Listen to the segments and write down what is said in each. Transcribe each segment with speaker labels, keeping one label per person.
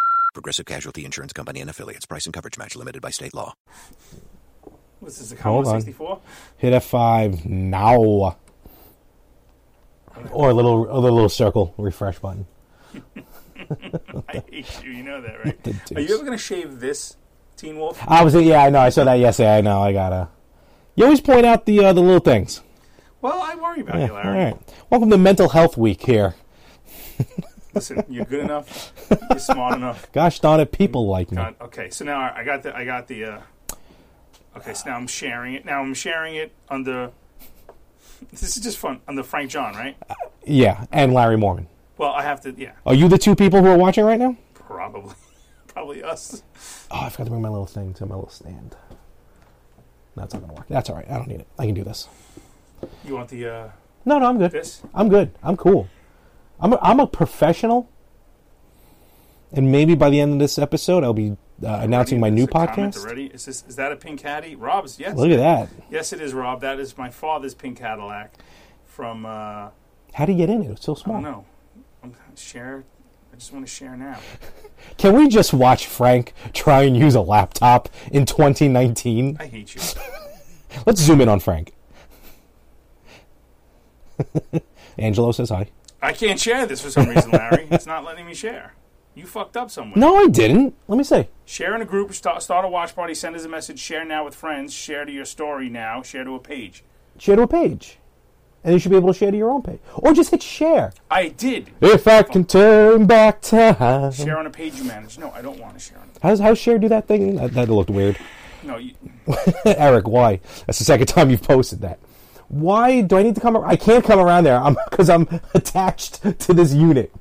Speaker 1: Progressive Casualty Insurance Company and affiliates. Price and coverage match limited by state law.
Speaker 2: This is a
Speaker 3: Hold
Speaker 2: Commodore
Speaker 3: on.
Speaker 2: 64.
Speaker 3: Hit F5 now. Or a little, a little circle refresh button.
Speaker 2: I hate you. You know that, right?
Speaker 3: The
Speaker 2: Are
Speaker 3: deuce.
Speaker 2: you ever going to shave this Teen Wolf?
Speaker 3: I was, yeah, I know. I saw that yesterday. I know. I gotta. You always point out the uh, the little things.
Speaker 2: Well, I worry about
Speaker 3: Yeah,
Speaker 2: you,
Speaker 3: all
Speaker 2: Larry.
Speaker 3: right. Welcome to Mental Health Week here.
Speaker 2: Listen, you're good enough. You're smart enough.
Speaker 3: Gosh darn it, people like me.
Speaker 2: God, okay, so now I I got the I got the. Uh, okay, so now I'm sharing it. Now I'm sharing it under. This is just fun under Frank John, right?
Speaker 3: Yeah, and Larry Mormon.
Speaker 2: Well, I have to. Yeah,
Speaker 3: Are you the two people who are watching right now?
Speaker 2: probably, probably us.
Speaker 3: Oh, I forgot to bring my little thing to my little stand. That's not gonna work. That's all right. I don't need it. I can do this.
Speaker 2: You want the uh,
Speaker 3: No, no, I'm good.
Speaker 2: this?
Speaker 3: I'm good. I'm cool. I'm a, I'm a professional. And maybe by the end of this episode, I'll be uh, announcing my
Speaker 2: Is
Speaker 3: new
Speaker 2: the comment
Speaker 3: podcast.
Speaker 2: Already? Is this? Is that a pink hattie? Rob's yes.
Speaker 3: Look at that.
Speaker 2: Yes, it is Rob. That is my father's pink Cadillac from. Uh,
Speaker 3: How do you get in it? It's so
Speaker 2: I
Speaker 3: small.
Speaker 2: don't know. I'm share. I just want to share now.
Speaker 3: Can we just watch Frank try and use a laptop in 2019?
Speaker 2: I hate you.
Speaker 3: Let's zoom in on Frank. Angelo says hi.
Speaker 2: I can't share this for some reason, Larry. it's not letting me share. You fucked up somewhere.
Speaker 3: No, I didn't. Let me see.
Speaker 2: Share in a group. Start, start a watch party. Send us a message. Share now with friends. Share to your story now. Share to a page.
Speaker 3: Share to a page. And you should be able to share to your own page. Or just hit share.
Speaker 2: I did
Speaker 3: If I can turn back time.
Speaker 2: share on a page you manage. No, I don't want to share on.
Speaker 3: How's, how's share do that thing? That, that looked weird.
Speaker 2: A, no, you,
Speaker 3: Eric, why? That's the second time you've posted that. Why do I need to come? Ar- I can't come around there because I'm, attached to this unit.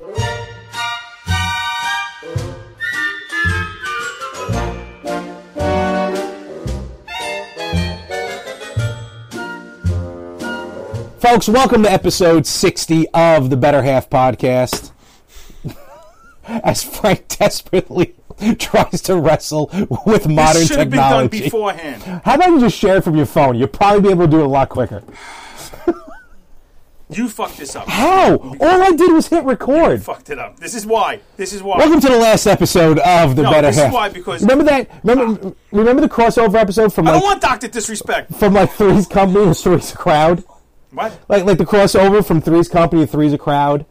Speaker 3: Folks, welcome to episode 60 of the Better Half Podcast. As Frank desperately tries to wrestle with modern
Speaker 2: this should have been done
Speaker 3: technology.
Speaker 2: beforehand.
Speaker 3: How about you just share it from your phone? You'll probably be able to do it a lot quicker.
Speaker 2: You fucked this up.
Speaker 3: How? Oh, All I did was hit record.
Speaker 2: Fucked it up. This is why. This is why.
Speaker 3: Welcome to the last episode of the
Speaker 2: No,
Speaker 3: Better
Speaker 2: this is
Speaker 3: Half.
Speaker 2: why, because-
Speaker 3: remember that? Remember, remember the crossover episode from
Speaker 2: I
Speaker 3: like
Speaker 2: don't want Doctor Disrespect.
Speaker 3: from like Three's Company and Three's a Crowd,
Speaker 2: What?
Speaker 3: like like the crossover from Three's Company and Three's a Crowd.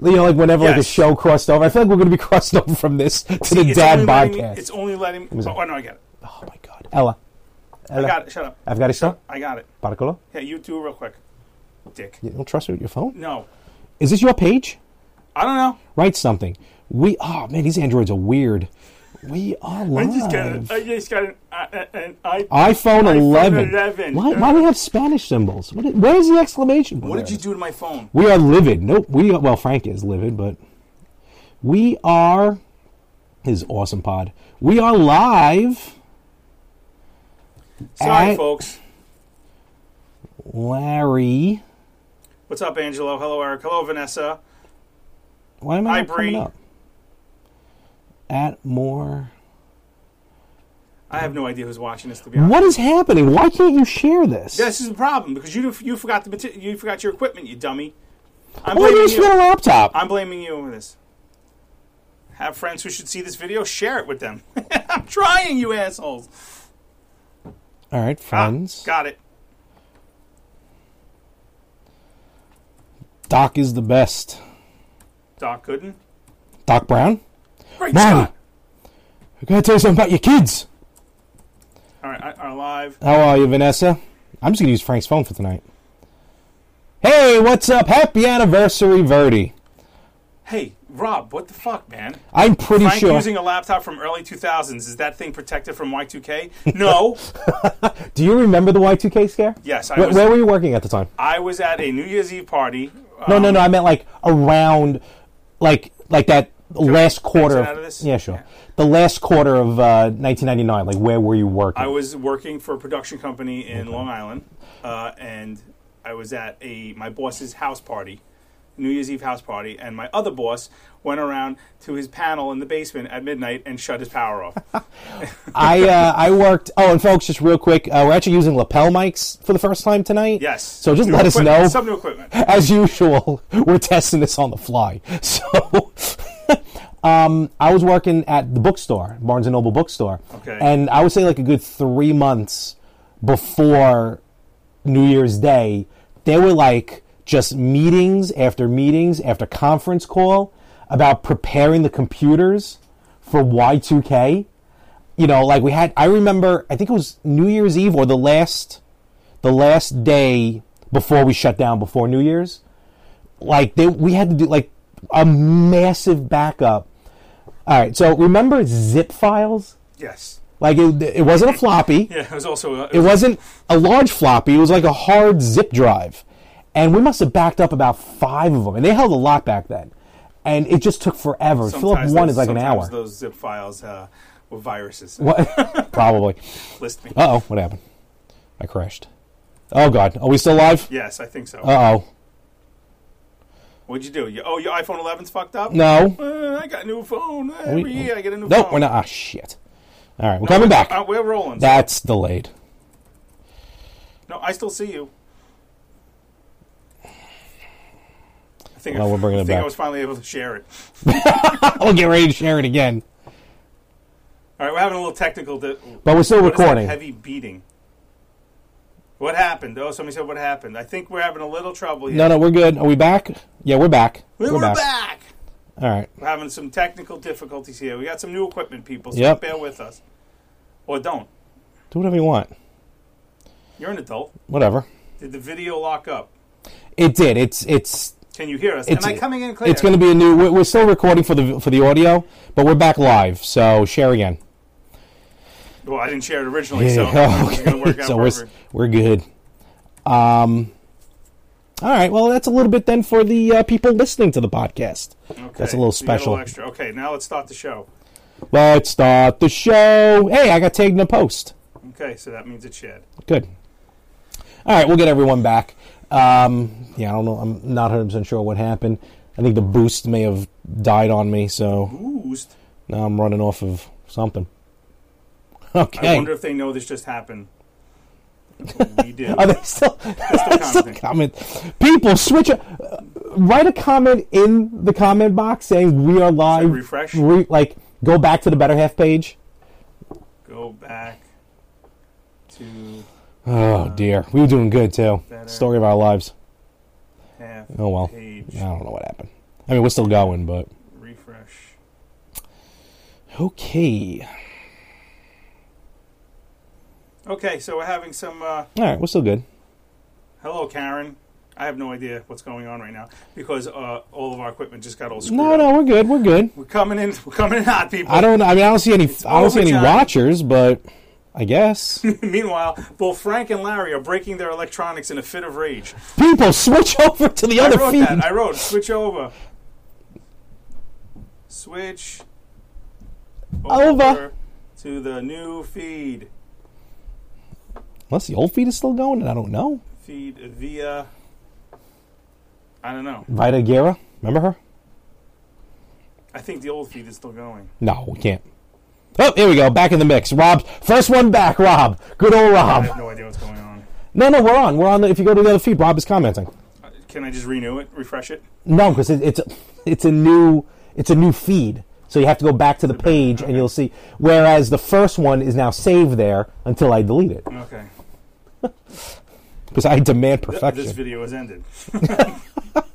Speaker 3: You know, like whenever like a
Speaker 2: Yes.
Speaker 3: show crossed over. I feel like we're going to be crossed over from this to the
Speaker 2: It's
Speaker 3: Dad
Speaker 2: only letting me-
Speaker 3: podcast.
Speaker 2: it's only letting me. Oh, no, I got it.
Speaker 3: oh my God, Ella,
Speaker 2: I got it. Shut up.
Speaker 3: I've got it. Stop.
Speaker 2: I got it.
Speaker 3: Paracolo,
Speaker 2: Yeah, you do it real quick. Dick.
Speaker 3: you don't trust me with your phone?
Speaker 2: No.
Speaker 3: Is this your page?
Speaker 2: I don't know.
Speaker 3: write something. We oh man, these androids are weird. We are
Speaker 2: I
Speaker 3: live.
Speaker 2: just got an, I just got an, uh, an I,
Speaker 3: iPhone,
Speaker 2: iPhone
Speaker 3: 11.
Speaker 2: 11.
Speaker 3: Why, why do we have Spanish symbols? What, i- where's the exclamation?
Speaker 2: What did you do to my phone?
Speaker 3: We are livid. Nope. We are, well, Frank is livid, but we are his awesome pod. We are live.
Speaker 2: Sorry,
Speaker 3: at
Speaker 2: folks.
Speaker 3: Larry.
Speaker 2: What's up, Angelo? Hello, Eric. Hello, Vanessa.
Speaker 3: Why am I
Speaker 2: Hi,
Speaker 3: not coming
Speaker 2: Bree.
Speaker 3: up? At more.
Speaker 2: I have no idea who's watching this. To be honest,
Speaker 3: What is happening? Why can't you share this?
Speaker 2: this is the problem because you you forgot the mate- you forgot your equipment, you dummy. I'm
Speaker 3: Oh, you
Speaker 2: blaming
Speaker 3: just got a
Speaker 2: you.
Speaker 3: laptop.
Speaker 2: I'm blaming you over this. Have friends who should see this video. Share it with them. I'm trying, you assholes.
Speaker 3: All right,
Speaker 2: Ah,
Speaker 3: friends.
Speaker 2: got it.
Speaker 3: Doc is the best.
Speaker 2: Doc Gooden.
Speaker 3: Doc Brown.
Speaker 2: Great
Speaker 3: Mom,
Speaker 2: Scott.
Speaker 3: I gotta tell you something about your kids.
Speaker 2: All right, I, are live.
Speaker 3: How are you, Vanessa? I'm just gonna use Frank's phone for tonight. Hey, what's up? Happy anniversary, Verdi.
Speaker 2: Hey, Rob, what the fuck, man?
Speaker 3: I'm pretty
Speaker 2: Frank
Speaker 3: sure.
Speaker 2: using a laptop from early 2000s. Is that thing protected from Y2K? No.
Speaker 3: Do you remember the Y2K scare?
Speaker 2: yes, I
Speaker 3: Where,
Speaker 2: was.
Speaker 3: where were you working at the time?
Speaker 2: I was at a New Year's Eve party. Uh,
Speaker 3: no, no, no. I meant like around, like like that the last quarter.
Speaker 2: exit out of this?
Speaker 3: yeah, sure. The last quarter of uh, 1999. Like, where were you working?
Speaker 2: I was working for a production company in Long Island, uh, and I was at a my boss's house party, New Year's Eve house party, and my other boss went around to his panel in the basement at midnight and shut his power off.
Speaker 3: I uh, I worked. Oh, and folks, just real quick, uh, we're actually using lapel mics for the first time tonight.
Speaker 2: Yes.
Speaker 3: So just
Speaker 2: New
Speaker 3: let us
Speaker 2: equipment-
Speaker 3: know.
Speaker 2: Some new equipment.
Speaker 3: As usual, we're testing this on the fly. So, um, I was working at the bookstore, Barnes and Noble bookstore.
Speaker 2: Okay.
Speaker 3: And I would say like a good three months before New Year's Day, there were like just meetings after meetings after conference call about preparing the computers for Y2K. You know, like we had I remember I think it was New Year's Eve or the last the last day before we shut down before New Year's. Like they we had to do like a massive backup. All right, so remember zip files?
Speaker 2: Yes.
Speaker 3: Like it, it wasn't a floppy.
Speaker 2: Yeah, it was also a,
Speaker 3: It wasn't a large floppy. It was like a hard zip drive, and we must have backed up about five of them. And they held a lot back then, and it just took forever. Fill up
Speaker 2: sometimes
Speaker 3: one
Speaker 2: those-
Speaker 3: is like an
Speaker 2: sometimes
Speaker 3: hour.
Speaker 2: Those zip files uh, were viruses.
Speaker 3: What? Probably.
Speaker 2: List me.
Speaker 3: Uh oh, what happened? I crashed. Oh God, are we still live?
Speaker 2: Yes, I think so.
Speaker 3: Uh oh,
Speaker 2: What'd you do? You, oh, your iPhone 11's fucked up.
Speaker 3: no,
Speaker 2: Uh, I got a new phone every
Speaker 3: we-
Speaker 2: year. I get a new phone.
Speaker 3: nope, we're not. Ah shit. All right, we're coming back.
Speaker 2: Uh, we're rolling.
Speaker 3: That's delayed.
Speaker 2: No, I still see you. I think,
Speaker 3: Well,
Speaker 2: I,
Speaker 3: we're bringing
Speaker 2: I
Speaker 3: it
Speaker 2: think
Speaker 3: back.
Speaker 2: I was finally able to share it.
Speaker 3: I'll get ready to share it again,
Speaker 2: All right, we're having a little technical. Di-
Speaker 3: but we're still
Speaker 2: What is that
Speaker 3: recording.
Speaker 2: heavy beating. What happened? Oh, somebody said what happened. I think we're having a little trouble here.
Speaker 3: No, no, we're good. Are we back? Yeah, we're back.
Speaker 2: We
Speaker 3: we're
Speaker 2: were back.
Speaker 3: All right.
Speaker 2: We're having some technical difficulties here. We got some new equipment, people. So
Speaker 3: Yep.
Speaker 2: bear with us, or don't.
Speaker 3: Do whatever you want.
Speaker 2: You're an adult.
Speaker 3: Whatever.
Speaker 2: Did the video lock up?
Speaker 3: It did. It's it's
Speaker 2: Can you hear us?
Speaker 3: it's.
Speaker 2: Am I coming in clear?
Speaker 3: It's going to be a new. We're, we're still recording for the for the audio, but we're back live. So share again.
Speaker 2: Well, I didn't share it originally, so
Speaker 3: Yeah,
Speaker 2: it's going to work out.
Speaker 3: so we're s-
Speaker 2: forever.
Speaker 3: we're good. Um. All right. Well, that's a little bit then for the uh, people listening to the podcast. That's a
Speaker 2: Okay,
Speaker 3: little
Speaker 2: so you got
Speaker 3: special.
Speaker 2: extra. Okay, now let's start the show.
Speaker 3: Let's start the show. Hey, I got tagged in a post.
Speaker 2: Okay, so that means it's shared.
Speaker 3: Good. All right, we'll get everyone back. Um, yeah, I don't know. I'm not 100 percent sure what happened. I think the boost may have died on me, so
Speaker 2: Boost.
Speaker 3: now I'm running off of something.
Speaker 2: I
Speaker 3: Okay.
Speaker 2: wonder if they know this just happened. we do.
Speaker 3: Are they still, still
Speaker 2: commenting.
Speaker 3: comment? People, switch. Up. uh, Write a comment in the comment box saying we are live.
Speaker 2: refresh?
Speaker 3: Re- like, go back to the better half page.
Speaker 2: Go back to
Speaker 3: Oh dear, we were doing good too.
Speaker 2: Uh, Better.
Speaker 3: Story of our lives.
Speaker 2: half
Speaker 3: Oh well,
Speaker 2: page
Speaker 3: I don't know what happened. I mean, we're still going, but
Speaker 2: refresh.
Speaker 3: okay.
Speaker 2: Okay, so we're having some. Uh,
Speaker 3: All right, we're still good.
Speaker 2: hello, Karen. I have no idea what's going on right now because uh, all of our equipment just got all screwed.
Speaker 3: No,
Speaker 2: up.
Speaker 3: no, we're good. We're good.
Speaker 2: We're coming in. We're coming in hot, people.
Speaker 3: I don't. I mean, I don't see any. I don't see any
Speaker 2: overtime.
Speaker 3: watchers, but I guess
Speaker 2: Meanwhile, both Frank and Larry are breaking their electronics in a fit of rage.
Speaker 3: people switch over to the
Speaker 2: I
Speaker 3: other
Speaker 2: wrote
Speaker 3: feed.
Speaker 2: that. I wrote switch over. Switch
Speaker 3: Over.
Speaker 2: to the new feed.
Speaker 3: Unless the old feed is still going, and I don't know.
Speaker 2: Feed via. I don't know.
Speaker 3: Vita Guerra, remember her?
Speaker 2: I think the old feed is still going.
Speaker 3: No, we can't. Oh, here we go. Back in the mix. Rob, first one back. Rob, good old
Speaker 2: I
Speaker 3: Rob.
Speaker 2: have no idea what's going on.
Speaker 3: No, no, we're on. We're on. The, if you go to the other feed, Rob is commenting.
Speaker 2: Uh, Can I just renew it? Refresh it?
Speaker 3: No, because it, it's it's a new it's a new feed, so you have to go back to the page and you'll see. Whereas the first one is now saved there until I delete it
Speaker 2: Okay.
Speaker 3: because I demand
Speaker 2: This
Speaker 3: perfection.
Speaker 2: video has ended.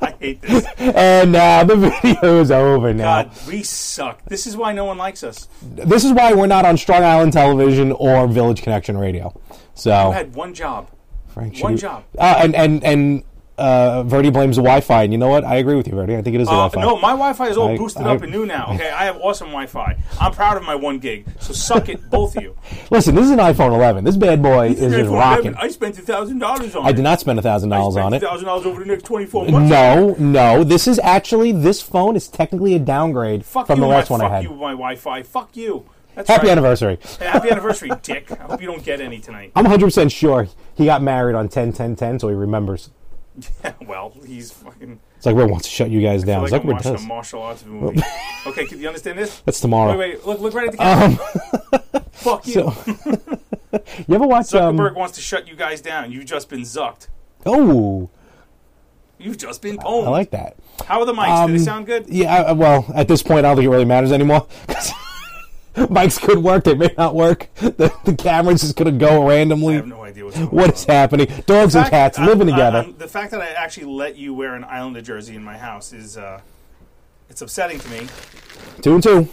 Speaker 2: I hate this.
Speaker 3: And now the video is over. Now
Speaker 2: God, we suck. This is why no one likes us.
Speaker 3: this is why we're not on Strong Island Television or Village Connection Radio. So
Speaker 2: I had one job.
Speaker 3: Oh. Frank, should
Speaker 2: One
Speaker 3: you-
Speaker 2: job.
Speaker 3: Uh, and and and uh, Verdi blames the Wi-Fi, and you know what? I agree with you, Verdi. I think it is the
Speaker 2: Uh,
Speaker 3: Wi-Fi.
Speaker 2: no, my Wi-Fi is all
Speaker 3: I-
Speaker 2: boosted
Speaker 3: I-
Speaker 2: up and new now. Okay, I have awesome Wi-Fi. I'm proud of my one gig. So suck it, both of you.
Speaker 3: Listen, this is an iPhone 11. This bad boy is just
Speaker 2: Therefore,
Speaker 3: rocking.
Speaker 2: I spent a thousand dollars on.
Speaker 3: I
Speaker 2: it.
Speaker 3: did not spend thousand dollars on it.
Speaker 2: Thousand dollars over the next twenty-four months.
Speaker 3: No, no. This is actually this phone is technically a downgrade
Speaker 2: fuck
Speaker 3: from
Speaker 2: you,
Speaker 3: the
Speaker 2: my-
Speaker 3: last one
Speaker 2: fuck
Speaker 3: I had.
Speaker 2: you, with my Wi-Fi. Fuck you. That's
Speaker 3: Happy
Speaker 2: right.
Speaker 3: anniversary.
Speaker 2: Hey, Happy anniversary, dick. I hope you don't get any tonight.
Speaker 3: I'm 100 percent sure he got married on 10 10 10, so he remembers.
Speaker 2: well, he's fucking.
Speaker 3: It's like we wants to shut you guys down.
Speaker 2: like I'm
Speaker 3: Zuckerberg
Speaker 2: watching a
Speaker 3: does.
Speaker 2: martial arts movie. okay, can you understand this?
Speaker 3: That's tomorrow. Um,
Speaker 2: Wait, wait, look, look right at the camera. Fuck you.
Speaker 3: You ever watch
Speaker 2: Zuckerberg
Speaker 3: um?
Speaker 2: wants to shut you guys down. You've just been zucked.
Speaker 3: Oh,
Speaker 2: You've just been pwned.
Speaker 3: I like that. Um,
Speaker 2: How are the mics? Do they sound good?
Speaker 3: Yeah. I, I- well, at this point, I don't think it really matters anymore. 'cause Mics could work. They may not work. The, the camera's just gonna go
Speaker 2: I
Speaker 3: randomly.
Speaker 2: have no idea what's going on.
Speaker 3: what is happening? Dogs
Speaker 2: In fact,
Speaker 3: and cats
Speaker 2: I'm-
Speaker 3: living
Speaker 2: I'm-
Speaker 3: together.
Speaker 2: I'm- the fact that I actually let you wear an Islander jersey in my house is uh, it's upsetting to me.
Speaker 3: Two and two.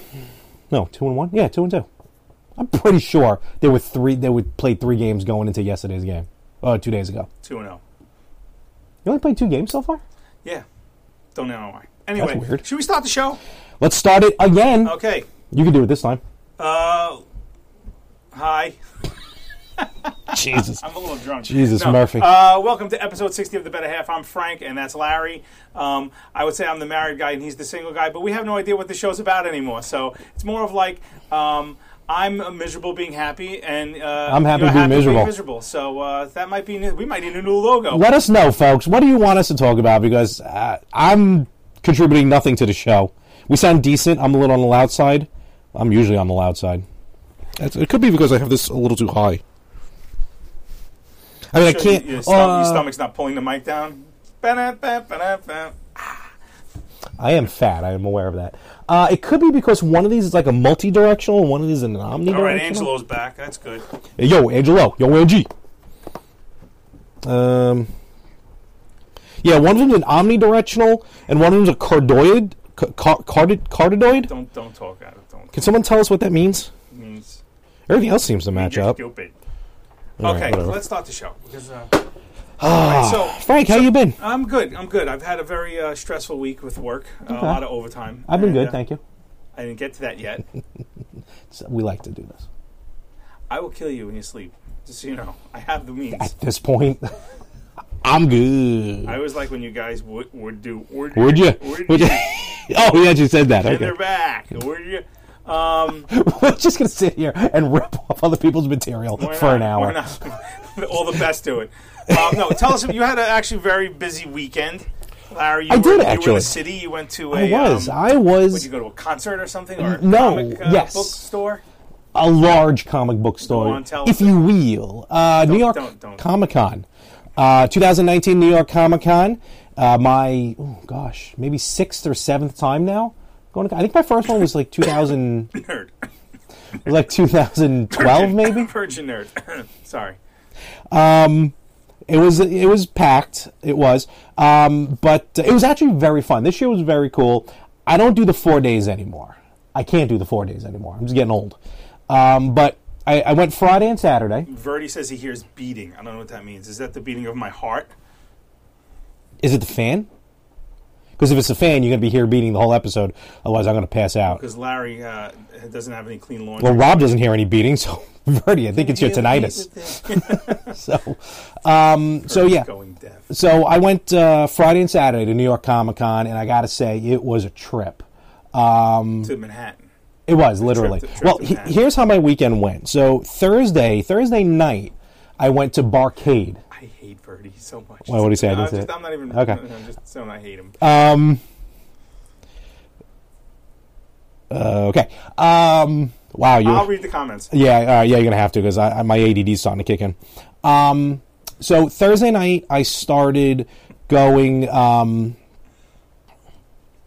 Speaker 3: No, two and one. Yeah, two and two. I'm pretty sure there were three. They would play three games going into yesterday's game. Uh, two days ago.
Speaker 2: Two and zero.
Speaker 3: You only played two games so far.
Speaker 2: Yeah. Don't know why. Anyway,
Speaker 3: weird.
Speaker 2: should we start the show?
Speaker 3: Let's start it again.
Speaker 2: Okay.
Speaker 3: You can do it this time.
Speaker 2: Uh, hi.
Speaker 3: Jesus.
Speaker 2: I'm a little drunk.
Speaker 3: Jesus, Murphy.
Speaker 2: Uh, welcome to episode 60 of The Better Half. I'm Frank, and that's Larry. Um, I would say I'm the married guy, and he's the single guy, but we have no idea what the show's about anymore. So it's more of like um, I'm miserable being happy, and uh,
Speaker 3: I'm happy
Speaker 2: you're
Speaker 3: being miserable.
Speaker 2: being miserable. So uh, that might be new. We might need a new logo.
Speaker 3: Let us know, folks. What do you want us to talk about? Because uh, I'm contributing nothing to the show. We sound decent. I'm a little on the loud side. I'm usually on the loud side. That's, it could be because I have this a little too high. I mean, I
Speaker 2: Sure,
Speaker 3: can't.
Speaker 2: Your, your stom- your
Speaker 3: uh,
Speaker 2: stomach's not pulling the mic down. Ba-da-ba-ba-da-ba.
Speaker 3: I am fat. I am aware of that. Uh, it could be because one of these is like a multi-directional, and one of these is an omnidirectional.
Speaker 2: All right, Angelo's back. That's good.
Speaker 3: Hey, yo, Angelo. Yo, Angie. Um. Yeah, one of them's an omnidirectional, and one of them's a cardoid. Ca- ca- cardid- cardoid.
Speaker 2: Don't don't talk at it. Don't.
Speaker 3: Can someone tell us what that means?
Speaker 2: It means
Speaker 3: Everything else seems to match
Speaker 2: you're
Speaker 3: up.
Speaker 2: stupid.
Speaker 3: right,
Speaker 2: okay,
Speaker 3: whatever. Ah,
Speaker 2: let's start the show because. Uh, all right, so
Speaker 3: Frank, how you been?
Speaker 2: I'm good. I'm good. I've had a very uh, stressful week with work, uh, a lot of overtime.
Speaker 3: I've been
Speaker 2: And,
Speaker 3: good,
Speaker 2: uh,
Speaker 3: thank you.
Speaker 2: I didn't get to that yet.
Speaker 3: So we like to do this.
Speaker 2: I will kill you in your sleep. Just so you know, I have the means.
Speaker 3: At this point, I'm good.
Speaker 2: I was like when you guys would would do. Would,
Speaker 3: Would you?
Speaker 2: Would,
Speaker 3: Would you? oh, we actually said that.
Speaker 2: And
Speaker 3: Okay.
Speaker 2: they're back. Would you? Um,
Speaker 3: We're just gonna sit here and rip off other people's material
Speaker 2: why
Speaker 3: for an
Speaker 2: not? Why
Speaker 3: hour.
Speaker 2: not? All the best to it. Um, no, tell us. You had an actually very busy weekend, Larry. You
Speaker 3: I
Speaker 2: were,
Speaker 3: did,
Speaker 2: you were in
Speaker 3: actually.
Speaker 2: the city. You went to
Speaker 3: I
Speaker 2: a.
Speaker 3: was,
Speaker 2: Um,
Speaker 3: I
Speaker 2: would
Speaker 3: was
Speaker 2: you go to a concert or something or a
Speaker 3: No,
Speaker 2: comic, uh,
Speaker 3: yes.
Speaker 2: bookstore?
Speaker 3: a large comic book store,
Speaker 2: on, tell
Speaker 3: if
Speaker 2: us.
Speaker 3: you will. Uh, New York
Speaker 2: don't, don't.
Speaker 3: Comic Con, uh, 2019 New York Comic Con. Uh, my oh gosh, maybe sixth or seventh time now. Going to, I think my first one was like 2000, it
Speaker 2: Nerd.
Speaker 3: was like 2012 maybe.
Speaker 2: Virgin nerd. Sorry.
Speaker 3: It was it was packed. It was, um, but it was actually very fun. This year was very cool. I don't do the four days anymore. I can't do the four days anymore. I'm just getting old. Um, but I, I went Friday and Saturday.
Speaker 2: Verdi says he hears beating. I don't know what that means. Is that the beating of my heart?
Speaker 3: Is it the fan? Because if it's the fan, you're going to be here beating the whole episode. Otherwise, I'm going to pass out.
Speaker 2: Because Larry uh, doesn't have any clean laundry.
Speaker 3: Well, Rob doesn't hear any beating, so Verdi, I think it's your tinnitus. So, um, so yeah.
Speaker 2: Going deaf.
Speaker 3: So I went uh, Friday and Saturday to New York Comic Con, and I got to say, it was a trip. Mm.
Speaker 2: to Manhattan.
Speaker 3: It was literally.
Speaker 2: to- trip
Speaker 3: well,
Speaker 2: to
Speaker 3: he,
Speaker 2: Manhattan.
Speaker 3: here's how my weekend went. So Thursday, Thursday night, I went to Barcade.
Speaker 2: I hate Verdi so much.
Speaker 3: Well, what do you say? I
Speaker 2: I'm,
Speaker 3: didn't
Speaker 2: just,
Speaker 3: say it.
Speaker 2: I'm not even.
Speaker 3: Okay.
Speaker 2: I'm just saying I hate him.
Speaker 3: Uh, okay. Um, wow, you.
Speaker 2: I'll read the comments.
Speaker 3: Yeah, uh, yeah, you're gonna have to because I, I, my ADD's starting to kick in. Um, so Thursday night, I started going. Um,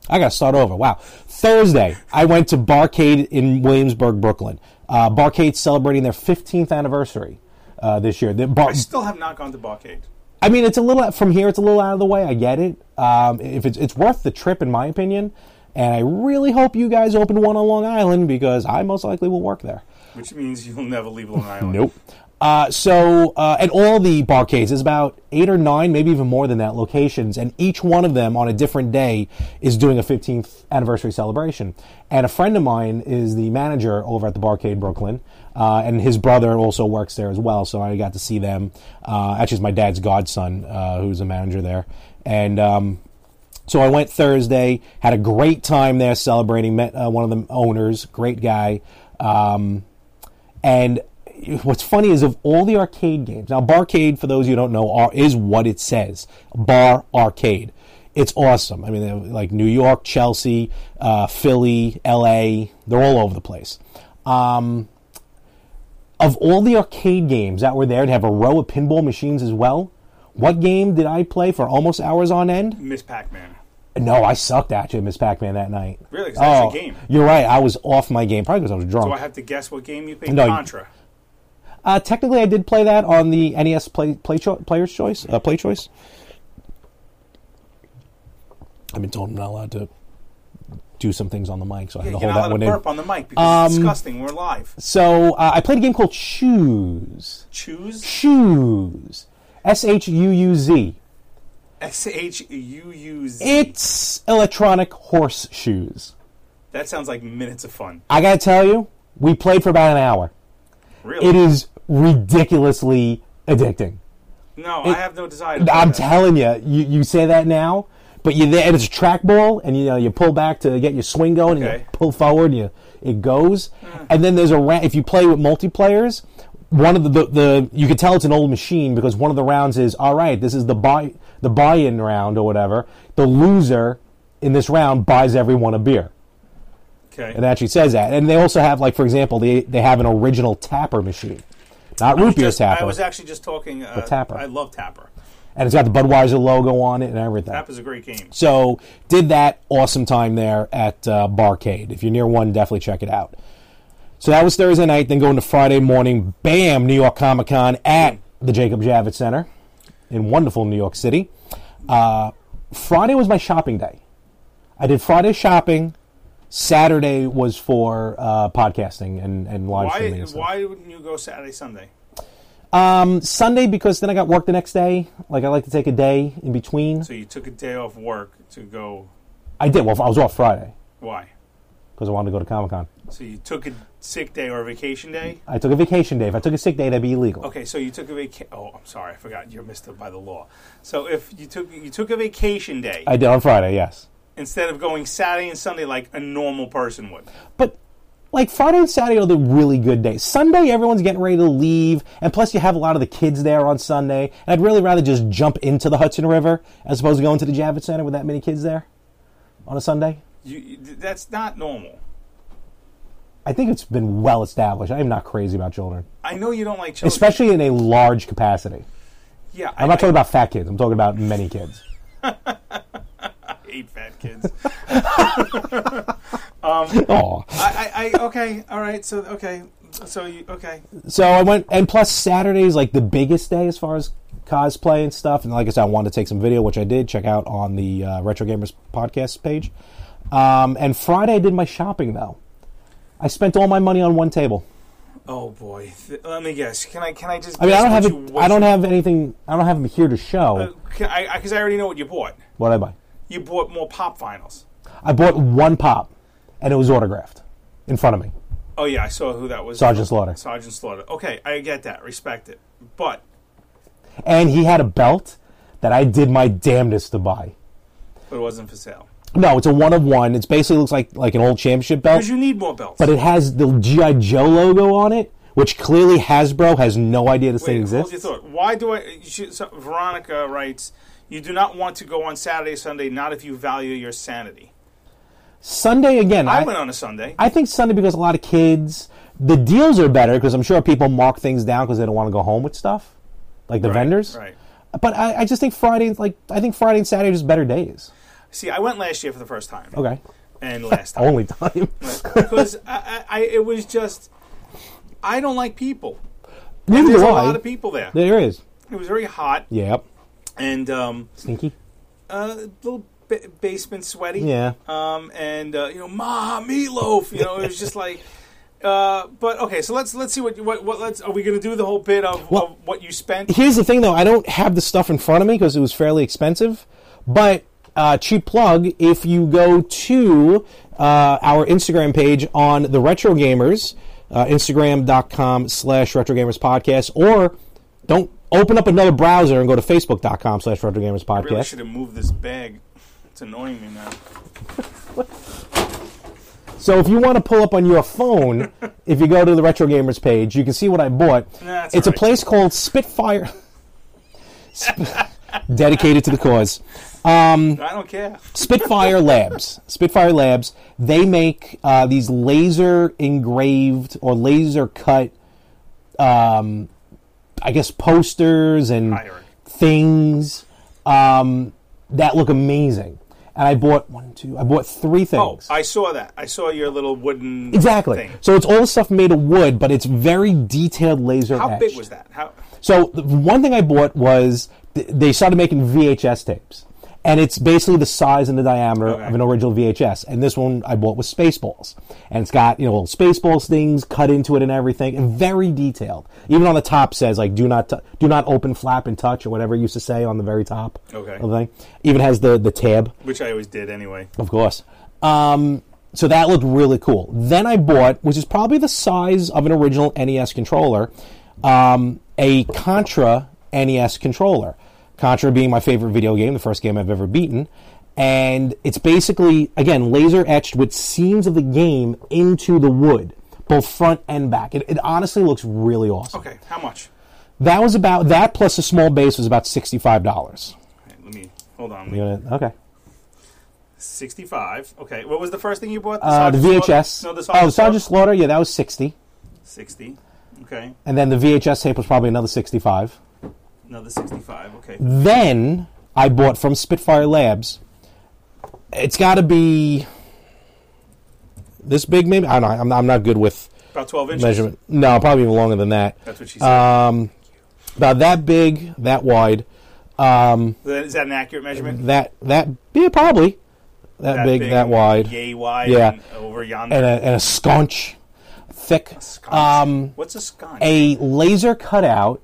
Speaker 3: I gotta start over. Wow. Thursday, I went to Barcade in Williamsburg, Brooklyn. Uh, Barcade's celebrating their 15th anniversary uh, this year. The bar-
Speaker 2: I still have not gone to Barcade.
Speaker 3: I mean, it's a little from here. It's a little out of the way. I get it. Um, if it's it's worth the trip, in my opinion, and I really hope you guys open one on Long Island because I most likely will work there.
Speaker 2: which means you'll never leave Long Island.
Speaker 3: Nope. Uh, so, uh, and all the barcades is about eight or nine, maybe even more than that, locations, and each one of them on a different day is doing a 15th anniversary celebration. And a friend of mine is the manager over at the Barcade Brooklyn, uh, and his brother also works there as well. So I got to see them. Uh, actually, it's my dad's godson uh, who's a manager there, and um, so I went Thursday, had a great time there celebrating. Met uh, one of the owners, great guy. Um, and what's funny is of all the arcade games, now Barcade, for those you don't know, are, is what it says Bar Arcade. It's awesome. I mean, they're like New York, Chelsea, uh, Philly, LA, they're all over the place. Um, of all the arcade games that were there to have a row of pinball machines as well, what game did I play for almost hours on end?
Speaker 2: Miss Pac-Man.
Speaker 3: No, I sucked actually, Miss Pac-Man that night. Oh,
Speaker 2: Really? 'Cause that's your game.
Speaker 3: You're right. I was off my game probably because I was drunk.
Speaker 2: Do I have to guess what game you played?
Speaker 3: No, you-
Speaker 2: Contra.
Speaker 3: Uh, technically, I did play that on the NES play, play cho- player's choice. Uh, play choice. I've been told I'm not allowed to do some things on the mic, so I
Speaker 2: You
Speaker 3: have to
Speaker 2: are not
Speaker 3: hold that
Speaker 2: allowed
Speaker 3: one
Speaker 2: to
Speaker 3: in.
Speaker 2: burp on the mic because
Speaker 3: Um,
Speaker 2: it's disgusting. We're live.
Speaker 3: So uh, I played a game called Choose.
Speaker 2: Choose
Speaker 3: Choose. S H U U Z.
Speaker 2: S H U U Z.
Speaker 3: It's electronic horseshoes.
Speaker 2: That sounds like minutes of fun.
Speaker 3: I gotta tell you, we played for about an hour.
Speaker 2: Really?
Speaker 3: It is ridiculously addicting.
Speaker 2: No, I have no desire. To play
Speaker 3: I'm
Speaker 2: that.
Speaker 3: telling you, you, you say that now, but you there and it's a trackball, and you know you pull back to get your swing going, and
Speaker 2: Okay. Hmm.
Speaker 3: you pull forward, and you it goes, and then there's a round. If you play with multiplayers, one of the, the the you can tell it's an old machine because one of the rounds is all right. This is the buy the buy-in round or whatever. The loser in this round buys everyone a beer.
Speaker 2: okay.
Speaker 3: It actually says that, and they also have like for example, they they have an original tapper machine, not root beer
Speaker 2: Just- I
Speaker 3: tapper,
Speaker 2: was actually just talking. Uh,
Speaker 3: Tapper.
Speaker 2: I love Tapper.
Speaker 3: and it's got the Budweiser logo on it and everything.
Speaker 2: Tapper's a great game.
Speaker 3: So did that awesome time there at uh, Barcade. If you're near one, definitely check it out. So that was Thursday night. Then going to Friday morning, bam, New York Comic Con at the Jacob Javits Center in wonderful New York City. Uh, Friday was my shopping day. I did Friday shopping. Saturday was for uh, podcasting and, and live
Speaker 2: Why?
Speaker 3: streaming. and stuff.
Speaker 2: Why wouldn't you go Saturday, Sunday?
Speaker 3: Sunday because then I got work the next day. Like I like to take a day in between.
Speaker 2: So you took a day off work to go.
Speaker 3: I did. Well, I was off Friday
Speaker 2: Why?
Speaker 3: because I wanted to go to Comic Con.
Speaker 2: So you took a sick day or a vacation day?
Speaker 3: I took a vacation day. If I took a sick day, that'd be illegal.
Speaker 2: Okay, so you took a vacation. Oh, I'm sorry, I forgot. You're missed by the law. So if you took you took a vacation day
Speaker 3: I did on Friday, yes.
Speaker 2: instead of going Saturday and Sunday like a normal person would.
Speaker 3: But like Friday and Saturday are the really good days. Sunday, everyone's getting ready to leave, and plus you have a lot of the kids there on Sunday. And I'd really rather just jump into the Hudson River as opposed to going to the Javits Center with that many kids there on a Sunday.
Speaker 2: You, you- that's not normal.
Speaker 3: I think it's been well established. I am not crazy about children,
Speaker 2: I know you don't like children.
Speaker 3: especially in a large capacity.
Speaker 2: yeah,
Speaker 3: I'm not talking about fat kids. I'm talking about many kids.
Speaker 2: hate fat kids.
Speaker 3: Oh.
Speaker 2: I, I, I okay, all right. So okay, so you okay.
Speaker 3: So I went, and plus Saturday is like the biggest day as far as cosplay and stuff. And like I said, I wanted to take some video, which I did. Check out on the uh, Retro Gamers podcast page. Um, and Friday, I did my shopping though. I spent all my money on one table.
Speaker 2: Oh boy, Th- let me guess. Can I? Can I just?
Speaker 3: I mean, I
Speaker 2: guess
Speaker 3: don't have
Speaker 2: what
Speaker 3: it,
Speaker 2: you Uh,
Speaker 3: I don't
Speaker 2: wish-
Speaker 3: have anything. I don't have them here to show.
Speaker 2: Can I because I, already know what you bought.
Speaker 3: What did I buy?
Speaker 2: You bought more pop finals.
Speaker 3: I bought one pop, and it was autographed in front of me.
Speaker 2: Oh yeah, I saw who that was.
Speaker 3: Sergeant Slaughter.
Speaker 2: Sergeant Slaughter. Okay, I get that. Respect it. But
Speaker 3: And he had a belt that I did my damnedest to buy.
Speaker 2: but it wasn't for sale
Speaker 3: No, it's a one of one. It's basically looks like like an old championship belt.
Speaker 2: because you need more belts.
Speaker 3: but it has the GI Joe logo on it, which clearly Hasbro has no idea this thing
Speaker 2: Wait, hold
Speaker 3: exists.
Speaker 2: your thought. Why do I? you should- so Veronica writes, "You do not want to go on Saturday, Sunday, not if you value your sanity."
Speaker 3: Sunday again.
Speaker 2: I,
Speaker 3: I,
Speaker 2: went on a Sunday.
Speaker 3: I think Sunday because a lot of kids. The deals are better because I'm sure people mark things down because they don't want to go home with stuff, like the vendors.
Speaker 2: right.
Speaker 3: But I, I just think Friday, like I think Friday and Saturday are just better days.
Speaker 2: See, I went last year for the first time.
Speaker 3: Okay, Oh.
Speaker 2: And last time.
Speaker 3: only time.
Speaker 2: because I, I, I, it was just I don't like people.
Speaker 3: Neither
Speaker 2: There's
Speaker 3: do
Speaker 2: a
Speaker 3: I.
Speaker 2: lot of people there.
Speaker 3: There is.
Speaker 2: It was very hot
Speaker 3: Yep.
Speaker 2: and um,
Speaker 3: Stinky.
Speaker 2: Uh, a little ba- basement sweaty.
Speaker 3: Yeah.
Speaker 2: Um, and uh, you know, ma meatloaf. You know, it was just like Uh, but okay, so let's let's see what what, what let's are we going to do the whole bit of,
Speaker 3: Well-
Speaker 2: of what you spent?
Speaker 3: Here's the thing, though. I don't have the stuff in front of me because it was fairly expensive. But uh, cheap plug: if you go to uh, our Instagram page on the Retro Gamers, uh, Instagram.com slash Retro Gamers Podcast, or don't open up another browser and go to Facebook.com slash Retro Gamers
Speaker 2: Really
Speaker 3: Podcast.
Speaker 2: should have moved this bag. It's annoying me now.
Speaker 3: So if you want to pull up on your phone, if you go to the Retro Gamers page, you can see what I bought.
Speaker 2: That's
Speaker 3: it's a
Speaker 2: right.
Speaker 3: place called Spitfire, Sp- dedicated to the cause.
Speaker 2: I don't care.
Speaker 3: Spitfire Labs. Spitfire Labs. They make uh, these laser engraved or laser cut, um, I guess, posters and
Speaker 2: Iron.
Speaker 3: things um, that look amazing. And I bought one, two. I bought three
Speaker 2: Oh,
Speaker 3: things.
Speaker 2: I saw that. I saw your little wooden
Speaker 3: exactly.
Speaker 2: Thing.
Speaker 3: So it's all stuff made of wood, but it's very detailed laser.
Speaker 2: How big
Speaker 3: etched.
Speaker 2: was that? How
Speaker 3: So the one thing I bought was th- they started making VHS tapes, and it's basically the size and the diameter of an original VHS. And this one I bought was Spaceballs, and it's got you know little Spaceballs things cut into it and everything, and very detailed. Even on the top says like do not t- do not open, flap, and touch or whatever it used to say on the very top.
Speaker 2: Okay.
Speaker 3: of the thing. Even has the the tab.
Speaker 2: which I always did anyway.
Speaker 3: Of course. Um, so that looked really cool. Then I bought, which is probably the size of an original NES controller, um, a Contra NES controller. Contra being my favorite video game, the first game I've ever beaten. And it's basically, again, laser etched with seams of the game into the wood, both front and back. It, it honestly looks really awesome.
Speaker 2: Okay, how much?
Speaker 3: That was about, that plus a small base was about $65.
Speaker 2: All right, let me hold on.
Speaker 3: You wanna- Okay.
Speaker 2: Sixty-five. Okay, what was the first thing you bought? The,
Speaker 3: Uh, the
Speaker 2: Sergeant Slaughter-
Speaker 3: VHS.
Speaker 2: No, the
Speaker 3: oh, the
Speaker 2: Sergeant Slaughter?
Speaker 3: Sergeant Slaughter, yeah, that was 60
Speaker 2: Sixty. Okay,
Speaker 3: and then the VHS tape was probably another 65.
Speaker 2: another sixty-five. Okay.
Speaker 3: Then I bought from Spitfire Labs. It's got to be this big, maybe. I don't know. I'm, I'm not good with
Speaker 2: About 12 inches.
Speaker 3: measurement. Uh, No, probably even longer than that.
Speaker 2: That's what she said.
Speaker 3: About that big, that wide,
Speaker 2: Is that an accurate measurement?
Speaker 3: that that yeah, probably that, big, that wide,
Speaker 2: Yay wide.
Speaker 3: Yeah.
Speaker 2: And over yonder.
Speaker 3: and a, and a sconch, thick,
Speaker 2: Sconce.
Speaker 3: um,
Speaker 2: What's a sconce?
Speaker 3: a laser cutout,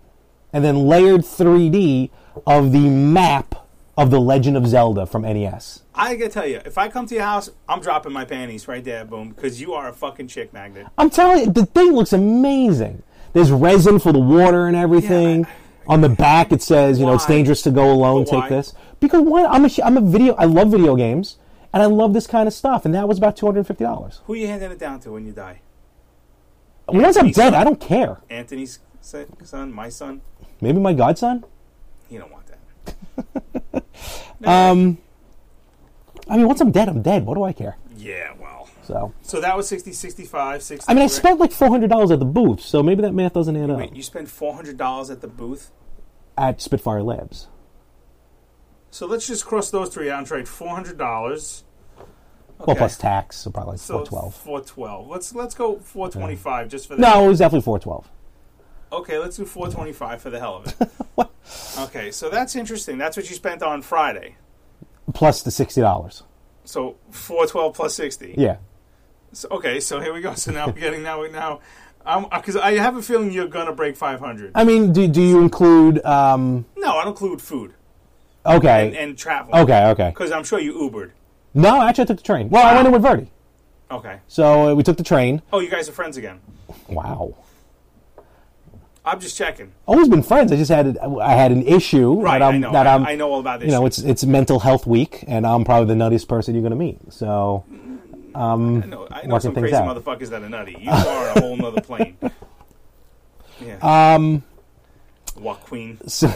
Speaker 3: and then layered 3D of the map of the Legend of Zelda from E NES.
Speaker 2: I gotta tell you, if I come to your house, I'm dropping my panties right there, boom, because you are a fucking chick magnet.
Speaker 3: I'm telling you, the thing looks amazing. There's resin for the water and everything. On the back, it says, you know, it's
Speaker 2: Why?
Speaker 3: dangerous to go alone.
Speaker 2: But
Speaker 3: Take
Speaker 2: why?
Speaker 3: this because why? I'm a sh- I'm a video. I love video games, and I love this kind of stuff. And that was about two hundred fifty dollars.
Speaker 2: Who you handing it down to when you die?
Speaker 3: Once I'm dead, I don't care.
Speaker 2: Anthony's son, son my son?
Speaker 3: Maybe my godson.
Speaker 2: He don't want that. um.
Speaker 3: I mean, once I'm dead, I'm dead. What do I care?
Speaker 2: Yeah, well.
Speaker 3: So,
Speaker 2: So that was 60, 65, 60.
Speaker 3: I mean, I spent like four hundred dollars at the booth, so maybe that math doesn't add up.
Speaker 2: Wait, you spent $400 at the booth?
Speaker 3: At Spitfire Labs,
Speaker 2: So let's just cross those three out and trade $400.
Speaker 3: well,
Speaker 2: Okay.
Speaker 3: plus tax, so probably like
Speaker 2: So
Speaker 3: four twelve.
Speaker 2: Four twelve. Let's let's go four twenty five just for the
Speaker 3: No, it was definitely four twelve.
Speaker 2: Okay, let's do four twenty five for the hell of it. okay, so that's interesting. That's what you spent on Friday.
Speaker 3: Plus the sixty dollars.
Speaker 2: So four twelve plus sixty.
Speaker 3: Yeah.
Speaker 2: So, okay, so here we go. So now we're getting now now. Um, because I have a feeling you're gonna break five hundred.
Speaker 3: I mean, do, do you include? Um,
Speaker 2: No, I don't include food
Speaker 3: okay.
Speaker 2: and travel.
Speaker 3: okay. Okay.
Speaker 2: Because I'm sure you Ubered.
Speaker 3: No, actually, I took the train. Well, I went in with Verdi,
Speaker 2: Okay.
Speaker 3: so uh, we took the train.
Speaker 2: Oh, you guys are friends again.
Speaker 3: Wow.
Speaker 2: I'm just checking.
Speaker 3: Always been friends. I just had a, I had an issue
Speaker 2: Right,
Speaker 3: that I'm
Speaker 2: I know.
Speaker 3: that
Speaker 2: I-
Speaker 3: I'm
Speaker 2: I know all about
Speaker 3: You know,
Speaker 2: issues.
Speaker 3: it's it's Mental Health Week, and I'm probably the nuttiest person you're going to meet. So
Speaker 2: I know. I know
Speaker 3: working
Speaker 2: some
Speaker 3: things
Speaker 2: crazy
Speaker 3: out.
Speaker 2: motherfuckers that are nutty. You are on a whole nother plane. Yeah. Um. Joaquin.
Speaker 3: so,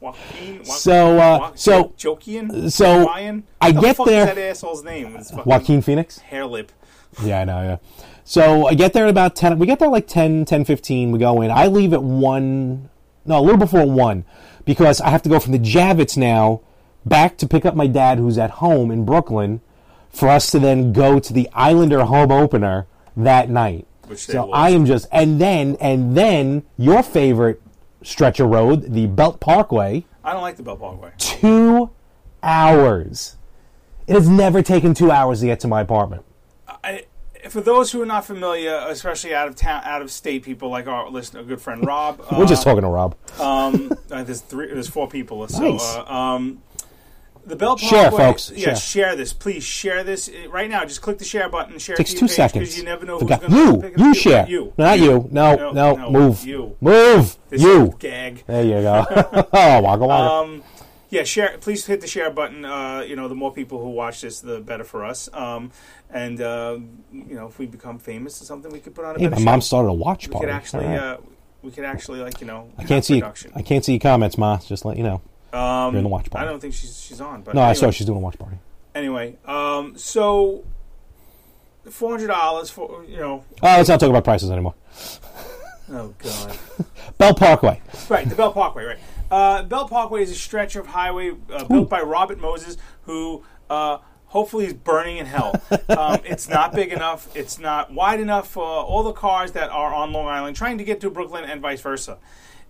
Speaker 2: Joaquin. Joaquin.
Speaker 3: So, uh,
Speaker 2: Joaquin-
Speaker 3: so-
Speaker 2: Jokian.
Speaker 3: so
Speaker 2: Ryan.
Speaker 3: I
Speaker 2: the
Speaker 3: get
Speaker 2: fuck
Speaker 3: there-
Speaker 2: Is that asshole's name. With his fucking
Speaker 3: Joaquin Phoenix.
Speaker 2: Hair lip.
Speaker 3: Yeah, I know. Yeah. So I get there at about ten. We get there like 10, 10, 15. We go in. I leave at one. No, a little before one, because I have to go from the Javits now back to pick up my dad, who's at home in Brooklyn, for us to then go to the Islander home opener that night.
Speaker 2: Which they
Speaker 3: so
Speaker 2: lost.
Speaker 3: I am just and then and then your favorite stretch of road, the Belt Parkway,
Speaker 2: I don't like the Bell Parkway.
Speaker 3: two hours. It has never taken two hours to get to my apartment.
Speaker 2: I, for those who are not familiar, especially out of town, out of state people like our listener, good friend Rob.
Speaker 3: We're just
Speaker 2: uh,
Speaker 3: talking to Rob.
Speaker 2: Um, uh, there's three, there's four people. So,
Speaker 3: Nice.
Speaker 2: uh, um, the Bell Parkway.
Speaker 3: Share, folks,
Speaker 2: Yeah,
Speaker 3: share.
Speaker 2: share. this, please share this uh, right now. Just click the share button. Share
Speaker 3: Takes
Speaker 2: it to
Speaker 3: two
Speaker 2: your page 'cause
Speaker 3: seconds.
Speaker 2: You never know
Speaker 3: The
Speaker 2: who's
Speaker 3: guy-
Speaker 2: going
Speaker 3: you, you share.
Speaker 2: You,
Speaker 3: No, not you. No,
Speaker 2: No,
Speaker 3: no,
Speaker 2: no,
Speaker 3: move,
Speaker 2: you.
Speaker 3: move,
Speaker 2: This Um,
Speaker 3: you.
Speaker 2: gag.
Speaker 3: There you go. oh, waka waka.
Speaker 2: yeah share please hit the share button uh, you know the more people who watch this the better for us um, and uh, you know if we become famous or something we could put on a
Speaker 3: hey,
Speaker 2: better
Speaker 3: my mom
Speaker 2: show.
Speaker 3: started a watch
Speaker 2: we
Speaker 3: party.
Speaker 2: could actually
Speaker 3: All right.
Speaker 2: uh, we could actually like you know
Speaker 3: I can't see.
Speaker 2: production
Speaker 3: I can't see your comments, ma. Just let you know.
Speaker 2: um,
Speaker 3: You're in the watch
Speaker 2: I
Speaker 3: party.
Speaker 2: don't think she's she's on but
Speaker 3: No,
Speaker 2: anyway,
Speaker 3: I saw she's doing a watch party.
Speaker 2: anyway um, so four hundred dollars for you know
Speaker 3: Oh, let's not talk about prices anymore.
Speaker 2: oh god
Speaker 3: Bell Parkway.
Speaker 2: right, the Bell Parkway, right. Uh, Bell Parkway is a stretch of highway uh, built by Robert Moses, who uh, hopefully is burning in hell. um, it's not big enough. It's not wide enough for all the cars that are on Long Island trying to get to Brooklyn and vice versa.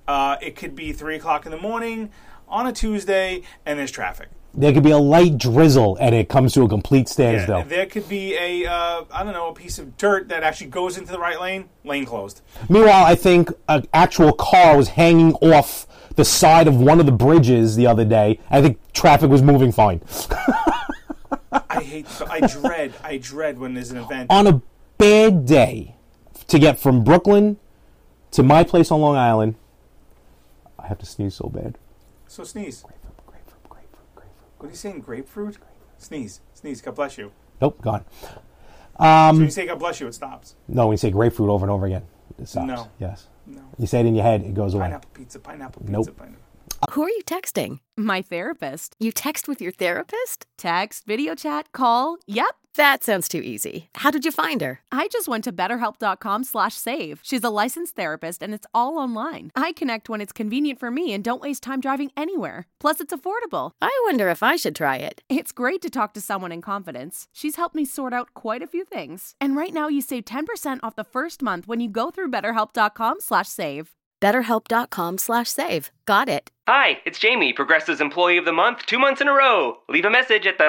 Speaker 2: Uh, it could be 3 o'clock in the morning on a Tuesday, and there's traffic.
Speaker 3: There could be a light drizzle, and it comes to a complete
Speaker 2: Yeah,
Speaker 3: standstill.
Speaker 2: There could be a, uh, I don't know, a piece of dirt that actually goes into the right lane, lane closed.
Speaker 3: Meanwhile, I think an actual car was hanging off the side of one of the bridges the other day. I think traffic was moving fine
Speaker 2: I hate, I dread, I dread when there's an event.
Speaker 3: on a bad day to get from Brooklyn to my place on Long Island. I have to sneeze so bad.
Speaker 2: So sneeze. What are you saying? Grapefruit? Sneeze. Sneeze. God bless you.
Speaker 3: Nope, gone.
Speaker 2: so
Speaker 3: Um,
Speaker 2: you say God bless you, it stops.
Speaker 3: No, when you say grapefruit over and over again, it stops.
Speaker 2: No.
Speaker 3: Yes.
Speaker 2: No.
Speaker 3: You say it in your head, it goes away.
Speaker 2: Pineapple pizza, pineapple pizza,
Speaker 3: Nope.
Speaker 2: pineapple.
Speaker 4: Who are you texting? My therapist. You text with your therapist? Text, video chat, call. Yep.
Speaker 5: That sounds too easy. How did you find her?
Speaker 4: I just went to betterhelp.com slash save. She's a licensed therapist and it's all online. I connect when it's convenient for me and don't waste time driving anywhere. Plus, it's affordable.
Speaker 5: I wonder if I should try it.
Speaker 4: It's great to talk to someone in confidence. She's helped me sort out quite a few things. And right now you save 10% off the first month when you go through betterhelp.com slash save.
Speaker 5: BetterHelp.com slash save. Got it.
Speaker 6: Hi, it's Jamie, Progressive's Employee of the Month, two months in a row. Leave a message at the.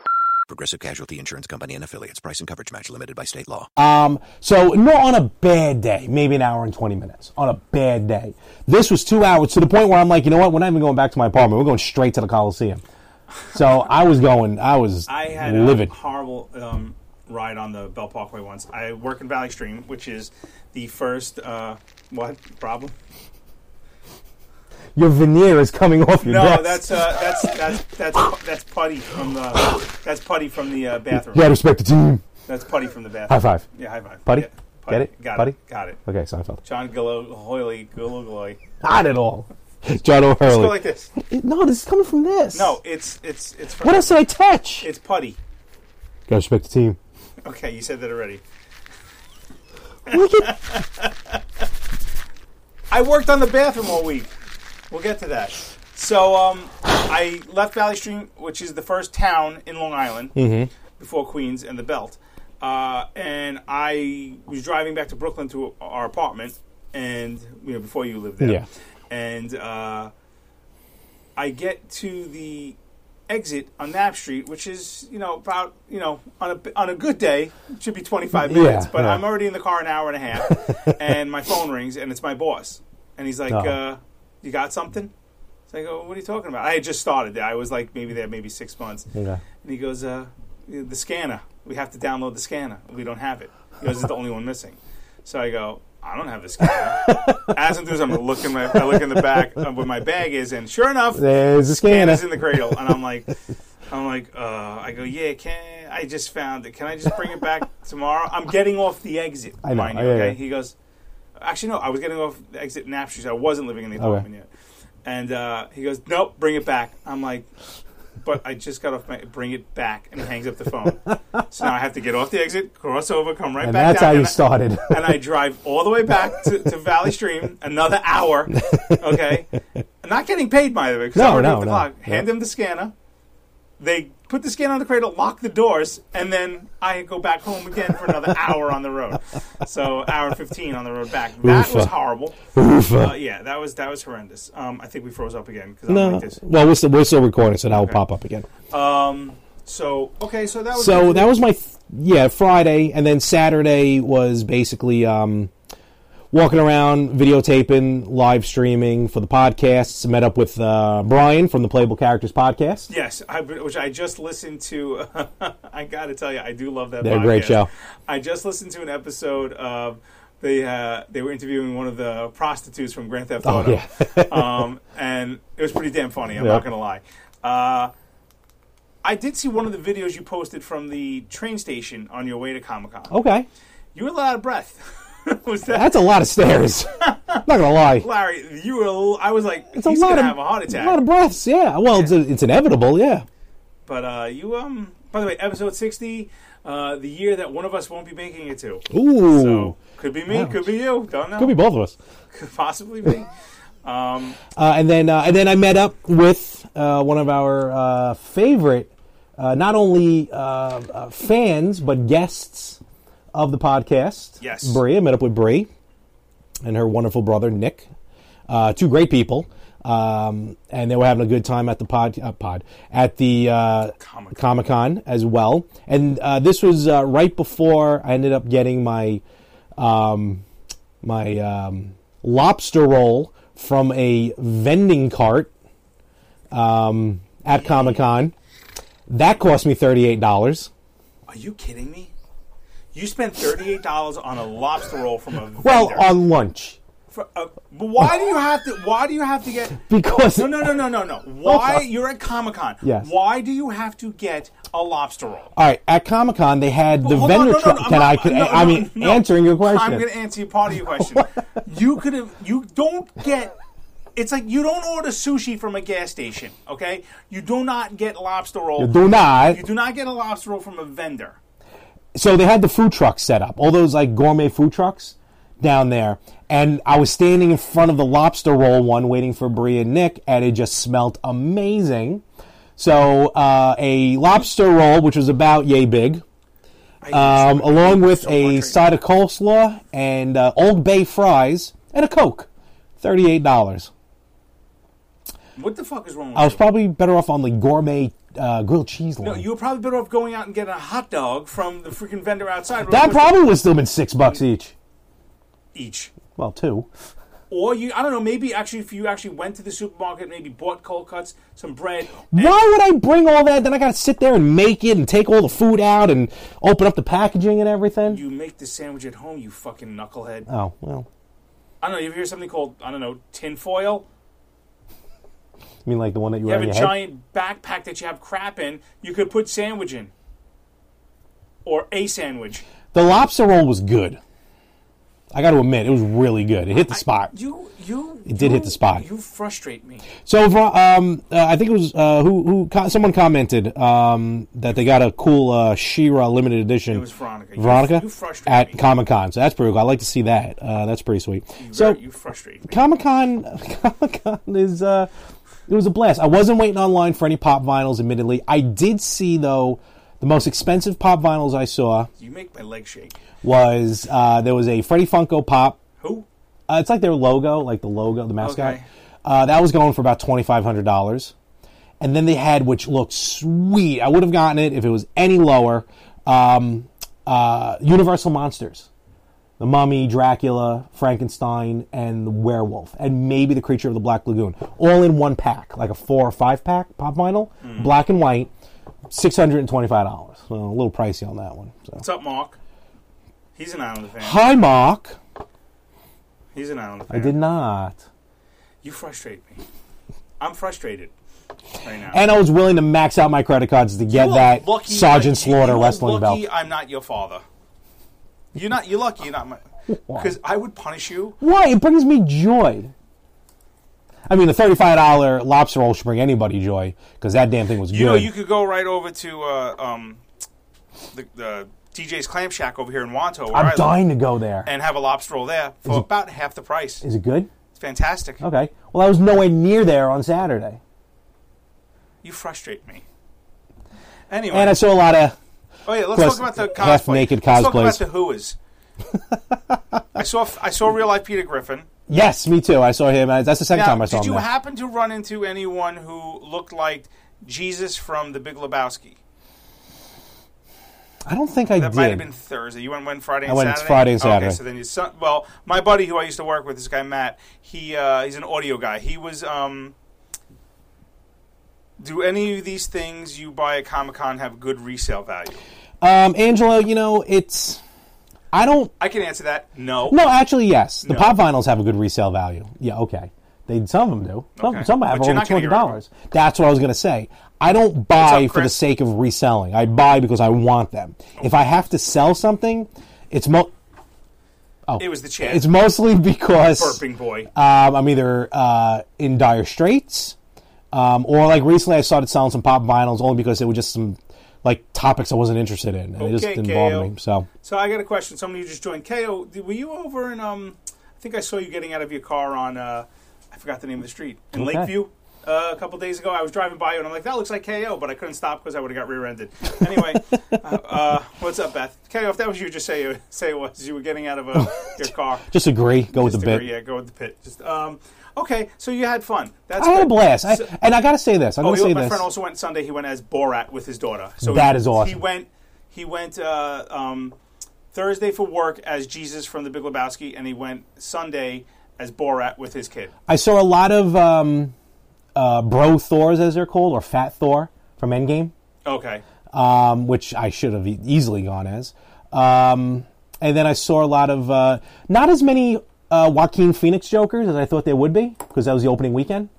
Speaker 1: Progressive Casualty Insurance Company and Affiliates. Price and coverage match limited by state law.
Speaker 3: Um, so not on a bad day, maybe an hour and twenty minutes. On a bad day, this was two hours to the point where I'm like, you know what? We're not even going back to my apartment. We're going straight to the Coliseum. So I was going. I was
Speaker 2: I had
Speaker 3: livid.
Speaker 2: a horrible um, ride on the Bell Parkway once. I work in Valley Stream, which is the first, uh, what, problem?
Speaker 3: Your veneer is coming off your
Speaker 2: No,
Speaker 3: desk.
Speaker 2: that's, uh, that's, that's, that's, that's putty from the, that's putty from the uh, bathroom.
Speaker 3: yeah. Respect the team.
Speaker 2: That's putty from the bathroom.
Speaker 3: High five.
Speaker 2: Yeah, high five.
Speaker 3: Putty?
Speaker 2: Yeah,
Speaker 3: Get it?
Speaker 2: Got
Speaker 3: Putty?
Speaker 2: it. Got it.
Speaker 3: Okay, Seinfeld.
Speaker 2: John Gilloy, Gilloy.
Speaker 3: Not at all. John
Speaker 2: Go
Speaker 3: O'Hurley.
Speaker 2: like this.
Speaker 3: no, this is coming from this.
Speaker 2: No, it's, it's, it's, from,
Speaker 3: What else did I touch?
Speaker 2: it's putty.
Speaker 3: Gotta respect the team.
Speaker 2: Okay, you said that already.
Speaker 3: Look at
Speaker 2: I worked on the bathroom all week. We'll get to that. So um, I left Valley Stream, which is the first town in Long Island
Speaker 3: Mm-hmm.
Speaker 2: before Queens and the Belt. Uh, and I was driving back to Brooklyn to our apartment, and you know before you lived there.
Speaker 3: Yeah.
Speaker 2: And uh, I get to the exit on Knapp Street, which is you know about you know on a on a good day it should be twenty five
Speaker 3: Yeah,
Speaker 2: minutes, but
Speaker 3: yeah.
Speaker 2: I'm already in the car an hour and a half, and my phone rings and it's my boss, and he's like,
Speaker 3: Oh.
Speaker 2: uh, "You got something?" So I go, "What are you talking about?" I had just started there. I was like maybe there maybe six months,
Speaker 3: Okay.
Speaker 2: and he goes, uh, "The scanner. We have to download the scanner. We don't have it." He goes, "It's the only one missing." So I go. I don't have the scanner. As I'm doing this, I'm looking. My, I look in the back uh, where my bag is, and sure enough,
Speaker 3: There's a scanner.
Speaker 2: is in the cradle, and I'm like, I'm like, uh, I go, yeah, can I just found it? Can I just bring it back tomorrow? I'm getting off the exit.
Speaker 3: I know.
Speaker 2: mind you,
Speaker 3: Yeah,
Speaker 2: okay.
Speaker 3: yeah.
Speaker 2: He goes, actually, no, I was getting off the exit in Street. I wasn't living in the apartment yet. And uh, he goes, nope, bring it back. I'm like, but I just got off my bring it back, and he hangs up the phone. so now I have to get off the exit, cross over, come right
Speaker 3: and
Speaker 2: back.
Speaker 3: that's
Speaker 2: down,
Speaker 3: how you
Speaker 2: and I-
Speaker 3: started.
Speaker 2: and I drive all the way back to, to Valley Stream, another hour. Okay, not getting paid by the way. 'cause
Speaker 3: No,
Speaker 2: I'm already
Speaker 3: no,
Speaker 2: at the
Speaker 3: no,
Speaker 2: clock.
Speaker 3: no.
Speaker 2: Hand him the scanner. They put the scanner on the cradle, lock the doors, and then I go back home again for another hour on the road. So hour and fifteen on the road back. That
Speaker 3: Oof.
Speaker 2: was horrible. Uh, yeah, that was that was horrendous. Um, I think we froze up again because I'm
Speaker 3: No.
Speaker 2: like this.
Speaker 3: Well, we're still, we're still recording, so that will pop up again.
Speaker 2: So okay, so that was
Speaker 3: So that was my th- yeah Friday, and then Saturday was basically um, walking around, videotaping, live streaming for the podcasts. Met up with uh, Brian from the Playable Characters podcast.
Speaker 2: Yes, I, which I just listened to. I got to tell you, I do love that.
Speaker 3: They're a
Speaker 2: podcast.
Speaker 3: great show.
Speaker 2: I just listened to an episode of they uh, they were interviewing one of the prostitutes from Grand
Speaker 3: Oh,
Speaker 2: Theft Auto, um, and it was pretty damn funny. I'm
Speaker 3: Yeah.
Speaker 2: not gonna lie. Uh, I did see one of the videos you posted from the train station on your way to Comic Con.
Speaker 3: Okay,
Speaker 2: You were a little out of breath. was that
Speaker 3: Oh. that's a lot of stairs. Not gonna lie,
Speaker 2: Larry? You were. a little- I was like,
Speaker 3: it's
Speaker 2: he's
Speaker 3: a lot
Speaker 2: gonna
Speaker 3: of
Speaker 2: have a heart attack.
Speaker 3: lot of breaths. Yeah. Well, It's, it's inevitable. Yeah.
Speaker 2: But uh, you, um, by the way, episode sixty, uh, the year that one of us won't be making it to.
Speaker 3: Ooh.
Speaker 2: So could be me, could be you. Don't know.
Speaker 3: Could be both of us.
Speaker 2: Could possibly Um, be.
Speaker 3: Uh, and then uh, and then I met up with uh, one of our uh, favorite, uh, not only uh, uh, fans but guests of the podcast.
Speaker 2: Yes.
Speaker 3: Bree. I met up with Bree and her wonderful brother Nick. Uh, two great people. Um, and they were having a good time at the pod, uh, pod at the uh, Comic Con as well. And uh, this was uh, right before I ended up getting my um, my um, lobster roll from a vending cart um, at Comic Con. That cost me thirty eight dollars.
Speaker 2: Are you kidding me? You spent thirty eight dollars on a lobster roll from a
Speaker 3: Well,
Speaker 2: vendor.
Speaker 3: on lunch
Speaker 2: For- uh, but why do you have to? Why do you have to get?
Speaker 3: because
Speaker 2: No, no, no, no, no, no. Why you're at Comic Con?
Speaker 3: Yes.
Speaker 2: Why do you have to get a lobster roll?
Speaker 3: all right at Comic Con they had the
Speaker 2: Hold on,
Speaker 3: vendor
Speaker 2: no, no,
Speaker 3: truck.
Speaker 2: no,
Speaker 3: Can
Speaker 2: I'm
Speaker 3: I?
Speaker 2: not-
Speaker 3: Can,
Speaker 2: no,
Speaker 3: I
Speaker 2: no,
Speaker 3: mean,
Speaker 2: no.
Speaker 3: answering your question.
Speaker 2: I'm going to answer part of your question. you could have. You don't get. It's like you don't order sushi from a gas station. Okay, you do not get lobster roll.
Speaker 3: You do not.
Speaker 2: You do not get a lobster roll from a vendor.
Speaker 3: so they had the food trucks set up, all those like gourmet food trucks down there. And I was standing in front of the lobster roll one, waiting for Brie and Nick, and it just smelt amazing. So uh, a lobster roll, which was about yay big, um, along with a side of coleslaw and uh, Old Bay fries and a Coke, thirty-eight dollars.
Speaker 2: What the fuck is wrong with
Speaker 3: I was
Speaker 2: you?
Speaker 3: probably better off on the gourmet uh, grilled cheese line.
Speaker 2: No, you were probably better off going out and getting a hot dog from the freaking vendor outside.
Speaker 3: that probably would still been six bucks each.
Speaker 2: each.
Speaker 3: Well, two.
Speaker 2: Or you, I don't know. Maybe actually, if you actually went to the supermarket, maybe bought cold cuts, some bread.
Speaker 3: Why would I bring all that? Then I gotta sit there and make it and take all the food out and open up the packaging and everything.
Speaker 2: You make the sandwich at home, you fucking knucklehead.
Speaker 3: oh well,
Speaker 2: I don't know. You ever hear something called I don't know tinfoil?
Speaker 3: I mean like the one that you,
Speaker 2: You
Speaker 3: wear
Speaker 2: have
Speaker 3: on
Speaker 2: a
Speaker 3: your head?
Speaker 2: giant backpack that you have crap in. You could put sandwich in, or a sandwich.
Speaker 3: The lobster roll was good. I got to admit, it was really good. It hit the spot.
Speaker 2: You, you. It
Speaker 3: did hit the spot.
Speaker 2: You frustrate me.
Speaker 3: So um, uh, I think it was uh, who who co- someone commented um, that they got a cool uh, Shira limited edition. It
Speaker 2: was Veronica. You-
Speaker 3: Veronica
Speaker 2: you frustrate
Speaker 3: at
Speaker 2: me.
Speaker 3: Comic Con. So that's pretty cool. I like to see that. Uh, that's pretty sweet. so
Speaker 2: you frustrate me.
Speaker 3: Comic Con, Comic Con is uh, it was a blast. I wasn't waiting online for any pop vinyls. Admittedly, I did see though the most expensive pop vinyls I saw
Speaker 2: You make my leg shake.
Speaker 3: was uh, there was a Freddy Funko Pop.
Speaker 2: Who?
Speaker 3: Uh, it's like their logo, like the logo, the mascot.
Speaker 2: Okay.
Speaker 3: Uh, that was going for about twenty five hundred dollars, and then they had which looked sweet. I would have gotten it if it was any lower. Um, uh, Universal monsters, the Mummy, Dracula, Frankenstein, and the Werewolf, and maybe the Creature of the Black Lagoon, all in one pack, like a four or five pack pop vinyl, black and white, six hundred and twenty five dollars. So a little pricey on that one. So.
Speaker 2: What's up, Mark? He's an Islander fan.
Speaker 3: Hi, Mark.
Speaker 2: He's an Islander
Speaker 3: I
Speaker 2: fan.
Speaker 3: did not.
Speaker 2: You frustrate me. I'm frustrated right now.
Speaker 3: and I was willing to max out my credit cards to get
Speaker 2: You're
Speaker 3: that
Speaker 2: lucky-
Speaker 3: Sergeant Slaughter
Speaker 2: you're
Speaker 3: wrestling
Speaker 2: lucky
Speaker 3: belt.
Speaker 2: I'm not your father. You're not. You're lucky. You're not my. Because I would punish you.
Speaker 3: Why? It brings me joy. I mean, the thirty-five dollar lobster roll should bring anybody joy because that damn thing was
Speaker 2: You know,
Speaker 3: good.
Speaker 2: you could go right over to uh, um, the, the TJ's Clam Shack over here in Wanto, where I
Speaker 3: I'm
Speaker 2: live,
Speaker 3: dying to go there. Is
Speaker 2: and have a lobster roll there for about half the price.
Speaker 3: it good?
Speaker 2: It's Fantastic.
Speaker 3: Okay. Well, I was nowhere near there on Saturday,
Speaker 2: You frustrate me. Anyway,
Speaker 3: and I saw a lot of.
Speaker 2: oh yeah, let's talk
Speaker 3: course,
Speaker 2: about the cosplay.
Speaker 3: half-naked
Speaker 2: Let's talk about
Speaker 3: cosplays.
Speaker 2: the Whoas. I saw I saw real life Peter Griffin.
Speaker 3: Yes, me too. I saw him. That's the second time I saw
Speaker 2: did
Speaker 3: him.
Speaker 2: you
Speaker 3: there.
Speaker 2: happen to run into anyone who looked like Jesus from The Big Lebowski?
Speaker 3: I don't think I
Speaker 2: That
Speaker 3: did.
Speaker 2: might have been Thursday. You went went Friday. And
Speaker 3: I went
Speaker 2: Saturday?
Speaker 3: Friday and
Speaker 2: Okay,
Speaker 3: Saturday.
Speaker 2: so then you. Su- well, my buddy who I used to work with, this guy Matt, he uh, he's an audio guy. He was. Um, do any of these things you buy at Comic Con have good resale value?
Speaker 3: Um, Angelo, you know, it's. I don't.
Speaker 2: I can answer that. No.
Speaker 3: No, actually, yes. The
Speaker 2: No.
Speaker 3: pop vinyls have a good resale value. Yeah, okay. They some of them do. Some,
Speaker 2: Okay.
Speaker 3: some have
Speaker 2: But you're
Speaker 3: over
Speaker 2: not
Speaker 3: two
Speaker 2: gonna get
Speaker 3: hundred
Speaker 2: rid of
Speaker 3: dollars. That's what I was going to say. I don't buy for the
Speaker 2: Chris? Oh.
Speaker 3: sake of reselling. I buy because I want them. If I have to sell something, it's mo-
Speaker 2: It was the chair.
Speaker 3: it's mostly because
Speaker 2: burping boy.
Speaker 3: Um, I'm either uh, in dire straits, um, or like recently I started selling some pop vinyls only because they were just some like topics I wasn't interested in, and they just
Speaker 2: Okay,
Speaker 3: didn't
Speaker 2: KO.
Speaker 3: bother me. So
Speaker 2: So I got a question. Somebody who just joined. Ko, did- were you over in? Um, I think I saw you getting out of your car on. Uh, I forgot the name of the street in
Speaker 3: Okay.
Speaker 2: Lakeview. Uh, a couple days ago, I was driving by you, and I'm like, "That looks like Ko," but I couldn't stop because I would have got rear-ended. Anyway, uh, uh, what's up, Beth? Ko, if that was you, just say uh, say it was you were getting out of uh your car.
Speaker 3: just agree, go with the
Speaker 2: Just
Speaker 3: bit.
Speaker 2: agree, Yeah, go with the pit. Just um, okay. So you had fun. That's
Speaker 3: I had a
Speaker 2: good.
Speaker 3: blast, I,
Speaker 2: So-
Speaker 3: and I got to say this. I'm
Speaker 2: Oh,
Speaker 3: going to
Speaker 2: you
Speaker 3: say
Speaker 2: know, my
Speaker 3: this.
Speaker 2: friend also went Sunday. He went as Borat with his daughter. So
Speaker 3: That
Speaker 2: he,
Speaker 3: is awesome.
Speaker 2: He went. He went uh, um, Thursday for work as Jesus from The Big Lebowski, and he went Sunday as Borat with his kid.
Speaker 3: I saw a lot of um, uh, bro Thors, as they're called, or Fat Thor from Endgame,
Speaker 2: Okay.
Speaker 3: um, which I should have e- easily gone as. Um, and then I saw a lot of uh, not as many uh, Joaquin Phoenix Jokers as I thought there would be because that was the opening weekend.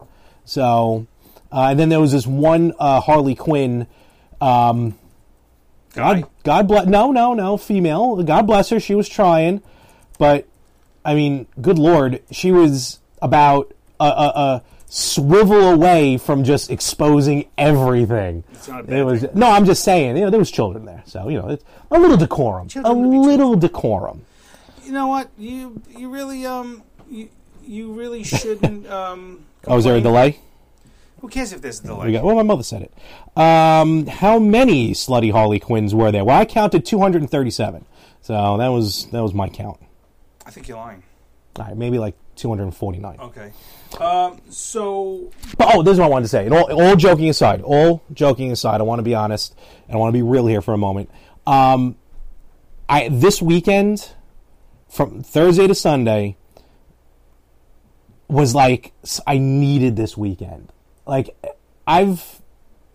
Speaker 3: So, uh, and then there was this one uh, Harley Quinn. Um, God, God bless. No, no, no. Female. God bless her. She was trying, but I mean, good lord, she was about a, a, a swivel away from just exposing everything. It's
Speaker 2: not a bad
Speaker 3: it was no. I'm just saying. You know, there was children there, so you know, it's a little decorum. a
Speaker 2: Children Oh, would be
Speaker 3: little decorum.
Speaker 2: You know what? You you really um you, you really shouldn't um.
Speaker 3: Oh, is there a
Speaker 2: complain.
Speaker 3: delay?
Speaker 2: Who cares if there's a delay?
Speaker 3: We got, well, my mother said it. Um, how many slutty Harley Quinns were there? Well, I counted 237. So that was that was my count.
Speaker 2: I think you're lying.
Speaker 3: All right, maybe like 249.
Speaker 2: Okay. Um. So
Speaker 3: But oh, this is what I wanted to say. And all, all joking aside, all joking aside, I want to be honest and I want to be real here for a moment. Um, I this weekend, from Thursday to Sunday, was like s- I needed this weekend. Like I've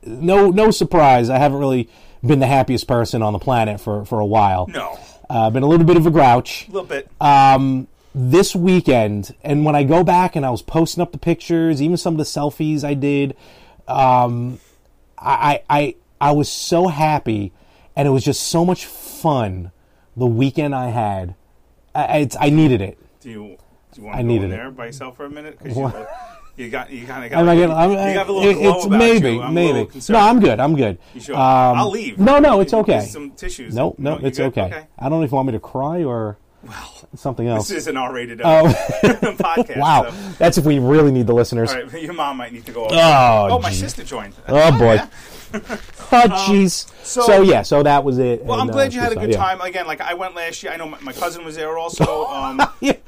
Speaker 3: no no surprise, I haven't really been the happiest person on the planet for for a while.
Speaker 2: no,
Speaker 3: uh, been a little bit of a grouch
Speaker 2: a little bit.
Speaker 3: um, this weekend, and when I go back and I was posting up the pictures, even some of the selfies I did, um, I, I I I was so happy, and it was just so much fun. The weekend I had, I, I- it's, I needed it.
Speaker 2: Do you, do you want
Speaker 3: I
Speaker 2: to go in
Speaker 3: needed it.
Speaker 2: there by yourself for a minute? 'Cause you, you got you kind of got,
Speaker 3: I'm
Speaker 2: like,
Speaker 3: like, I'm-
Speaker 2: you got a little
Speaker 3: it-
Speaker 2: glow
Speaker 3: it's
Speaker 2: about
Speaker 3: maybe,
Speaker 2: you. I'm A little
Speaker 3: maybe.
Speaker 2: concerned.
Speaker 3: No, I'm good. I'm good.
Speaker 2: You sure?
Speaker 3: Um,
Speaker 2: I'll leave.
Speaker 3: No, no,
Speaker 2: You
Speaker 3: it's
Speaker 2: can use
Speaker 3: okay.
Speaker 2: Some tissues.
Speaker 3: No, no,
Speaker 2: you
Speaker 3: it's
Speaker 2: good?
Speaker 3: okay. I don't know if you want me to cry or something else.
Speaker 2: This is an R-rated uh, podcast.
Speaker 3: Oh. wow,
Speaker 2: so-
Speaker 3: that's if we really need the listeners.
Speaker 2: All right, your mom might need to go. Over.
Speaker 3: Oh,
Speaker 2: oh, my
Speaker 3: gee.
Speaker 2: sister joined.
Speaker 3: Oh boy. oh jeez.
Speaker 2: Um, so-
Speaker 3: so, yeah, so that was it.
Speaker 2: Well, I'm
Speaker 3: and, uh,
Speaker 2: glad you had a
Speaker 3: just, uh,
Speaker 2: good
Speaker 3: yeah.
Speaker 2: time. Again, like I went last year. I know my, my cousin was there also. Um,
Speaker 3: Yeah.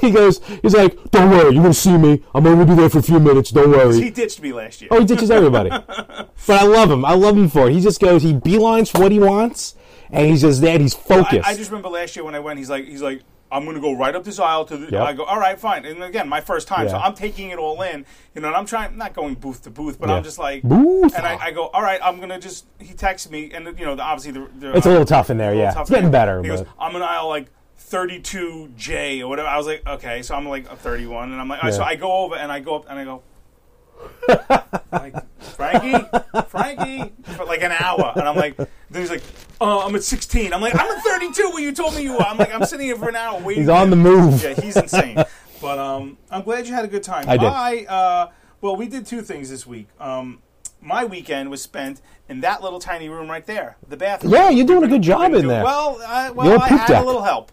Speaker 3: He goes. He's like, "Don't worry, you're gonna see me. I'm only gonna be there for a few minutes. Don't
Speaker 2: he
Speaker 3: worry."
Speaker 2: ditched me last year.
Speaker 3: Oh, he ditches everybody. but I love him. I love him for it. He just goes. He beelines for what he wants, and he's just there. and He's
Speaker 2: I,
Speaker 3: focused.
Speaker 2: I just remember last year when I went. He's like, he's like, I'm gonna go right up this aisle to the.
Speaker 3: Yep.
Speaker 2: I go, all right, fine. And again, my first time, so
Speaker 3: Yeah.
Speaker 2: I'm taking it all in. You know, and I'm trying, not going booth to booth, but
Speaker 3: Yeah.
Speaker 2: I'm just like
Speaker 3: Booth.
Speaker 2: And I, I go, all right, I'm gonna just. He texts me, and you know, the, obviously the, the
Speaker 3: it's a little tough in there.
Speaker 2: little
Speaker 3: Yeah,
Speaker 2: tough
Speaker 3: it's getting
Speaker 2: name.
Speaker 3: better.
Speaker 2: He
Speaker 3: But
Speaker 2: goes, I'm an aisle like 32J or whatever. I was like, okay, so I'm like a 31, and I'm like, all right,
Speaker 3: Yeah.
Speaker 2: so I go over and I go up and I go, like, Frankie, Frankie, for like an hour, and I'm like, then he's like, oh, I'm at 16. I'm like, I'm at 32. Where you told me you were. I'm like, I'm sitting here for an hour waiting.
Speaker 3: he's on the move.
Speaker 2: Yeah, he's insane. but um, I'm glad you had a good time.
Speaker 3: I did.
Speaker 2: uh, well, we did two things this week. Um, my weekend was spent in that little tiny room right there, the bathroom.
Speaker 3: Yeah, you're doing a good job
Speaker 2: We're
Speaker 3: in there.
Speaker 2: Well, I, well,
Speaker 3: You're a
Speaker 2: I
Speaker 3: poop
Speaker 2: had a
Speaker 3: deck.
Speaker 2: little help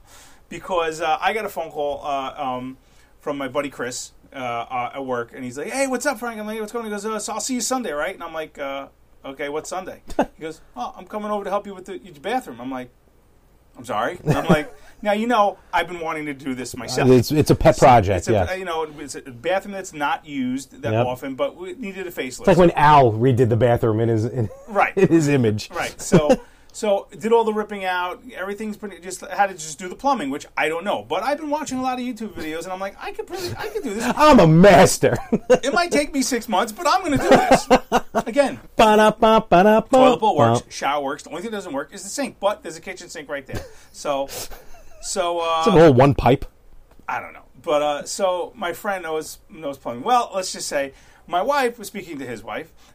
Speaker 2: because uh, I got a phone call uh, um, from my buddy Chris uh, uh, at work, and he's like, "Hey, what's up, Frank? I'm like, what's going?" on? He goes, uh, so "I'll see you Sunday, right?" And I'm like, uh, "Okay, what's Sunday?" he goes, "Oh, I'm coming over to help you with the, your bathroom." I'm like, "I'm sorry." And I'm like, "Now you know I've been wanting to do this myself."
Speaker 3: Uh, It's it's a pet project.
Speaker 2: It's a,
Speaker 3: yeah.
Speaker 2: you know, it's a bathroom that's not used that
Speaker 3: Yep.
Speaker 2: often, but we needed a facelift.
Speaker 3: It's like when Al redid the bathroom in his in,
Speaker 2: Right.
Speaker 3: in his image.
Speaker 2: Right. So so did all the ripping out. Everything's pretty. Just had to just do the plumbing, which I don't know. But I've been watching a lot of YouTube videos, and I'm like, I could pretty, I could do this.
Speaker 3: I'm a master.
Speaker 2: It might take me six months, but I'm going to do this again. Toilet bowl works.
Speaker 3: It's
Speaker 2: Shower works. The only thing that doesn't work is the sink, but there's a kitchen sink right there. So so
Speaker 3: a
Speaker 2: uh,
Speaker 3: whole one pipe.
Speaker 2: I don't know. But uh, so my friend knows knows plumbing. Well, let's just say my wife was speaking to his wife,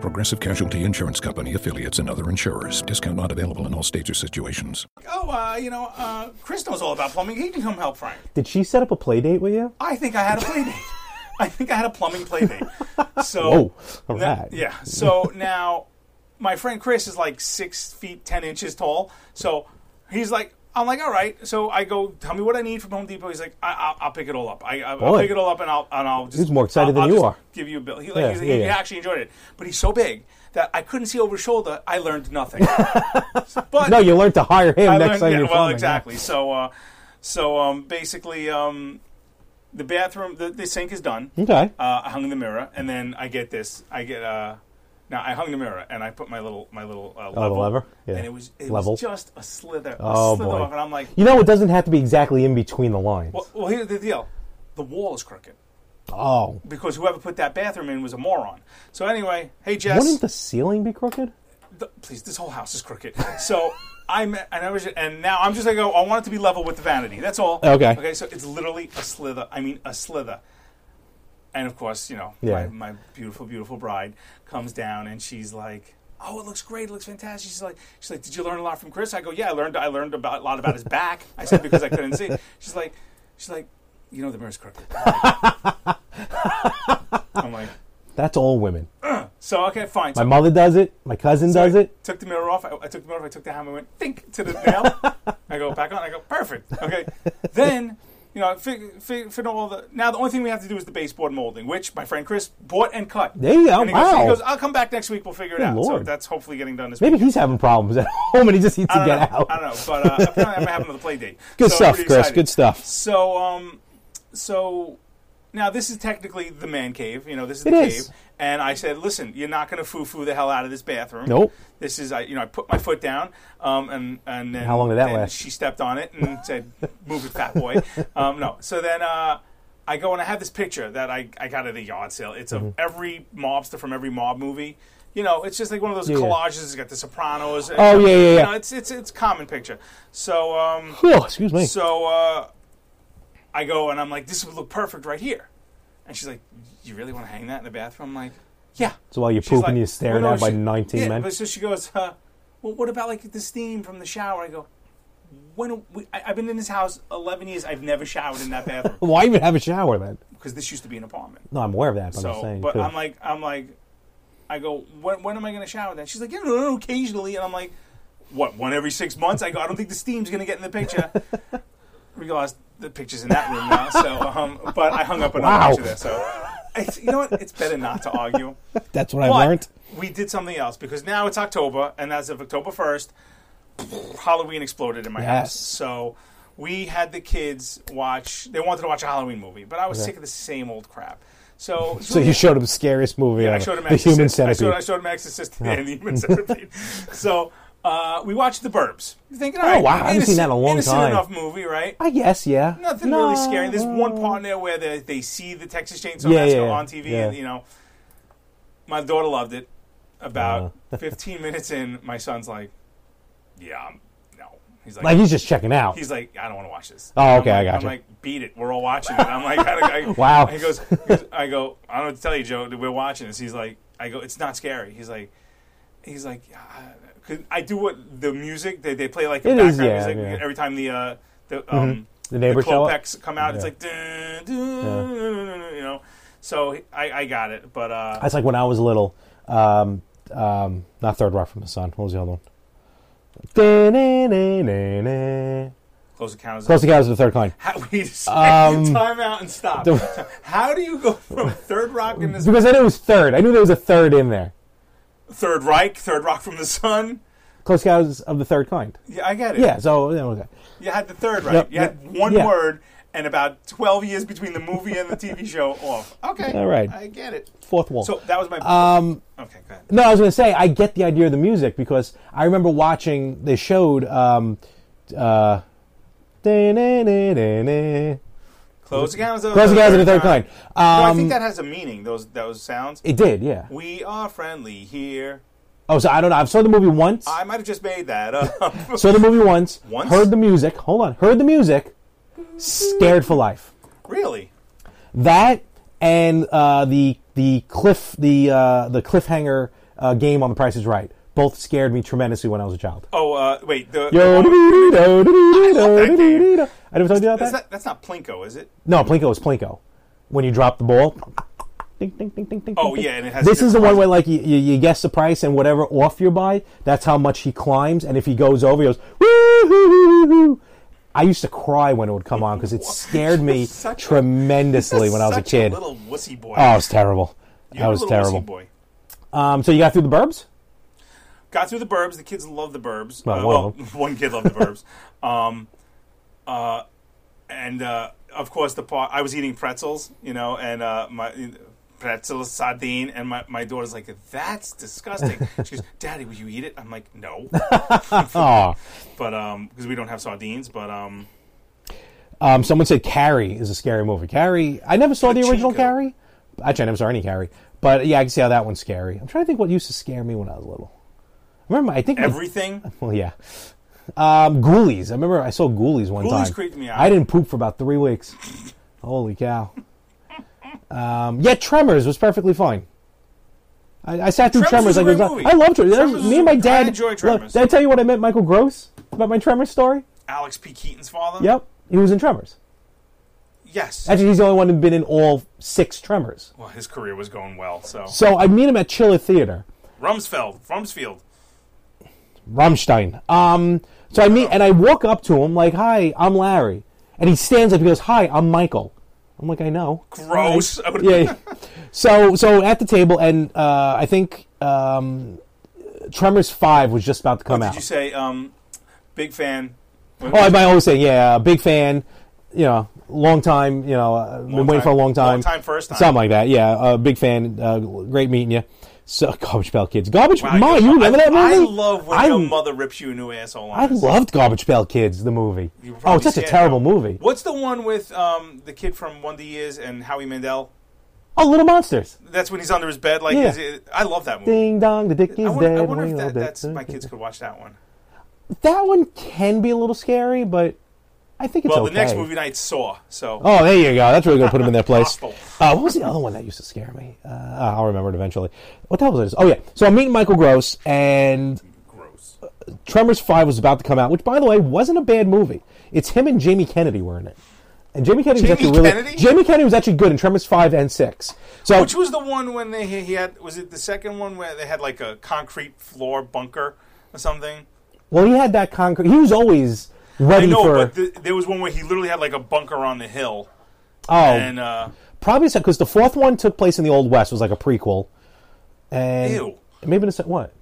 Speaker 7: Progressive Casualty Insurance Company, affiliates, and other insurers. Discount not available in all states or situations.
Speaker 2: Oh, uh, you know, uh, Chris knows all about plumbing. He can come help Frank.
Speaker 3: Did she set up a play date with you?
Speaker 2: I think I had a play date. I think I had a plumbing play date. So,
Speaker 3: Whoa! All
Speaker 2: Now-
Speaker 3: right.
Speaker 2: Yeah. So now my friend Chris is like six feet ten inches tall. So he's like, I'm like, all right. So I go, tell me what I need from Home Depot. He's like, I, I'll, I'll pick it all up. I, I'll, I'll
Speaker 3: Boy.
Speaker 2: pick it all up and I'll and I'll just.
Speaker 3: He's more excited
Speaker 2: I'll-
Speaker 3: than
Speaker 2: I'll
Speaker 3: you
Speaker 2: just
Speaker 3: are.
Speaker 2: Give you a bill. He, like,
Speaker 3: Yeah,
Speaker 2: he's-
Speaker 3: yeah,
Speaker 2: he
Speaker 3: yeah.
Speaker 2: actually enjoyed it, but he's so big that I couldn't see over his shoulder. I learned nothing. but
Speaker 3: No, you learned to hire him
Speaker 2: I learned-
Speaker 3: next time
Speaker 2: yeah,
Speaker 3: you're
Speaker 2: well,
Speaker 3: filming.
Speaker 2: exactly. So, uh, so um, basically, um, the bathroom, the, the sink is done.
Speaker 3: Okay.
Speaker 2: Uh, I hung the mirror, and then I get this. I get uh, now I hung the mirror, and I put my little my little uh, level,
Speaker 3: Oh, lever? Yeah.
Speaker 2: and it was it
Speaker 3: Level.
Speaker 2: was just a slither,
Speaker 3: Oh
Speaker 2: a slither
Speaker 3: boy!
Speaker 2: off, and I'm like,
Speaker 3: you know, it doesn't have to be exactly in between the lines.
Speaker 2: well, well, here's the deal, the wall is crooked
Speaker 3: oh,
Speaker 2: because whoever put that bathroom in was a moron. So anyway, hey Jess,
Speaker 3: wouldn't the ceiling be crooked?
Speaker 2: the- please, this whole house is crooked. So I'm and I was and now I'm just like oh, I want it to be level with the vanity. That's all.
Speaker 3: Okay.
Speaker 2: Okay. So it's literally a slither. I mean a slither. And of course, you know,
Speaker 3: Yeah.
Speaker 2: my, my beautiful, beautiful bride comes down and she's like, "Oh, it looks great. It looks fantastic." She's like, "She's like, did you learn a lot from Chris?" I go, "Yeah, I learned. I learned about a lot about his back." I said because I couldn't see. She's like, "She's like, you know, the mirror's crooked." I'm like,
Speaker 3: That's all women.
Speaker 2: "So okay, fine."
Speaker 3: My
Speaker 2: So
Speaker 3: mother does it. My cousin does
Speaker 2: I
Speaker 3: it.
Speaker 2: Took the mirror off. I, I took the mirror off. I took the hammer. Went think to the nail. I go back on. I go perfect. Okay. then you know, fit, fit, fit all the. Now the only thing we have to do is the baseboard molding, which my friend Chris bought and cut.
Speaker 3: There you go.
Speaker 2: And he goes-
Speaker 3: Wow.
Speaker 2: he goes, I'll come back next week. We'll figure it
Speaker 3: Good
Speaker 2: out. So
Speaker 3: Lord.
Speaker 2: that's hopefully getting done this
Speaker 3: Maybe
Speaker 2: week.
Speaker 3: he's having problems at home and he just needs to
Speaker 2: I don't
Speaker 3: get
Speaker 2: know.
Speaker 3: out.
Speaker 2: I don't know, but uh, apparently I'm gonna have another play date.
Speaker 3: Good
Speaker 2: So I'm
Speaker 3: stuff,
Speaker 2: pretty
Speaker 3: Chris.
Speaker 2: excited.
Speaker 3: Good stuff.
Speaker 2: So, um, so now this is technically the man cave. You know, this is
Speaker 3: It
Speaker 2: the
Speaker 3: is.
Speaker 2: cave. And I said, listen, you're not going to foo-foo the hell out of this bathroom.
Speaker 3: Nope.
Speaker 2: This is, I, you know, I put my foot down, um, and and then
Speaker 3: How long did that
Speaker 2: then
Speaker 3: last?
Speaker 2: She stepped on it and said, "Move it, fat boy." Um, no. So then. Uh, I go and I have this picture that I, I got at a yard sale. It's of
Speaker 3: Mm-hmm.
Speaker 2: every mobster from every mob movie. You know, it's just like one of those
Speaker 3: Yeah, yeah.
Speaker 2: collages. It's got The Sopranos. and-
Speaker 3: Oh, yeah, yeah,
Speaker 2: you
Speaker 3: yeah.
Speaker 2: know, it's it's it's a common picture. So um,
Speaker 3: Oh, excuse me.
Speaker 2: so uh, I go and I'm like, this would look perfect right here. And she's like, you really want to hang that in the bathroom? I'm like, yeah.
Speaker 3: So while you're
Speaker 2: She's
Speaker 3: pooping,
Speaker 2: like-
Speaker 3: you're staring
Speaker 2: Well, no,
Speaker 3: at by
Speaker 2: she-
Speaker 3: 19
Speaker 2: yeah,
Speaker 3: men.
Speaker 2: But so she goes, uh, well, what about like the steam from the shower? I go, when we, I, I've been in this house 11 years, I've never showered in that bathroom
Speaker 3: Why even have a shower then?
Speaker 2: because this used to be an apartment.
Speaker 3: No, I'm aware of that. But I'm
Speaker 2: So,
Speaker 3: saying,
Speaker 2: but
Speaker 3: too.
Speaker 2: I'm like, I'm like, I go, when, when am I going to shower? Then she's like, you know, occasionally, and I'm like, what? One every six months? I go, I don't think the steam's going to get in the picture. Realized the picture's in that room now, so um, but I hung up another
Speaker 3: Wow.
Speaker 2: picture there. So it's, you know what? It's better not to argue.
Speaker 3: that's what I
Speaker 2: But
Speaker 3: learned.
Speaker 2: we did something else because now it's October, and as of October first, Halloween exploded in my house.
Speaker 3: Yes.
Speaker 2: So we had the kids watch. They wanted to watch a Halloween movie, but I was sick of the same old crap. So
Speaker 3: So you showed him the scariest movie
Speaker 2: yeah, I
Speaker 3: ever,
Speaker 2: showed him
Speaker 3: The Human
Speaker 2: Exorcist. I
Speaker 3: Centipede.
Speaker 2: showed, I showed him Exorcist and the Human Centipede. So uh, we watched The Burbs. You're thinking, all right,
Speaker 3: Oh, wow, I haven't seen that in a long
Speaker 2: innocent
Speaker 3: time.
Speaker 2: enough movie, right?
Speaker 3: I guess, yeah.
Speaker 2: Nothing
Speaker 3: No.
Speaker 2: really scary. There's one part in there where they, they see the Texas Chainsaw
Speaker 3: Yeah,
Speaker 2: Massacre
Speaker 3: yeah,
Speaker 2: on TV,
Speaker 3: yeah.
Speaker 2: and you know, my daughter loved it. About
Speaker 3: Uh.
Speaker 2: 15 minutes in, my son's like, "Yeah, I'm, no." He's like,
Speaker 3: Like he's just checking out.
Speaker 2: he's like, "I don't want to watch this."
Speaker 3: Oh, okay, I
Speaker 2: I'm
Speaker 3: got
Speaker 2: like, beat it. We're all watching it. I'm like, I, I,
Speaker 3: Wow.
Speaker 2: He goes, he goes- I go, I don't know what to tell you, Joe. We're watching this. He's like, I go, it's not scary. He's like, he's like, "Ah." 'Cause I do what the music they, they play like the
Speaker 3: It
Speaker 2: background
Speaker 3: is, yeah,
Speaker 2: music
Speaker 3: yeah. Mm-hmm.
Speaker 2: every time the uh, the um
Speaker 3: The neighbors show up?
Speaker 2: Klopex come out. It's like, dun, dun, you know. So he- I, I got it, but uh,
Speaker 3: That's like when I was little. Um, um, not Third Rock from the Sun. What was the other one? Da-na-na-na-na.
Speaker 2: close encounters.
Speaker 3: Close the guys to the third kind.
Speaker 2: How, wait a second. time out and stop. How do you go from Third Rock in this
Speaker 3: Because I knew it was third. I knew there was a third in there.
Speaker 2: Third Reich, Third Rock from the Sun?
Speaker 3: Close Guys of the Third Kind.
Speaker 2: Yeah, I get it.
Speaker 3: Yeah, so yeah, okay.
Speaker 2: You had the Third Reich.
Speaker 3: Yep,
Speaker 2: you had
Speaker 3: yep,
Speaker 2: one
Speaker 3: yeah.
Speaker 2: word and about 12 years between the movie and the TV show off. Okay.
Speaker 3: All right.
Speaker 2: I get it.
Speaker 3: Fourth wall.
Speaker 2: So that was my. Um, okay, go ahead.
Speaker 3: No, I was going to say I get the idea of the music because I remember watching they showed um uh da-na-na-na-na.
Speaker 2: Close encounters of
Speaker 3: Close Encounters of the Third Kind.
Speaker 2: no, I
Speaker 3: Um,
Speaker 2: think that has a meaning, those, those sounds.
Speaker 3: It did, yeah.
Speaker 2: we are friendly here.
Speaker 3: Oh, so I don't know. I've saw the movie once.
Speaker 2: I might have just made that up.
Speaker 3: saw the movie once,
Speaker 2: Once?
Speaker 3: Heard the music. Hold on. Heard the music. Scared for life.
Speaker 2: really?
Speaker 3: That and uh, the the cliff the uh, the cliffhanger uh, game on The Price Is Right both scared me tremendously when I was a child.
Speaker 2: Oh, uh, wait. The, the
Speaker 3: Yo,
Speaker 2: one-
Speaker 3: do-do-do-do,
Speaker 2: love that
Speaker 3: do-do-do-do-do.
Speaker 2: game.
Speaker 3: I never told you about
Speaker 2: that's
Speaker 3: that.
Speaker 2: not, that's not Plinko, is it?
Speaker 3: No, Plinko is Plinko. When you drop the ball. Ding, ding, ding, ding, ding,
Speaker 2: Oh,
Speaker 3: ding,
Speaker 2: yeah,
Speaker 3: ding.
Speaker 2: and it has
Speaker 3: This is the
Speaker 2: different prices.
Speaker 3: one where like you, you, you guess the price and whatever off you buy, that's how much he climbs. And if he goes over, he goes woo hoo, hoo hoo. I used to cry when it would come on because it scared me
Speaker 2: Such a-
Speaker 3: tremendously when I was a
Speaker 2: Such
Speaker 3: kid.
Speaker 2: little wussy boy.
Speaker 3: Oh, it was terrible.
Speaker 2: You're
Speaker 3: that was
Speaker 2: a little wussy
Speaker 3: terrible.
Speaker 2: boy.
Speaker 3: Um, so you got through the burbs?
Speaker 2: Got through the Burbs. The kids love the Burbs.
Speaker 3: Well,
Speaker 2: Uh,
Speaker 3: one of
Speaker 2: one kid loved the Burbs. um, uh, and uh, of course, the part I was eating pretzels, you know, and uh, my pretzel sardine, and my, my daughter's like, "That's disgusting." she goes, "Daddy, will you eat it?" I'm like, "No,"
Speaker 3: Oh.
Speaker 2: but um, because we don't have sardines, but um,
Speaker 3: Um, someone said Carrie is a scary movie. Carrie, I never saw the original
Speaker 2: Pachinko.
Speaker 3: Carrie. Actually, I never saw any Carrie. But yeah, I can see how that one's scary. I'm trying to think what used to scare me when I was little. I remember, I think my-
Speaker 2: everything.
Speaker 3: well, yeah. Um, ghoulies. I remember I saw ghoulies one
Speaker 2: Ghoulies
Speaker 3: time.
Speaker 2: creeped me out.
Speaker 3: I didn't poop for about three weeks. Holy cow. Um, yeah, Tremors was perfectly fine. I, I sat through
Speaker 2: Tremors was
Speaker 3: Tremors.
Speaker 2: a
Speaker 3: like it
Speaker 2: great
Speaker 3: was-
Speaker 2: movie.
Speaker 3: I love Tremors.
Speaker 2: Tremors was
Speaker 3: me and my
Speaker 2: a- I
Speaker 3: dad.
Speaker 2: enjoy
Speaker 3: look,
Speaker 2: Tremors.
Speaker 3: did I tell you when I met Michael Gross about my Tremors story?
Speaker 2: Alex P. Keaton's father.
Speaker 3: Yep, he was in Tremors.
Speaker 2: Yes.
Speaker 3: Actually, he's the only one who's been in all six Tremors.
Speaker 2: Well, his career was going well. So
Speaker 3: So I meet him at Chiller Theater,
Speaker 2: Rumsfeld, Rumsfield.
Speaker 3: Rammstein. Um, so I meet and I walk up to him like, "Hi, I'm Larry," and he stands up. He goes, "Hi, I'm Michael." I'm like, "I know."
Speaker 2: Gross. I would-
Speaker 3: yeah. So so at the table, and uh, I think um, Tremors Five was just about to come
Speaker 2: Did
Speaker 3: out.
Speaker 2: you say um, big fan?
Speaker 3: Oh, I might always say, yeah, big fan. You know, long time. You know, uh, been waiting
Speaker 2: time-
Speaker 3: for a long time.
Speaker 2: long time, first time.
Speaker 3: Something like that. Yeah, uh, big fan. Uh, great meeting you. So, Garbage Pail Kids. Garbage.
Speaker 2: Wow,
Speaker 3: Ma,
Speaker 2: you're-
Speaker 3: you remember
Speaker 2: I,
Speaker 3: that movie?
Speaker 2: I love when
Speaker 3: I-
Speaker 2: your mother rips you a new asshole. On
Speaker 3: I loved Garbage Pail Kids, the movie. Oh, it's such a terrible movie.
Speaker 2: What's the one with um, the kid from One D Years and Howie Mandel?
Speaker 3: Oh, Little Monsters.
Speaker 2: That's when he's under his bed. Like,
Speaker 3: Yeah.
Speaker 2: is it- I love that movie.
Speaker 3: Ding dong, the dick is
Speaker 2: I wonder,
Speaker 3: dead.
Speaker 2: I wonder
Speaker 3: we
Speaker 2: if
Speaker 3: all
Speaker 2: that,
Speaker 3: dead.
Speaker 2: that's my kids could watch that one.
Speaker 3: That one can be a little scary, but I think it's
Speaker 2: Well,
Speaker 3: okay.
Speaker 2: the next movie night Saw. So
Speaker 3: Oh, there you go. That's really going to put him in their place.
Speaker 2: Hostile.
Speaker 3: Uh, what was the other one that used to scare me? Uh, I'll remember it eventually. What the hell was it? Oh, yeah. So I'm meeting Michael Gross, and
Speaker 2: gross.
Speaker 3: Tremors 5 was about to come out, which, by the way, wasn't a bad movie. It's him and Jamie Kennedy were in it. And Jamie Kennedy was
Speaker 2: Jamie
Speaker 3: actually really
Speaker 2: Kennedy?
Speaker 3: Jamie Kennedy was actually good in Tremors 5 and 6. So
Speaker 2: Which was the one when they he had? Was it the second one where they had like a concrete floor bunker or something?
Speaker 3: well, he had that concrete. He was always
Speaker 2: I
Speaker 3: ready
Speaker 2: know,
Speaker 3: for
Speaker 2: but th there was one where he literally had like a bunker on the hill,
Speaker 3: oh,
Speaker 2: and uh,
Speaker 3: probably because the fourth one took place in the Old West, was like a prequel. And
Speaker 2: Ew.
Speaker 3: maybe the se- what?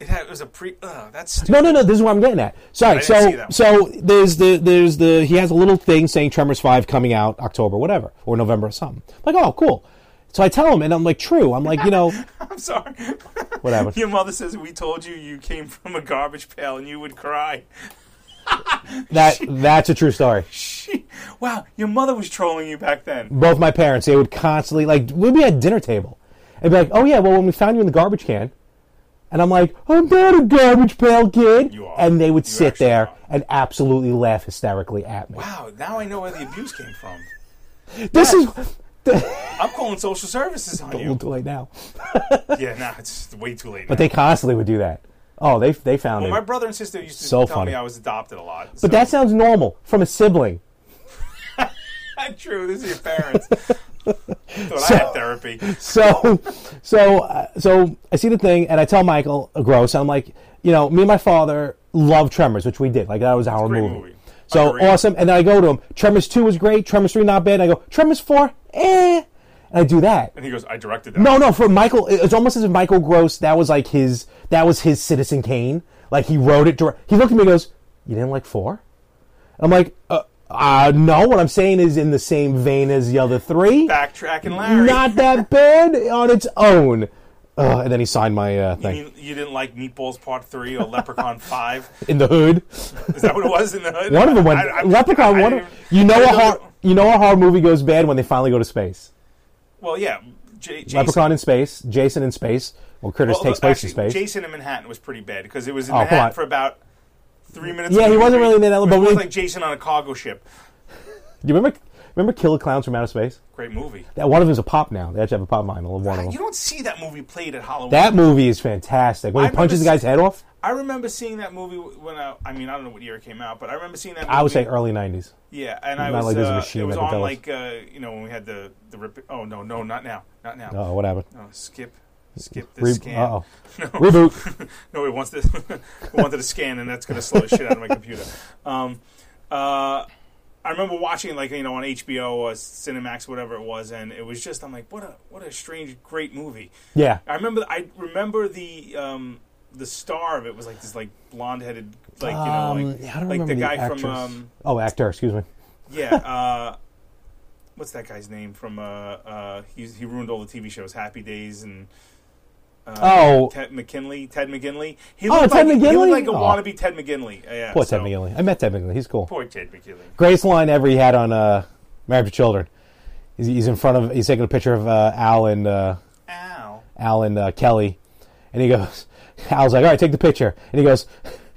Speaker 2: it, had, it was a pre. Ugh, that's stupid.
Speaker 3: No, no, no. This is where I'm getting at. Sorry.
Speaker 2: didn't see
Speaker 3: So,
Speaker 2: that one.
Speaker 3: so there's the there's the he has a little thing saying Tremors Five coming out October, whatever, or November or something. I'm like, oh, cool. So I tell him, and I'm like, true. I'm like, you know,
Speaker 2: I'm sorry.
Speaker 3: what happened?
Speaker 2: Your mother says we told you you came from a garbage pail and you would cry.
Speaker 3: That that's a true story.
Speaker 2: She, wow, your mother was trolling you back then.
Speaker 3: Both my parents, they would constantly like we'd be at dinner table, and be like, oh yeah, well when we found you in the garbage can, And I'm like, I'm not a garbage pail kid.
Speaker 2: You are.
Speaker 3: And they would
Speaker 2: You
Speaker 3: sit
Speaker 2: actually
Speaker 3: there
Speaker 2: are.
Speaker 3: and absolutely laugh hysterically at me.
Speaker 2: Wow, now I know where the abuse came from.
Speaker 3: This is
Speaker 2: I'm calling social services on
Speaker 3: we'll
Speaker 2: you.
Speaker 3: do it now.
Speaker 2: Yeah, nah, it's way too late.
Speaker 3: But they constantly would do that. Oh, they they found
Speaker 2: well,
Speaker 3: it.
Speaker 2: my brother and sister used to
Speaker 3: So
Speaker 2: tell
Speaker 3: funny.
Speaker 2: me I was adopted a lot.
Speaker 3: but that sounds normal from a sibling.
Speaker 2: that's true. This is your parents. Thought I had therapy.
Speaker 3: so so uh, so I see the thing and I tell Michael uh, Gross I'm like you know me and my father love Tremors which we did like that was our
Speaker 2: great
Speaker 3: movie.
Speaker 2: movie.
Speaker 3: so
Speaker 2: Underrated.
Speaker 3: awesome and then I go to him Tremors two was great Tremors three not bad and I go Tremors four eh and I do that
Speaker 2: And he goes, I directed that.
Speaker 3: no no for Michael it- it's almost as if Michael Gross that was like his that was his Citizen Kane like he wrote it dir- he looked at me and goes you didn't like four I'm like uh, uh no what I'm saying is in the same vein as the other three
Speaker 2: Backtracking Larry.
Speaker 3: not that bad on its own. Ugh, and then he signed my uh,
Speaker 2: you,
Speaker 3: thing
Speaker 2: mean you didn't like Meatballs Part 3 or Leprechaun 5?
Speaker 3: in the hood.
Speaker 2: Is that what it was in the hood?
Speaker 3: One of them went
Speaker 2: I- I-
Speaker 3: Leprechaun.
Speaker 2: I
Speaker 3: one, of,
Speaker 2: didn't-
Speaker 3: you know
Speaker 2: I
Speaker 3: a
Speaker 2: didn't
Speaker 3: hor- you know a horror movie goes bad when they finally go to space.
Speaker 2: Well, yeah. J- Jason,
Speaker 3: Leprechaun in space, Jason in space. Well, Curtis
Speaker 2: Well,
Speaker 3: takes
Speaker 2: look,
Speaker 3: place
Speaker 2: actually,
Speaker 3: in space.
Speaker 2: Jason in Manhattan was pretty bad because it was in
Speaker 3: Oh, come on.
Speaker 2: Manhattan for about three minutes.
Speaker 3: Yeah,
Speaker 2: of
Speaker 3: he
Speaker 2: the
Speaker 3: wasn't
Speaker 2: movie.
Speaker 3: really in that-
Speaker 2: It was
Speaker 3: but
Speaker 2: more
Speaker 3: we-
Speaker 2: like Jason on a cargo ship.
Speaker 3: Do you remember remember Killer Clowns from Outer Space?
Speaker 2: Great movie.
Speaker 3: That one of them's a pop now. They actually have a pop vinyl of one of
Speaker 2: You
Speaker 3: them.
Speaker 2: don't see that movie played at Halloween.
Speaker 3: That movie is fantastic. When
Speaker 2: I
Speaker 3: he punches the
Speaker 2: remember
Speaker 3: guy's head off,
Speaker 2: I remember seeing that movie when I, I mean, I don't know what year it came out, but I remember seeing that. movie.
Speaker 3: I would say early '90s.
Speaker 2: Yeah, and I was.
Speaker 3: Not like there's a
Speaker 2: uh,
Speaker 3: machine
Speaker 2: it was
Speaker 3: that can
Speaker 2: on
Speaker 3: tell us.
Speaker 2: like uh, you know when we had the the rip. Oh no, no, not now, not now.
Speaker 3: Oh, what happened?
Speaker 2: No, skip, skip
Speaker 3: Re-
Speaker 2: this scan.
Speaker 3: uh-oh.
Speaker 2: No.
Speaker 3: Reboot.
Speaker 2: no, it wants this. it wanted a scan, and that's gonna slow the shit out of my computer. Um, uh, I remember watching like you know on HBO or Cinemax, whatever it was, and it was just I'm like, what a what a strange, great movie.
Speaker 3: Yeah,
Speaker 2: I remember. I remember the um, the star of it was like this like blonde headed like you know
Speaker 3: um,
Speaker 2: like,
Speaker 3: yeah, I don't
Speaker 2: like
Speaker 3: remember
Speaker 2: the guy
Speaker 3: actress.
Speaker 2: from um,
Speaker 3: oh, actor, excuse me.
Speaker 2: yeah uh, what's that guy's name from uh, uh, he's, he ruined all the TV shows Happy Days and
Speaker 3: oh,
Speaker 2: uh, Ted McKinley Ted McGinley he
Speaker 3: Oh,
Speaker 2: looked
Speaker 3: Ted
Speaker 2: like, he
Speaker 3: McGinley?
Speaker 2: looked like a
Speaker 3: Oh.
Speaker 2: wannabe Ted McGinley Uh, yeah
Speaker 3: poor Ted
Speaker 2: so-
Speaker 3: McGinley. I met Ted McGinley. He's cool.
Speaker 2: poor Ted McGinley
Speaker 3: greatest line ever he had on uh, Married to Children. He's, he's in front of he's taking a picture of uh, Al and uh,
Speaker 2: ow
Speaker 3: Al and uh, Kelly, and he goes, Al's like, all right, take the picture, and he goes,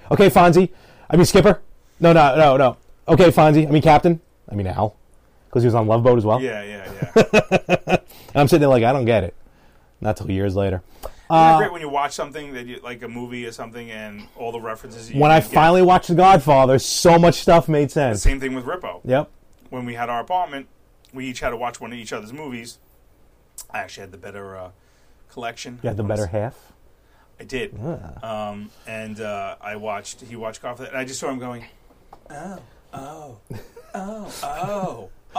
Speaker 3: okay, Fonzie, I mean Skipper, no, no, no, no, okay, Fonzie, I mean Captain, I mean Al, because he was on Love Boat as well.
Speaker 2: yeah yeah yeah
Speaker 3: And I'm sitting there like, I don't get it, not till years later. Uh,
Speaker 2: Isn't it great when you watch something that you like a movie or something and all the references that you
Speaker 3: When I
Speaker 2: can get?
Speaker 3: finally watched The Godfather, so much stuff made sense.
Speaker 2: same thing with Rippo
Speaker 3: Yep.
Speaker 2: when we had our apartment, we each had to watch one of each other's movies. I actually had the better uh, collection.
Speaker 3: You had the better half.
Speaker 2: I did. Um, and uh, I watched. He watched Godfather, and I just saw him going, "Oh, oh, oh, oh,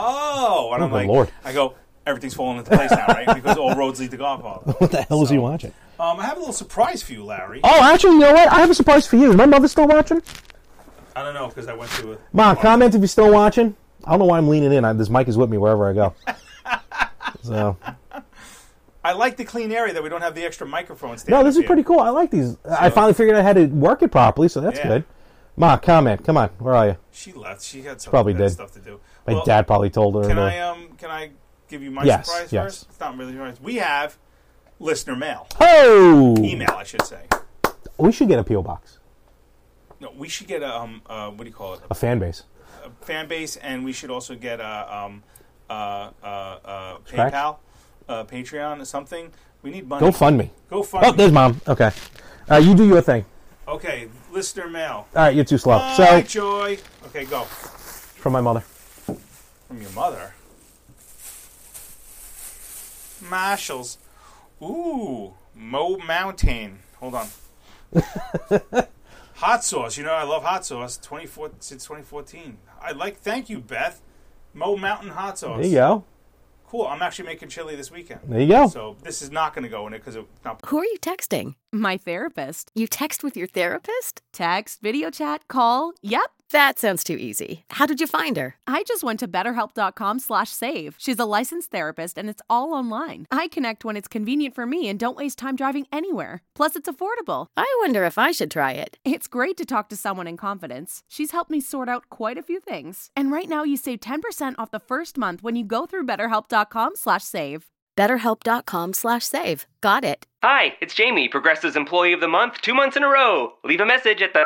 Speaker 2: oh!" And I'm
Speaker 3: my
Speaker 2: like,
Speaker 3: Lord.
Speaker 2: I go, "Everything's falling into place now, right? Because all roads lead to Godfather."
Speaker 3: What the hell was he watching?
Speaker 2: Um, I have a little surprise for you, Larry.
Speaker 3: Oh, actually, you know what? I have a surprise for you. Is my mother still watching?
Speaker 2: I don't know because I went to. A,
Speaker 3: Mom, comment if you're still watching. I don't know why I'm leaning in. I, this mic is with me wherever I go. So
Speaker 2: I like the clean area that we don't have the extra microphone stand.
Speaker 3: no,
Speaker 2: up
Speaker 3: this is
Speaker 2: here.
Speaker 3: pretty cool. I like these. I finally figured out how to work it properly, so that's
Speaker 2: Yeah.
Speaker 3: good. Ma, comment. Come on, where are you?
Speaker 2: She left. She had some
Speaker 3: probably
Speaker 2: bad
Speaker 3: did.
Speaker 2: stuff to do.
Speaker 3: My
Speaker 2: Well,
Speaker 3: dad probably told her.
Speaker 2: Can
Speaker 3: to-
Speaker 2: I um can I give you my
Speaker 3: Yes,
Speaker 2: surprise
Speaker 3: yes.
Speaker 2: first? It's not really a surprise. We have listener mail.
Speaker 3: oh,
Speaker 2: Email, I should say.
Speaker 3: we should get a PO box,
Speaker 2: No, we should get a um uh, what do you call it?
Speaker 3: a fan base.
Speaker 2: A fan base and we should also get a um uh uh, uh
Speaker 3: Scratch?
Speaker 2: PayPal, uh Patreon or something. We need money.
Speaker 3: Go fund me.
Speaker 2: Go fund
Speaker 3: Oh, there's mom. Okay, uh, you do your thing.
Speaker 2: Okay, listener mail.
Speaker 3: All right, you're too slow.
Speaker 2: Hi,
Speaker 3: Oh, So
Speaker 2: Joy. Okay, go.
Speaker 3: from my mother.
Speaker 2: From your mother. Marshalls. Ooh, Mo Mountain. Hold on. hot sauce. You know I love hot sauce. Twenty four since twenty fourteen. I like. Thank you, Beth. Mo Mountain hot sauce.
Speaker 3: There you go.
Speaker 2: Cool. I'm actually making chili this weekend.
Speaker 3: There you go.
Speaker 2: So this is not going to go in it because it's not.
Speaker 5: Who are you texting?
Speaker 4: My therapist.
Speaker 5: You text with your therapist?
Speaker 4: Text, video chat, call. Yep.
Speaker 5: That sounds too easy. How did you find her?
Speaker 4: I just went to betterhelp.com slash save. She's a licensed therapist and it's all online. I connect when it's convenient for me and don't waste time driving anywhere. Plus, it's affordable.
Speaker 5: I wonder if I should try it.
Speaker 4: It's great to talk to someone in confidence. She's helped me sort out quite a few things. And right now you save 10% off the first month when you go through betterhelp.com slash save.
Speaker 5: BetterHelp.com slash save. Got it.
Speaker 6: Hi, it's Jamie, Progressive's Employee of the Month, two months in a row. Leave a message at the.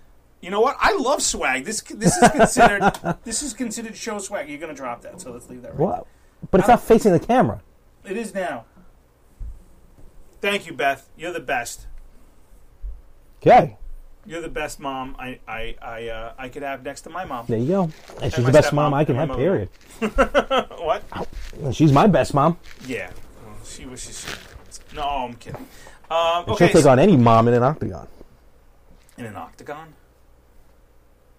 Speaker 2: You know what? I love swag. This this is considered this is considered show swag. You're gonna drop that, so let's leave that. Right
Speaker 3: What? But it's not facing the camera.
Speaker 2: It is now. Thank you, Beth. You're the best.
Speaker 3: Okay.
Speaker 2: You're the best mom I I I, uh, I could have next to my mom.
Speaker 3: There you go. And she's
Speaker 2: my
Speaker 3: the best
Speaker 2: stepmom
Speaker 3: mom I can
Speaker 2: and my
Speaker 3: have,
Speaker 2: mother.
Speaker 3: period.
Speaker 2: What?
Speaker 3: And she's my best mom.
Speaker 2: Yeah. Well, she wishes she. No, I'm kidding. Um,
Speaker 3: She'll
Speaker 2: okay.
Speaker 3: take
Speaker 2: so-
Speaker 3: on any mom in an octagon.
Speaker 2: in an octagon.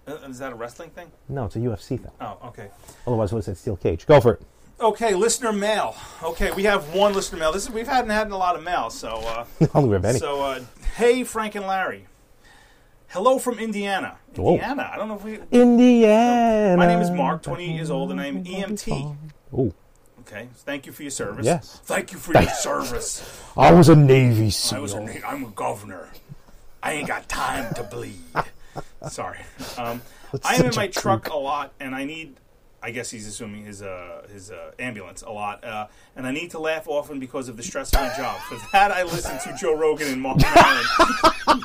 Speaker 2: Uh, Is that a wrestling thing?
Speaker 3: No, it's a UFC thing.
Speaker 2: Oh, okay.
Speaker 3: Otherwise, I would have said steel cage. Go for it.
Speaker 2: Okay, listener mail. Okay, we have one listener mail. This is, we've hadn't had a lot of mail, so uh,
Speaker 3: I don't think we have any.
Speaker 2: so uh, hey, Frank and Larry. Hello from Indiana.
Speaker 3: Whoa.
Speaker 2: Indiana. I don't know if we.
Speaker 3: Indiana.
Speaker 2: My name is Mark, 28 years old, and I'm E EMT.
Speaker 3: Oh,
Speaker 2: Okay, thank you for your service.
Speaker 3: Yes.
Speaker 2: Thank you for your service.
Speaker 3: I was a Navy
Speaker 2: I was a,
Speaker 3: SEAL.
Speaker 2: na- I'm a governor. I ain't got time to bleed. Sorry. Um, I am in
Speaker 3: such
Speaker 2: my
Speaker 3: a
Speaker 2: truck a lot, and I need. I guess he's assuming his uh, his uh, ambulance a lot, uh, and I need to laugh often because of the stress of my job. For that, I listen to Joe Rogan and Mark Maron.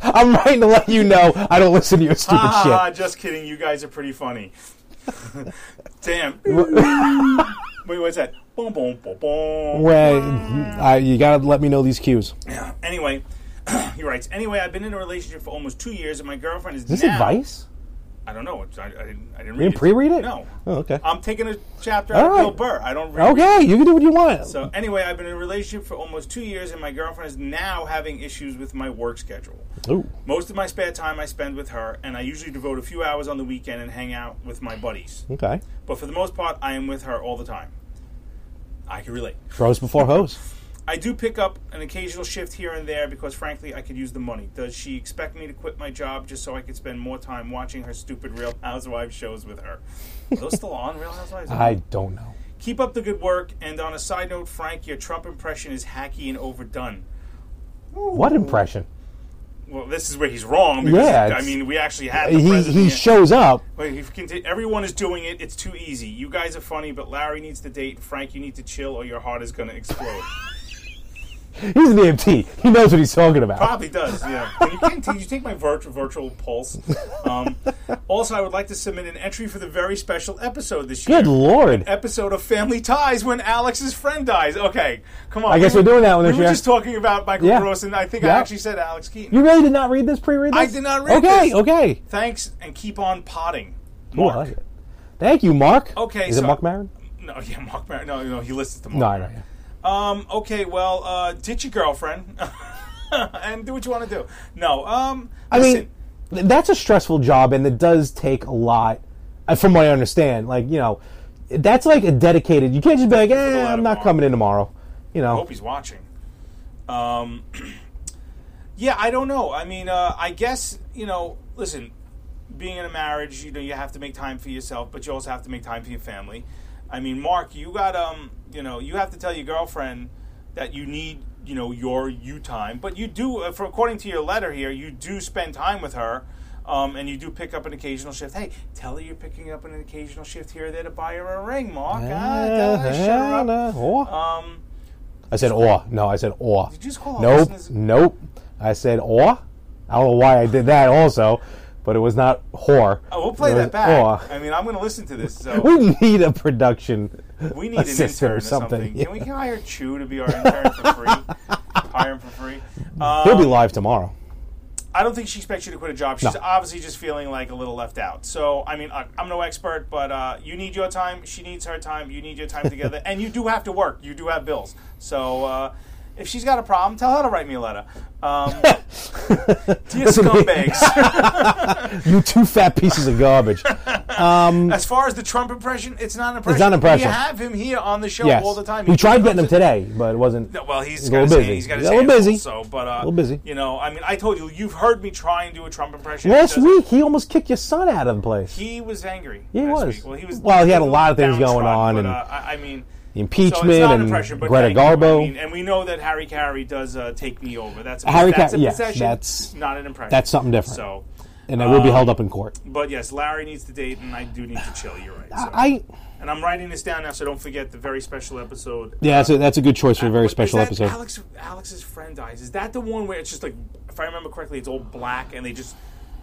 Speaker 3: I'm writing to let you know I don't listen to your stupid
Speaker 2: Ah,
Speaker 3: shit.
Speaker 2: just kidding. You guys are pretty funny. Damn. Wait, what's that? Boom, boom, boom, boom.
Speaker 3: Wait, I, you gotta let me know these cues. Is
Speaker 2: Anyway, he writes. Anyway, I've been in a relationship for almost two years, and my girlfriend is
Speaker 3: this
Speaker 2: now,
Speaker 3: advice?
Speaker 2: I don't know. It's- I, I didn't. I didn't read
Speaker 3: didn't
Speaker 2: it.
Speaker 3: pre-read it?
Speaker 2: No.
Speaker 3: Oh, okay.
Speaker 2: I'm taking a chapter
Speaker 3: All
Speaker 2: out
Speaker 3: right.
Speaker 2: of Bill Burr. I don't. Read
Speaker 3: Okay, you can do what you want.
Speaker 2: So anyway, I've been in a relationship for almost two years, and my girlfriend is now having issues with my work schedule.
Speaker 3: Ooh.
Speaker 2: Most of my spare time I spend with her, and I usually devote a few hours on the weekend and hang out with my buddies.
Speaker 3: Okay.
Speaker 2: But for the most part, I am with her all the time. I can relate.
Speaker 3: Rose before hose.
Speaker 2: I do pick up an occasional shift here and there because, frankly, I could use the money. Does she expect me to quit my job just so I could spend more time watching her stupid Real Housewives shows with her? Are those still on Real Housewives?
Speaker 3: I don't know.
Speaker 2: Keep up the good work. And on a side note, Frank, your Trump impression is hacky and overdone.
Speaker 3: What impression?
Speaker 2: Well, this is where he's wrong. Because,
Speaker 3: Yeah,
Speaker 2: I
Speaker 3: it's-
Speaker 2: mean, we actually had the
Speaker 3: He,
Speaker 2: president.
Speaker 3: he shows up.
Speaker 2: Wait, if you conti- everyone is doing it. It's too easy. You guys are funny, but Larry needs to date. Frank, you need to chill, or your heart is going to explode.
Speaker 3: He's an EMT. He knows what he's talking about.
Speaker 2: Probably does, yeah. When you, can't you take my virtual virtual pulse. Um, also, I would like to submit an entry for the very special episode this year.
Speaker 3: Good lord.
Speaker 2: Episode of Family Ties when Alex's friend dies. Okay, come on.
Speaker 3: I guess
Speaker 2: We
Speaker 3: we're
Speaker 2: were-
Speaker 3: doing that one
Speaker 2: We
Speaker 3: this
Speaker 2: were
Speaker 3: year.
Speaker 2: just talking about Michael
Speaker 3: Yeah.
Speaker 2: Gross, and I think
Speaker 3: Yeah.
Speaker 2: I actually said Alex Keaton.
Speaker 3: You really did not read this pre-read?
Speaker 2: I
Speaker 3: this?
Speaker 2: did not read
Speaker 3: okay,
Speaker 2: this.
Speaker 3: Okay,
Speaker 2: Thanks, and keep on potting.
Speaker 3: Ooh, I
Speaker 2: Mark.
Speaker 3: like it. Thank you, Mark.
Speaker 2: Okay,
Speaker 3: Is it
Speaker 2: so-
Speaker 3: Mark Maron?
Speaker 2: No, yeah, Mark. Mar- no, no, he listens to Mark.
Speaker 3: No, I don't.
Speaker 2: Maron. Um, okay, well, uh, ditch your girlfriend and do what you want to do. No, um,
Speaker 3: I mean,
Speaker 2: listen,
Speaker 3: th- that's a stressful job, and it does take a lot, uh, from what I understand. Like, you know, that's like a dedicated. You can't just be like, eh,
Speaker 2: lot
Speaker 3: I'm
Speaker 2: of
Speaker 3: not
Speaker 2: Mark.
Speaker 3: coming in tomorrow. You know,
Speaker 2: hope he's watching. Um, yeah, I don't know. I mean, uh, I guess you know. Listen, being in a marriage, you know, you have to make time for yourself, but you also have to make time for your family. I mean, Mark, you got um, you know, you have to tell your girlfriend that you need, you know, your you time. But you do, uh, for according to your letter here, you do spend time with her. Um, and you do pick up an occasional shift. Hey, tell her you're picking up an occasional shift here or there to buy her a ring, Mark. Ah, tell her, shut her up. Um,
Speaker 3: Uh, or. I said or. No, I said or. Did
Speaker 2: you just call our
Speaker 3: Nope.
Speaker 2: listeners-
Speaker 3: Nope. I said or. I don't know why I did that also, but it was not whore.
Speaker 2: Oh, we'll play
Speaker 3: It was
Speaker 2: that back.
Speaker 3: Or.
Speaker 2: I mean, I'm going to listen to this. So
Speaker 3: We need a production.
Speaker 2: we need an
Speaker 3: assistant
Speaker 2: intern
Speaker 3: or
Speaker 2: or something.
Speaker 3: something,
Speaker 2: Can we hire Chew to be our intern for free? Hire him for free. Um,
Speaker 3: He'll be live tomorrow.
Speaker 2: I don't think she expects you to quit a job. She's
Speaker 3: No.
Speaker 2: obviously just feeling like a little left out. So, I mean, I, I'm no expert, but uh, you need your time. She needs her time. You need your time together, and you do have to work. You do have bills. So, uh, If she's got a problem, tell her to write me a letter. Um, dear scumbags.
Speaker 3: You two fat pieces of garbage.
Speaker 2: as far as the Trump impression, it's not an impression.
Speaker 3: not an impression.
Speaker 2: We have him here on the show
Speaker 3: yes.
Speaker 2: all the time.
Speaker 3: We
Speaker 2: He
Speaker 3: tried
Speaker 2: comes
Speaker 3: getting him
Speaker 2: to-
Speaker 3: today, but it wasn't.
Speaker 2: No, well, he's
Speaker 3: a
Speaker 2: got
Speaker 3: little
Speaker 2: his
Speaker 3: busy.
Speaker 2: hand- he's got his
Speaker 3: a little
Speaker 2: hand
Speaker 3: busy.
Speaker 2: full, So, but uh,
Speaker 3: little busy.
Speaker 2: You know, I mean, I told you, you've heard me try and do a Trump impression. It
Speaker 3: Last
Speaker 2: doesn't-
Speaker 3: week, he almost kicked your son out of the place.
Speaker 2: He was angry.
Speaker 3: Yeah, he
Speaker 2: last
Speaker 3: was.
Speaker 2: Week. Well, he was.
Speaker 3: Well, he had a lot of things
Speaker 2: downtrodden,
Speaker 3: going on,
Speaker 2: but,
Speaker 3: and
Speaker 2: uh, I, I mean,
Speaker 3: the impeachment
Speaker 2: so it's not an
Speaker 3: and
Speaker 2: impression, but
Speaker 3: Greta
Speaker 2: thank you. I
Speaker 3: Garbo.
Speaker 2: mean, and we know that Harry Carey does uh, take me over. That's a,
Speaker 3: Harry
Speaker 2: that's
Speaker 3: Carey,
Speaker 2: a
Speaker 3: yes,
Speaker 2: possession.
Speaker 3: that's-
Speaker 2: not an impression.
Speaker 3: that's something different.
Speaker 2: So,
Speaker 3: and I will
Speaker 2: um,
Speaker 3: be held up in court.
Speaker 2: but yes, Larry needs to date, and I do need to chill. You're right. So.
Speaker 3: I
Speaker 2: and I'm writing this down now, so don't forget the very special episode.
Speaker 3: yeah, that's a, that's a good choice for a very
Speaker 2: Uh, What- is
Speaker 3: special
Speaker 2: that
Speaker 3: episode.
Speaker 2: Alex, Alex's friend dies. Is that the one where it's just like, if I remember correctly, it's all black and they just,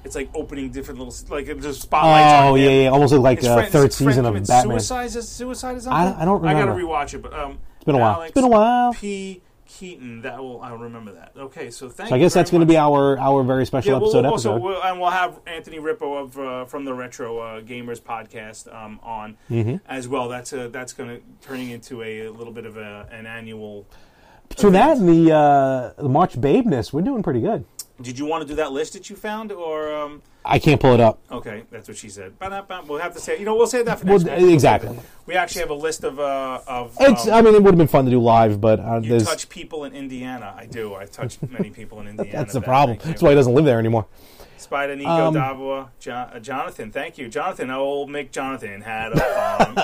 Speaker 2: it's like opening different little like there's spotlights.
Speaker 3: Oh,
Speaker 2: on
Speaker 3: yeah,
Speaker 2: him.
Speaker 3: yeah, almost like,
Speaker 2: His
Speaker 3: uh,
Speaker 2: friend-
Speaker 3: third
Speaker 2: his friend
Speaker 3: season of
Speaker 2: commits
Speaker 3: Batman.
Speaker 2: Suicide, is it suicide or something.
Speaker 3: I don't
Speaker 2: I gotta
Speaker 3: remember.
Speaker 2: rewatch it, but um, it's
Speaker 3: been a while.
Speaker 2: Alex
Speaker 3: It's been a while.
Speaker 2: P. Keaton. That will I remember that. Okay, so thank.
Speaker 3: So I
Speaker 2: you very
Speaker 3: guess that's going to
Speaker 2: much.
Speaker 3: be our our very special
Speaker 2: Yeah, we'll-
Speaker 3: episode
Speaker 2: we'll also,
Speaker 3: episode.
Speaker 2: We'll, and we'll have Anthony Rippo of uh, from the Retro uh, Gamers podcast um, on
Speaker 3: Mm-hmm.
Speaker 2: as well. That's a, that's going to turning into a, a little bit of a, an annual.
Speaker 3: Between that and the uh, the March babeness, we're doing pretty good.
Speaker 2: Did you want to do that list that you found, or um,
Speaker 3: I can't pull it up.
Speaker 2: okay, that's what she said. Ba-da-ba. We'll have to say, you know, we'll save that for
Speaker 3: Well,
Speaker 2: next. week. Um, We'll
Speaker 3: exactly.
Speaker 2: save it. We actually have a list of uh, of.
Speaker 3: It's.
Speaker 2: um,
Speaker 3: I mean, it would have been fun to do live, but uh,
Speaker 2: you
Speaker 3: there's
Speaker 2: touch people in Indiana. I do. I touched many people in Indiana.
Speaker 3: that's the
Speaker 2: Beth,
Speaker 3: problem.
Speaker 2: thank you.
Speaker 3: That's why he doesn't live Um, there anymore.
Speaker 2: Spider Nico Davua, jo- uh, Jonathan. Thank you, Jonathan. Old Mick Jonathan had a farm.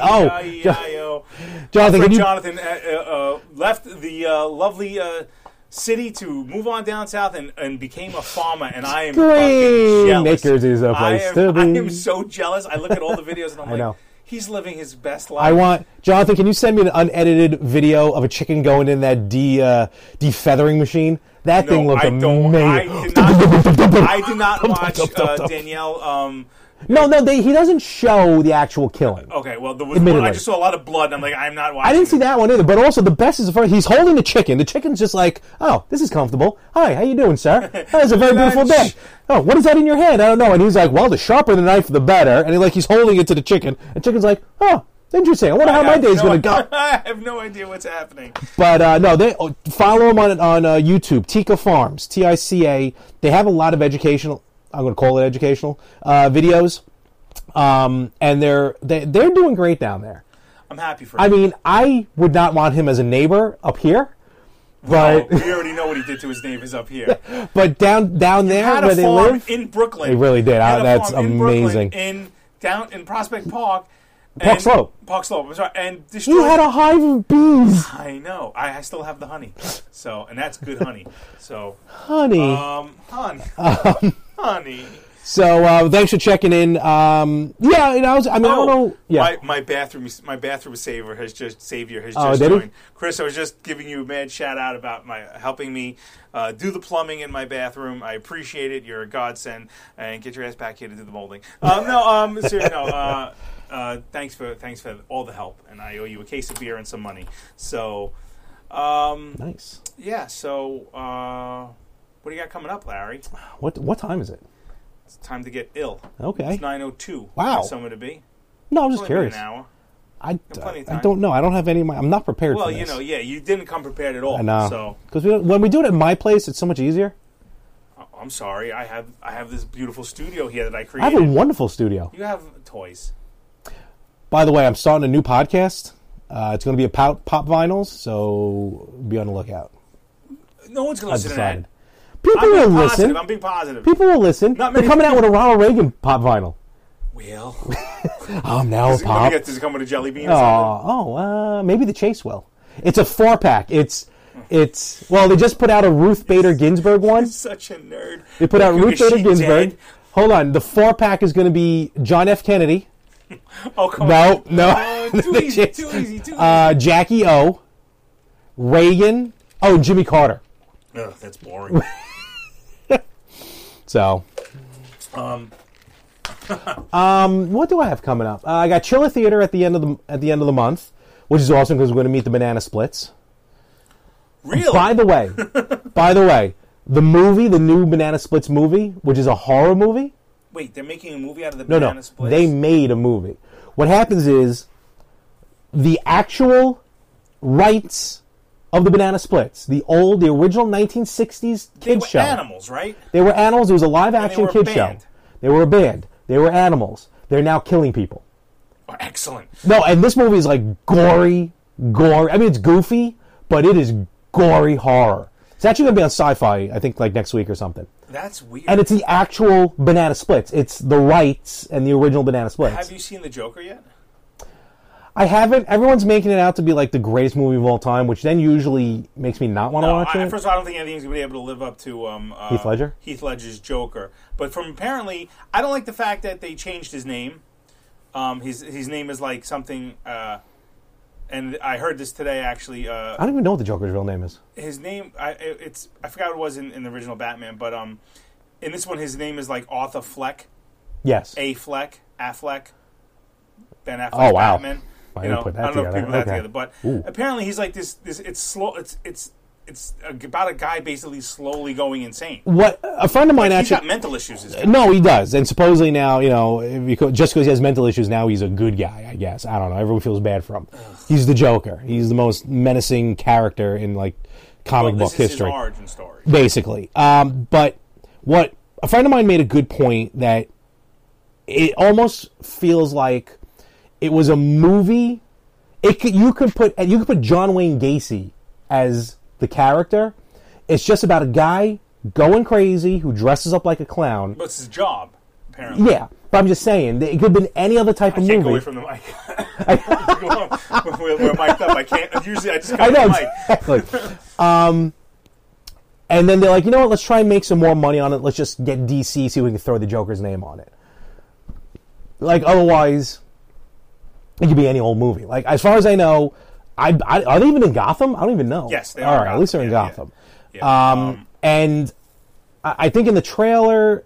Speaker 2: E
Speaker 3: Oh,
Speaker 2: E-I-E-I-O.
Speaker 3: Jonathan,
Speaker 2: Friend
Speaker 3: can you-
Speaker 2: Jonathan uh, uh, uh, left the uh, lovely uh, city to move on down south and, and became a farmer. And I am fucking jealous.
Speaker 3: Greenacres is a
Speaker 2: I
Speaker 3: place
Speaker 2: am,
Speaker 3: to be.
Speaker 2: I am so jealous. I look at all the videos and I'm like,
Speaker 3: know.
Speaker 2: he's living his best life.
Speaker 3: I want Jonathan. Can you send me an unedited video of a chicken going in that de uh, defeathering machine? That thing
Speaker 2: No,
Speaker 3: looked
Speaker 2: I don't. I
Speaker 3: amazing.
Speaker 2: did not, I did not watch uh, Danielle. Um,
Speaker 3: no, no, they, he doesn't show the actual killing.
Speaker 2: okay, well, there was one,
Speaker 3: Admittedly.
Speaker 2: I just saw a lot of blood, and I'm like, I'm not watching.
Speaker 3: I didn't see
Speaker 2: this.
Speaker 3: that one either. But also, the best is the first. He's holding the chicken. The chicken's just like, "Oh, this is comfortable. Hi, how you doing, sir? Oh, it's a very beautiful day. Oh, what is that in your hand? I don't know." And he's like, "Well, the sharper the knife, the better." And he, like he's holding it to the chicken. And chicken's like, "Oh, interesting. I wonder how my
Speaker 2: have
Speaker 3: day's
Speaker 2: no-
Speaker 3: gonna go."
Speaker 2: I have no idea what's happening.
Speaker 3: But uh, no, they oh, follow them on on uh, YouTube. Tika Farms, T I C A. They have a lot of educational. I'm going to call it educational uh, videos, um, and they're they, they're doing great down there.
Speaker 2: I'm happy for him.
Speaker 3: I mean, I would not want him as a neighbor up here,
Speaker 2: Oh,
Speaker 3: but
Speaker 2: we already know what he did to his neighbors up here.
Speaker 3: but down down there
Speaker 2: Had
Speaker 3: where
Speaker 2: a
Speaker 3: they
Speaker 2: farm
Speaker 3: live,
Speaker 2: in Brooklyn.
Speaker 3: They really did.
Speaker 2: Had
Speaker 3: Ah,
Speaker 2: a
Speaker 3: that's
Speaker 2: farm in Brooklyn,
Speaker 3: amazing.
Speaker 2: in down in Prospect Park.
Speaker 3: Park
Speaker 2: and-
Speaker 3: Slope.
Speaker 2: Park Slope. I'm sorry. And destroyed.
Speaker 3: you had a hive of bees,
Speaker 2: I know. I, I still have the honey. So, and that's good honey. So,
Speaker 3: honey.
Speaker 2: um, honey,
Speaker 3: Um,
Speaker 2: honey.
Speaker 3: so uh, thanks for checking in. Um, yeah, and I was. I mean, I don't know. Yeah,
Speaker 2: Oh, My, my bathroom, my bathroom saver has just savior has
Speaker 3: Oh,
Speaker 2: just
Speaker 3: did he?
Speaker 2: joined. Chris, I was just giving you a mad shout out about my helping me uh, do the plumbing in my bathroom. I appreciate it. You're a godsend, and get your ass back here to do the molding. Um, no, um, seriously, no. Uh, uh, thanks for thanks for all the help, and I owe you a case of beer and some money. So, um,
Speaker 3: nice.
Speaker 2: yeah. So, uh, what do you got coming up, Larry?
Speaker 3: What what time is it?
Speaker 2: It's time to get ill.
Speaker 3: Okay.
Speaker 2: It's nine oh two.
Speaker 3: Wow.
Speaker 2: Somewhere to be.
Speaker 3: No, I'm just
Speaker 2: Only been
Speaker 3: curious.
Speaker 2: An hour.
Speaker 3: I,
Speaker 2: plenty of
Speaker 3: I
Speaker 2: time.
Speaker 3: don't know. I don't have any. of my- I'm not prepared.
Speaker 2: Well,
Speaker 3: for
Speaker 2: you
Speaker 3: this.
Speaker 2: know, yeah, you didn't come prepared at all.
Speaker 3: I know.
Speaker 2: So
Speaker 3: because when we do it at my place, it's so much easier.
Speaker 2: I'm sorry. I have I have this beautiful studio here that I
Speaker 3: I
Speaker 2: created.
Speaker 3: have a wonderful studio.
Speaker 2: you have toys.
Speaker 3: By the way, I'm starting a new podcast. Uh, it's going to be about pop vinyls, so be on the lookout.
Speaker 2: No one's gonna
Speaker 3: I've
Speaker 2: listen to that.
Speaker 3: decided. People
Speaker 2: I'm
Speaker 3: will
Speaker 2: being
Speaker 3: listen.
Speaker 2: positive. I'm being positive.
Speaker 3: People will listen.
Speaker 2: Not
Speaker 3: They're
Speaker 2: many
Speaker 3: coming out with a Ronald Reagan pop vinyl.
Speaker 2: well,
Speaker 3: I'm now a
Speaker 2: is it, gonna
Speaker 3: Oh, pop.
Speaker 2: get, does it come with a jelly bean? or
Speaker 3: Oh,
Speaker 2: something?
Speaker 3: oh, uh, maybe the Chase will. It's a four pack. It's it's well, they just put out a Ruth Bader Ginsburg one.
Speaker 2: Such a nerd.
Speaker 3: They put out
Speaker 2: Look,
Speaker 3: Ruth
Speaker 2: is
Speaker 3: Bader
Speaker 2: she
Speaker 3: Ginsburg.
Speaker 2: dead?
Speaker 3: Hold on, the four pack is going to be John F. Kennedy.
Speaker 2: Oh come
Speaker 3: No,
Speaker 2: on.
Speaker 3: no.
Speaker 2: Oh, too easy. Too easy. Too easy.
Speaker 3: uh, Jackie O, Reagan, oh, and Jimmy Carter.
Speaker 2: Ugh, that's boring.
Speaker 3: So,
Speaker 2: um,
Speaker 3: um, what do I have coming up? Uh, I got Chilla Theater at the end of the at the end of the month, which is awesome because we're going to meet the Banana Splits.
Speaker 2: really?
Speaker 3: By the way, by the way, the movie, the new Banana Splits movie, which is a horror movie.
Speaker 2: Wait, they're making a movie out of the
Speaker 3: No,
Speaker 2: banana
Speaker 3: no,
Speaker 2: splits.
Speaker 3: they made a movie. What happens is the actual rights of the banana splits, the old, the original 1960s
Speaker 2: They
Speaker 3: kid
Speaker 2: were
Speaker 3: show.
Speaker 2: animals, right?
Speaker 3: They were animals. It was a live action
Speaker 2: were a
Speaker 3: kid
Speaker 2: band.
Speaker 3: show. They were a band. They were animals. They're now killing people.
Speaker 2: Oh, excellent.
Speaker 3: No, and this movie is like gory, gory. I mean, it's goofy, but it is gory horror. It's actually going to be on sci-fi, I think, like next week or something.
Speaker 2: That's weird.
Speaker 3: And it's the actual Banana Splits. It's the rights and the original Banana Splits.
Speaker 2: Have you seen the Joker yet?
Speaker 3: I haven't. Everyone's making it out to be like the greatest movie of all time, which then usually makes me not want to
Speaker 2: No,
Speaker 3: watch
Speaker 2: I,
Speaker 3: it.
Speaker 2: First of all, I don't think anything's going to be able to live up to um, uh,
Speaker 3: Heath Ledger?
Speaker 2: Heath Ledger's Joker. But from apparently, I don't like the fact that they changed his name. Um, his his name is like something, uh, and I heard this today actually. Uh,
Speaker 3: I don't even know what the Joker's real name is.
Speaker 2: his name, I, it- it's I forgot what it was in, in the original Batman, but um, in this one, his name is like Arthur Fleck,
Speaker 3: Yes.
Speaker 2: A Fleck, Affleck, Ben Affleck.
Speaker 3: Oh, wow.
Speaker 2: Batman.
Speaker 3: Why
Speaker 2: You
Speaker 3: didn't
Speaker 2: know,
Speaker 3: put that
Speaker 2: I don't know if
Speaker 3: together?
Speaker 2: people put that
Speaker 3: Okay.
Speaker 2: together, but
Speaker 3: Ooh.
Speaker 2: apparently he's like this. This it's slow. It's it's it's about a guy basically slowly going insane.
Speaker 3: What a friend of mine
Speaker 2: He's got
Speaker 3: actually.
Speaker 2: mental issues. Is
Speaker 3: No, he does, and supposedly now you know if you co- just because he has mental issues now he's a good guy. I guess I don't know. Everyone feels bad for him. He's the Joker. He's the most menacing character in like comic
Speaker 2: this
Speaker 3: book
Speaker 2: is
Speaker 3: history.
Speaker 2: his origin story.
Speaker 3: basically. Um, but what a friend of mine made a good point that it almost feels like it was a movie. It could, you could put you could put John Wayne Gacy as the character. It's just about a guy going crazy who dresses up like a clown.
Speaker 2: But it's his job, apparently.
Speaker 3: Yeah, but I'm just saying that it could have been any other type
Speaker 2: I
Speaker 3: of
Speaker 2: can't
Speaker 3: movie.
Speaker 2: go away from the mic. we're, we're mic'd up. I can't. Usually, I just
Speaker 3: I
Speaker 2: got
Speaker 3: know
Speaker 2: the mic.
Speaker 3: exactly. um, and then they're like, you know what? Let's try and make some more money on it. Let's just get DC see if we can throw the Joker's name on it. Like otherwise, it could be any old movie. Like as far as I know, I, I are they even in Gotham? I don't even know.
Speaker 2: Yes, they
Speaker 3: All
Speaker 2: are in
Speaker 3: right, at least they're in
Speaker 2: Gotham. Yeah,
Speaker 3: Gotham.
Speaker 2: Yeah.
Speaker 3: Um, and I, I think in the trailer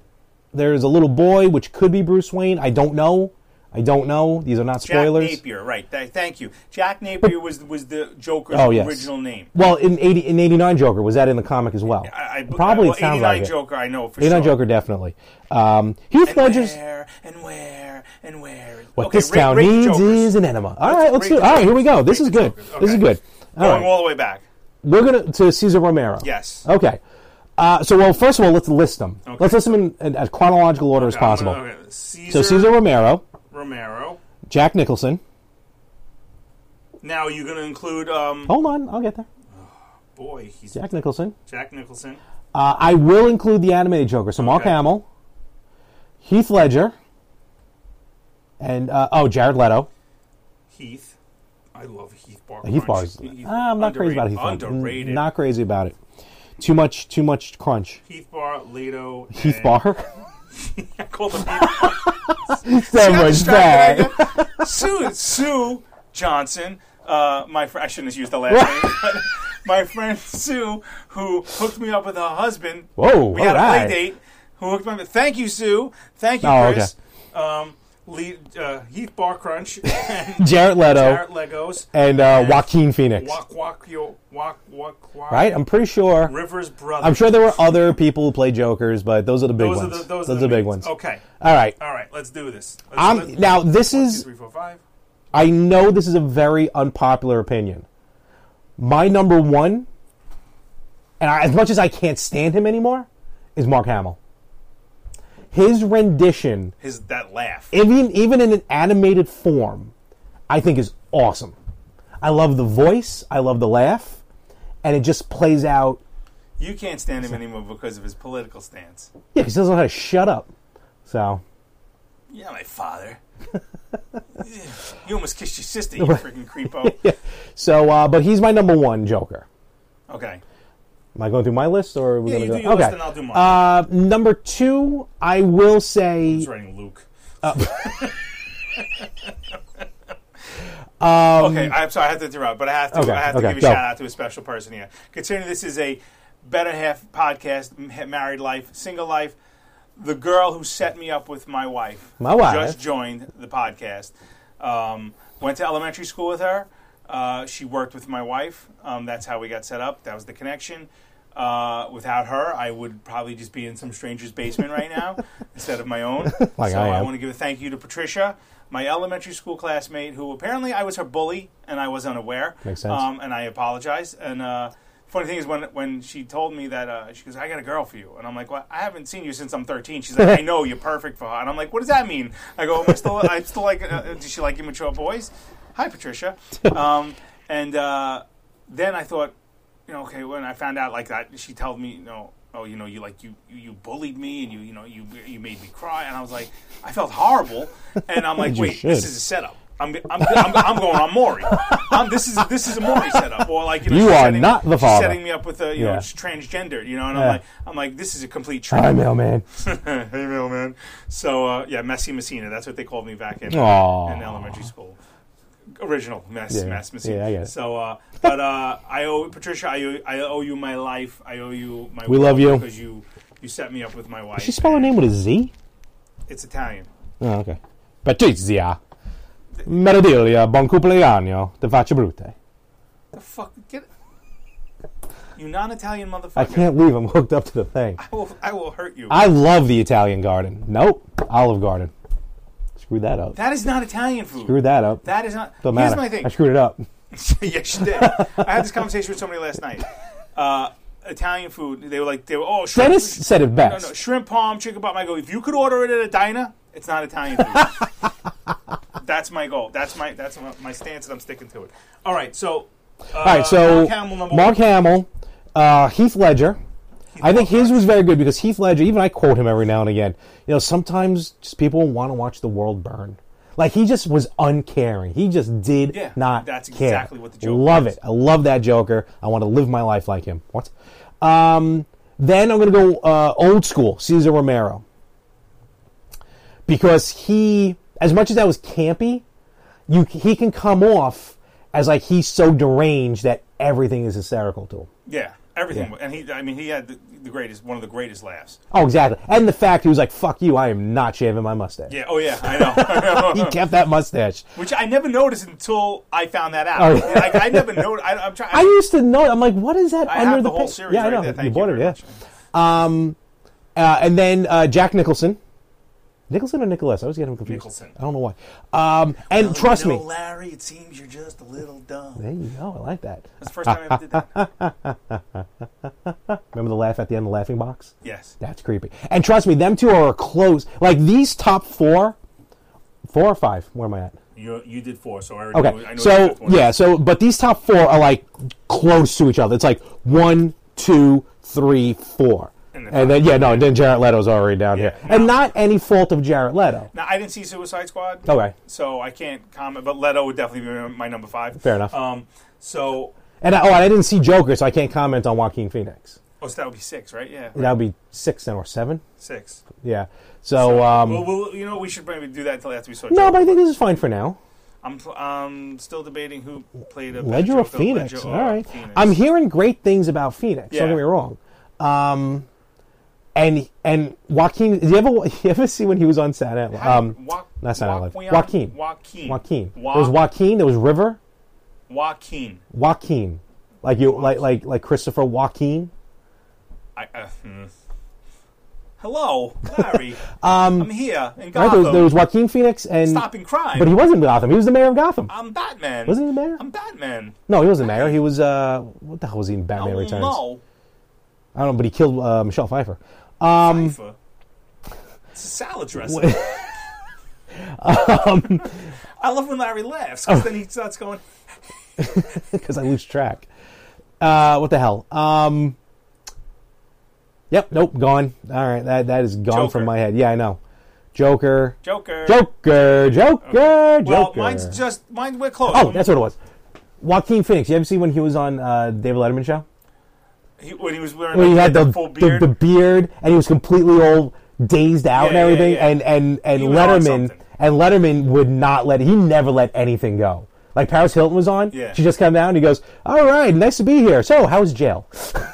Speaker 3: there's a little boy which could be Bruce Wayne. I don't know. I don't know. These are not
Speaker 2: Jack
Speaker 3: spoilers.
Speaker 2: Napier, right? Th- thank you. Jack Napier was was the Joker's
Speaker 3: Oh, yes.
Speaker 2: original name.
Speaker 3: Well, in eighty in eighty nine Joker was that in the comic as well?
Speaker 2: I, I,
Speaker 3: It probably
Speaker 2: well,
Speaker 3: sounds
Speaker 2: 89
Speaker 3: like it.
Speaker 2: Joker, I know for
Speaker 3: Eighty nine
Speaker 2: sure.
Speaker 3: Joker definitely. Um, Heath
Speaker 2: And
Speaker 3: Ledger's
Speaker 2: where and where and where?
Speaker 3: what
Speaker 2: Okay,
Speaker 3: this
Speaker 2: rate-
Speaker 3: town
Speaker 2: rate the
Speaker 3: needs
Speaker 2: Jokers.
Speaker 3: is an enema. All right, let's
Speaker 2: rate
Speaker 3: do.
Speaker 2: the
Speaker 3: All right, here we
Speaker 2: Jokers.
Speaker 3: go. This
Speaker 2: Rate
Speaker 3: is
Speaker 2: the
Speaker 3: good.
Speaker 2: Jokers.
Speaker 3: This is
Speaker 2: Okay.
Speaker 3: good. All
Speaker 2: Going
Speaker 3: right,
Speaker 2: all the way back.
Speaker 3: we're gonna to Caesar Romero.
Speaker 2: Yes.
Speaker 3: Okay. Uh, so well, first of all, let's list them. Let's list them in, in as chronological order as possible.
Speaker 2: Okay, okay. Caesar,
Speaker 3: So Caesar Romero,
Speaker 2: Romero.
Speaker 3: Jack Nicholson.
Speaker 2: Now you're going to include, um,
Speaker 3: Hold on, I'll get there.
Speaker 2: boy, he's
Speaker 3: Jack Nicholson.
Speaker 2: Jack Nicholson.
Speaker 3: Uh, I will include the animated Joker. So Mark
Speaker 2: Okay.
Speaker 3: Hamill, Heath Ledger, and uh, oh Jared Leto.
Speaker 2: Heath. I love Heath Barker.
Speaker 3: Heath Bar is- Ah, I'm not crazy about Heath. Ledger.
Speaker 2: Underrated.
Speaker 3: Not crazy about it. Too much. Too much crunch.
Speaker 2: Heath Bar, Leto.
Speaker 3: Heath
Speaker 2: and-
Speaker 3: Bar.
Speaker 2: I call them Heath.
Speaker 3: so
Speaker 2: Got
Speaker 3: much
Speaker 2: distracted,
Speaker 3: bad.
Speaker 2: I got- Sue, Sue Johnson, uh, my friend, I shouldn't have used the last name, but my friend Sue, who hooked me up with her husband.
Speaker 3: Whoa,
Speaker 2: We had a play
Speaker 3: alright.
Speaker 2: date. Who hooked me up? Thank you, Sue. Thank you,
Speaker 3: Oh,
Speaker 2: Chris. Um, Lee, uh, Heath Bar Crunch,
Speaker 3: Jared Leto
Speaker 2: Barrett Legos,
Speaker 3: and uh, Joaquin Phoenix.
Speaker 2: Walk Walk Yo Walk Walk Walk.
Speaker 3: right. I'm pretty sure.
Speaker 2: Rivers Brothers.
Speaker 3: I'm sure there were other people who played Jokers, but those are the big
Speaker 2: those
Speaker 3: ones.
Speaker 2: are the those,
Speaker 3: are the big
Speaker 2: main-
Speaker 3: ones.
Speaker 2: Okay.
Speaker 3: All right.
Speaker 2: All right. Let's do this. Let's,
Speaker 3: I'm,
Speaker 2: let's-
Speaker 3: now this
Speaker 2: one, two,
Speaker 3: is.
Speaker 2: three, four, five.
Speaker 3: I know this is a very unpopular opinion. My number one, and I, as much as I can't stand him anymore, is Mark Hamill. His rendition,
Speaker 2: His that laugh.
Speaker 3: even even in an animated form, I think is awesome. I love the voice. I love the laugh, and it just plays out.
Speaker 2: You can't stand him anymore because of his political stance.
Speaker 3: Yeah, 'cause he doesn't know how to shut up. So
Speaker 2: Yeah, my father. you almost kissed your sister, you freaking creepo.
Speaker 3: so, uh, but he's my number one Joker.
Speaker 2: Okay.
Speaker 3: Am I going through my list or are we
Speaker 2: Yeah,
Speaker 3: gonna
Speaker 2: you
Speaker 3: go?
Speaker 2: do your
Speaker 3: okay.
Speaker 2: list and I'll do mine.
Speaker 3: Uh, number two, I will say.
Speaker 2: He's writing Luke.
Speaker 3: uh,
Speaker 2: okay, I'm sorry, I have to interrupt, but I have to,
Speaker 3: um, Okay,
Speaker 2: I have to
Speaker 3: okay,
Speaker 2: give a
Speaker 3: go.
Speaker 2: shout out to a special person here. Considering this is a better half podcast, m- married life, single life, the girl who set me up with my wife,
Speaker 3: My wife.
Speaker 2: just joined the podcast. Um, went to elementary school with her. Uh, she worked with my wife. Um, that's how we got set up. That was the connection. Uh, without her, I would probably just be in some stranger's basement right now instead of my own.
Speaker 3: Like
Speaker 2: so
Speaker 3: I
Speaker 2: I
Speaker 3: am.
Speaker 2: want to give a thank you to Patricia my elementary school classmate, who apparently I was her bully and I was unaware.
Speaker 3: Makes sense.
Speaker 2: Um, and I apologize. And uh, funny thing is, when when she told me that, uh, she goes, "I got a girl for you," and I'm like, "Well, I haven't seen you since I'm 13." She's like, "I know you're perfect for her," and I'm like, "What does that mean?" I go, "I'm still, I'm still like, uh, uh, does she like immature boys?" Hi, Patricia. Um, and uh, then I thought, you know, okay, when I found out like that, she told me, you know, oh, you know, you like you you- you bullied me and you you know you you made me cry, and I was like, I felt horrible, and I'm like,
Speaker 3: You
Speaker 2: wait,
Speaker 3: should.
Speaker 2: this is a setup. I'm I'm, I'm, I'm going on Maury. I'm, this is this is a Maury setup, or like you, know,
Speaker 3: You
Speaker 2: she's
Speaker 3: are
Speaker 2: setting,
Speaker 3: not the
Speaker 2: she's
Speaker 3: father.
Speaker 2: setting me up with a you know
Speaker 3: Yeah.
Speaker 2: it's transgender, you know, and
Speaker 3: Yeah.
Speaker 2: I'm like I'm like this is a complete
Speaker 3: Hi,
Speaker 2: trap.
Speaker 3: mailman.
Speaker 2: hey, man. So uh, yeah, Messi Messina. That's what they called me back in
Speaker 3: Aw.
Speaker 2: in elementary school. Original mess,
Speaker 3: Yeah.
Speaker 2: mess, Messina.
Speaker 3: Yeah, I get it.
Speaker 2: So, uh, but uh, I owe Patricia. I owe, I owe you my life. I owe you my.
Speaker 3: We
Speaker 2: world
Speaker 3: love you.
Speaker 2: because you you set me up with my wife.
Speaker 3: She spelled her name with a Z.
Speaker 2: It's Italian.
Speaker 3: Oh, okay. Patrizia. Meraviglia, buon compleanno, te faccio brutte.
Speaker 2: The fuck, get you non-Italian motherfucker.
Speaker 3: I can't leave. I'm hooked up to the thing.
Speaker 2: I will, I will hurt you.
Speaker 3: I love the Italian Garden. Nope, Olive Garden. Screw that up.
Speaker 2: that is not Italian food.
Speaker 3: Screw that up.
Speaker 2: That is not.
Speaker 3: Don't
Speaker 2: here's
Speaker 3: matter.
Speaker 2: my thing.
Speaker 3: I screwed it up.
Speaker 2: yes, you did. I had this conversation with somebody last night. Uh, Italian food. They were like, they were oh, shrimp,
Speaker 3: Dennis said it
Speaker 2: no,
Speaker 3: best.
Speaker 2: no, shrimp palm, chicken palm. I go, if you could order it at a diner, it's not Italian food. that's my goal. That's my that's my, my stance, and I'm sticking to it. All right, so. Uh,
Speaker 3: All right, so
Speaker 2: Mark Hamill, number
Speaker 3: Mark
Speaker 2: one.
Speaker 3: Hamill, uh, Heath Ledger. I think his was very good because Heath Ledger. Even I quote him every now and again. You know, sometimes just people want to watch the world burn. Like he just was uncaring. He just did
Speaker 2: Yeah,
Speaker 3: not
Speaker 2: that's
Speaker 3: care.
Speaker 2: exactly what the Joker
Speaker 3: Love
Speaker 2: is.
Speaker 3: it. I love that Joker. I want to live my life like him. What? Um, then I'm gonna go uh, old school Cesar Romero because he, as much as that was campy, you he can come off as like he's so deranged that everything is hysterical to him.
Speaker 2: Yeah, everything, and he. I mean, he had the, the greatest, one of the greatest laughs.
Speaker 3: Oh, exactly. And the fact he was like, "Fuck you, I am not shaving my mustache."
Speaker 2: Yeah. Oh yeah, I know. I know.
Speaker 3: He kept that mustache.
Speaker 2: Which I never noticed until I found that out.
Speaker 3: Oh, yeah.
Speaker 2: like, I never noticed. I, I'm trying.
Speaker 3: I used to know. I'm like, what is that
Speaker 2: I
Speaker 3: under
Speaker 2: have the whole
Speaker 3: pic-
Speaker 2: series
Speaker 3: Yeah,
Speaker 2: right
Speaker 3: I know.
Speaker 2: there. Thank
Speaker 3: you
Speaker 2: you
Speaker 3: bought it,
Speaker 2: very
Speaker 3: yeah.
Speaker 2: much.
Speaker 3: Um, uh, and then uh, Jack Nicholson. Nicholson or Nicholas? I always get him confused.
Speaker 2: Nicholson.
Speaker 3: I don't know why. Um, and trust
Speaker 2: You know,
Speaker 3: me.
Speaker 2: Oh, Larry, it seems you're just a little dumb.
Speaker 3: There you go. I like that.
Speaker 2: That's the first time I ever did that.
Speaker 3: Remember the laugh at the end of the laughing box?
Speaker 2: Yes.
Speaker 3: That's creepy. And trust me, them two are close. Like these top four, four or five. Where am I at?
Speaker 2: You you did four, so I already
Speaker 3: Okay.
Speaker 2: know, I know you
Speaker 3: so
Speaker 2: did four.
Speaker 3: yeah. So but these top four are like close to each other. It's like one, two, three, four.
Speaker 2: And
Speaker 3: And,
Speaker 2: then
Speaker 3: then yeah, no. And then Jarrett Leto's already down
Speaker 2: Yeah,
Speaker 3: here, and not any fault of Jarrett Leto.
Speaker 2: Now I didn't see Suicide Squad.
Speaker 3: Okay.
Speaker 2: So I can't comment, but Leto would definitely be my number five.
Speaker 3: Fair enough.
Speaker 2: Um. So
Speaker 3: And I, oh, and I didn't see Joker, so I can't comment on Joaquin Phoenix.
Speaker 2: oh, so that would be six, right? Yeah.
Speaker 3: That would be six then or seven.
Speaker 2: Six.
Speaker 3: Yeah. So
Speaker 2: Well,
Speaker 3: um,
Speaker 2: well, you know, we should maybe do that until after we saw.
Speaker 3: no,
Speaker 2: Joker.
Speaker 3: but I think this is fine for now.
Speaker 2: I'm pl- um still debating who played a
Speaker 3: Ledger
Speaker 2: Joker,
Speaker 3: of Phoenix.
Speaker 2: Ledger
Speaker 3: All
Speaker 2: or
Speaker 3: right.
Speaker 2: Phoenix.
Speaker 3: I'm hearing great things about Phoenix.
Speaker 2: Yeah.
Speaker 3: Don't get me wrong. Um, and and Joaquin, did you ever you ever see when he was on Saturday? Night Live?
Speaker 2: How-
Speaker 3: Um,
Speaker 2: Joa-
Speaker 3: not Saturday Night Live.
Speaker 2: Joaquin. Joaquin.
Speaker 3: Joaquin. Joaquin.
Speaker 2: Joa-
Speaker 3: There was Joaquin. There was River.
Speaker 2: Joaquin.
Speaker 3: Joaquin. Like you, like like like Christopher Joaquin.
Speaker 2: I, uh, hmm. Hello, Larry. um, I'm here in
Speaker 3: Right?
Speaker 2: Gotham.
Speaker 3: There was, there was Joaquin Phoenix and
Speaker 2: Stopping crime.
Speaker 3: But he wasn't Gotham. He was the mayor of Gotham.
Speaker 2: I'm Batman.
Speaker 3: Wasn't he the mayor?
Speaker 2: I'm Batman.
Speaker 3: No, he wasn't mayor. He was uh, what the hell was he in
Speaker 2: I
Speaker 3: Batman
Speaker 2: don't
Speaker 3: Returns?
Speaker 2: know.
Speaker 3: I don't know, but he killed uh, Michelle Pfeiffer.
Speaker 2: Pfeiffer. It's a salad dressing. Um, I love when Larry laughs
Speaker 3: Oh.
Speaker 2: because then he starts going.
Speaker 3: because I lose track. Uh, what the hell? Um, yep, nope, gone. All right, that that is gone
Speaker 2: Joker.
Speaker 3: from my head. Yeah, I know. Joker,
Speaker 2: Joker.
Speaker 3: Joker, Joker, Joker.
Speaker 2: Well, mine's just mine. We're close.
Speaker 3: oh, that's what it was. Joaquin Phoenix. You ever see when he was on uh, David Letterman show?
Speaker 2: he, when he was wearing
Speaker 3: When he had the
Speaker 2: full
Speaker 3: the,
Speaker 2: beard.
Speaker 3: the beard and he was completely all dazed out and
Speaker 2: Yeah, yeah,
Speaker 3: everything.
Speaker 2: yeah.
Speaker 3: And and and
Speaker 2: He was on
Speaker 3: Letterman
Speaker 2: something.
Speaker 3: and Letterman would not let he never let anything go. Like Paris Hilton was on,
Speaker 2: Yeah.
Speaker 3: she just came down and he goes, "All right, nice to be here. So, how was jail?"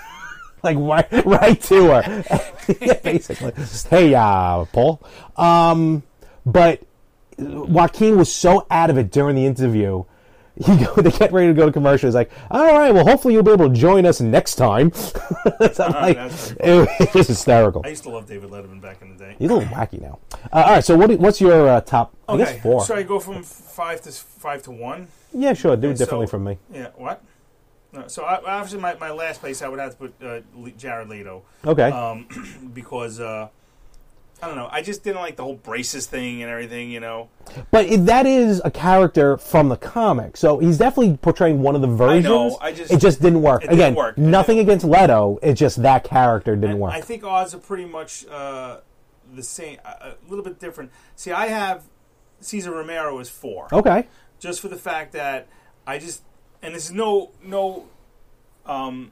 Speaker 3: like right, right to her, Yeah, basically. Hey, uh, Paul. Um, but Joaquin was so out of it during the interview he go, they get ready to go to commercial. He's like, "All right, well, hopefully you'll be able to join us next time." So I'm like,
Speaker 2: Ah, that's pretty
Speaker 3: it, was just hysterical.
Speaker 2: I used to love David Letterman back in the day.
Speaker 3: He's a little wacky now. Uh, all right, so what, do- what's your uh, top? I
Speaker 2: Okay,
Speaker 3: guess four.
Speaker 2: so I go from five to five to one.
Speaker 3: Yeah, sure. Do it
Speaker 2: So-
Speaker 3: differently from me.
Speaker 2: Yeah, what? No, so I, obviously, my, my last place I would have to put uh, Le- Jared Leto
Speaker 3: Okay.
Speaker 2: um, because uh, I don't know. I just didn't like the whole braces thing and everything. You know,
Speaker 3: But it, that is a character from the comic, so he's definitely portraying one of the versions.
Speaker 2: I just-
Speaker 3: it just didn't work.
Speaker 2: it
Speaker 3: Again,
Speaker 2: didn't work. It
Speaker 3: nothing against Leto. It's just that character didn't work.
Speaker 2: I think odds are pretty much uh, the same, uh, a a little bit different. See, I have Cesar Romero as four.
Speaker 3: okay.
Speaker 2: just for the fact that I just and there's no no um,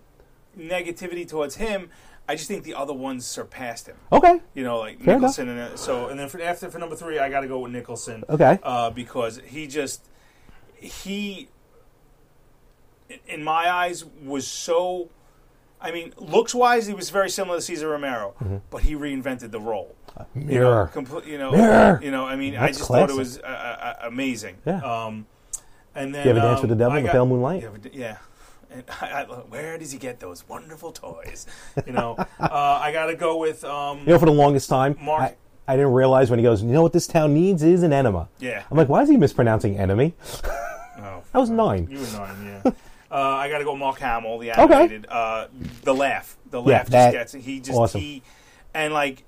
Speaker 2: negativity towards him. I just think the other ones surpassed him.
Speaker 3: Okay.
Speaker 2: You know, like
Speaker 3: Fair enough.
Speaker 2: Nicholson and uh, so and then for, after for number three, I got to go with Nicholson.
Speaker 3: Okay.
Speaker 2: uh, because he just he in- in my eyes was so. I mean, looks wise, he was very similar to Cesar Romero, but he reinvented the role.
Speaker 3: Mm-hmm. Uh, Mirror.
Speaker 2: Comple- you know,
Speaker 3: Mirror.
Speaker 2: you know. I mean, I
Speaker 3: That's
Speaker 2: just thought
Speaker 3: classic.
Speaker 2: it was uh, uh, uh, amazing.
Speaker 3: Yeah.
Speaker 2: Um, and then
Speaker 3: You ever dance
Speaker 2: um,
Speaker 3: with the devil
Speaker 2: I
Speaker 3: in the
Speaker 2: got-
Speaker 3: pale moonlight?
Speaker 2: You ever d- yeah. And I, I, where does he get those wonderful toys? You know, uh, I got to go with um,
Speaker 3: You know, for the longest time,
Speaker 2: Mark-
Speaker 3: I, I didn't realize when he goes, you know what this town needs is an enema.
Speaker 2: Yeah. Oh.
Speaker 3: I'm like, why is he mispronouncing enemy? I was nine.
Speaker 2: you and I. Yeah. Uh, I got to go Mark Hamill, the
Speaker 3: Okay.
Speaker 2: animated. Uh, the laugh, the laugh
Speaker 3: that-
Speaker 2: just gets it. He just
Speaker 3: awesome.
Speaker 2: he, and like,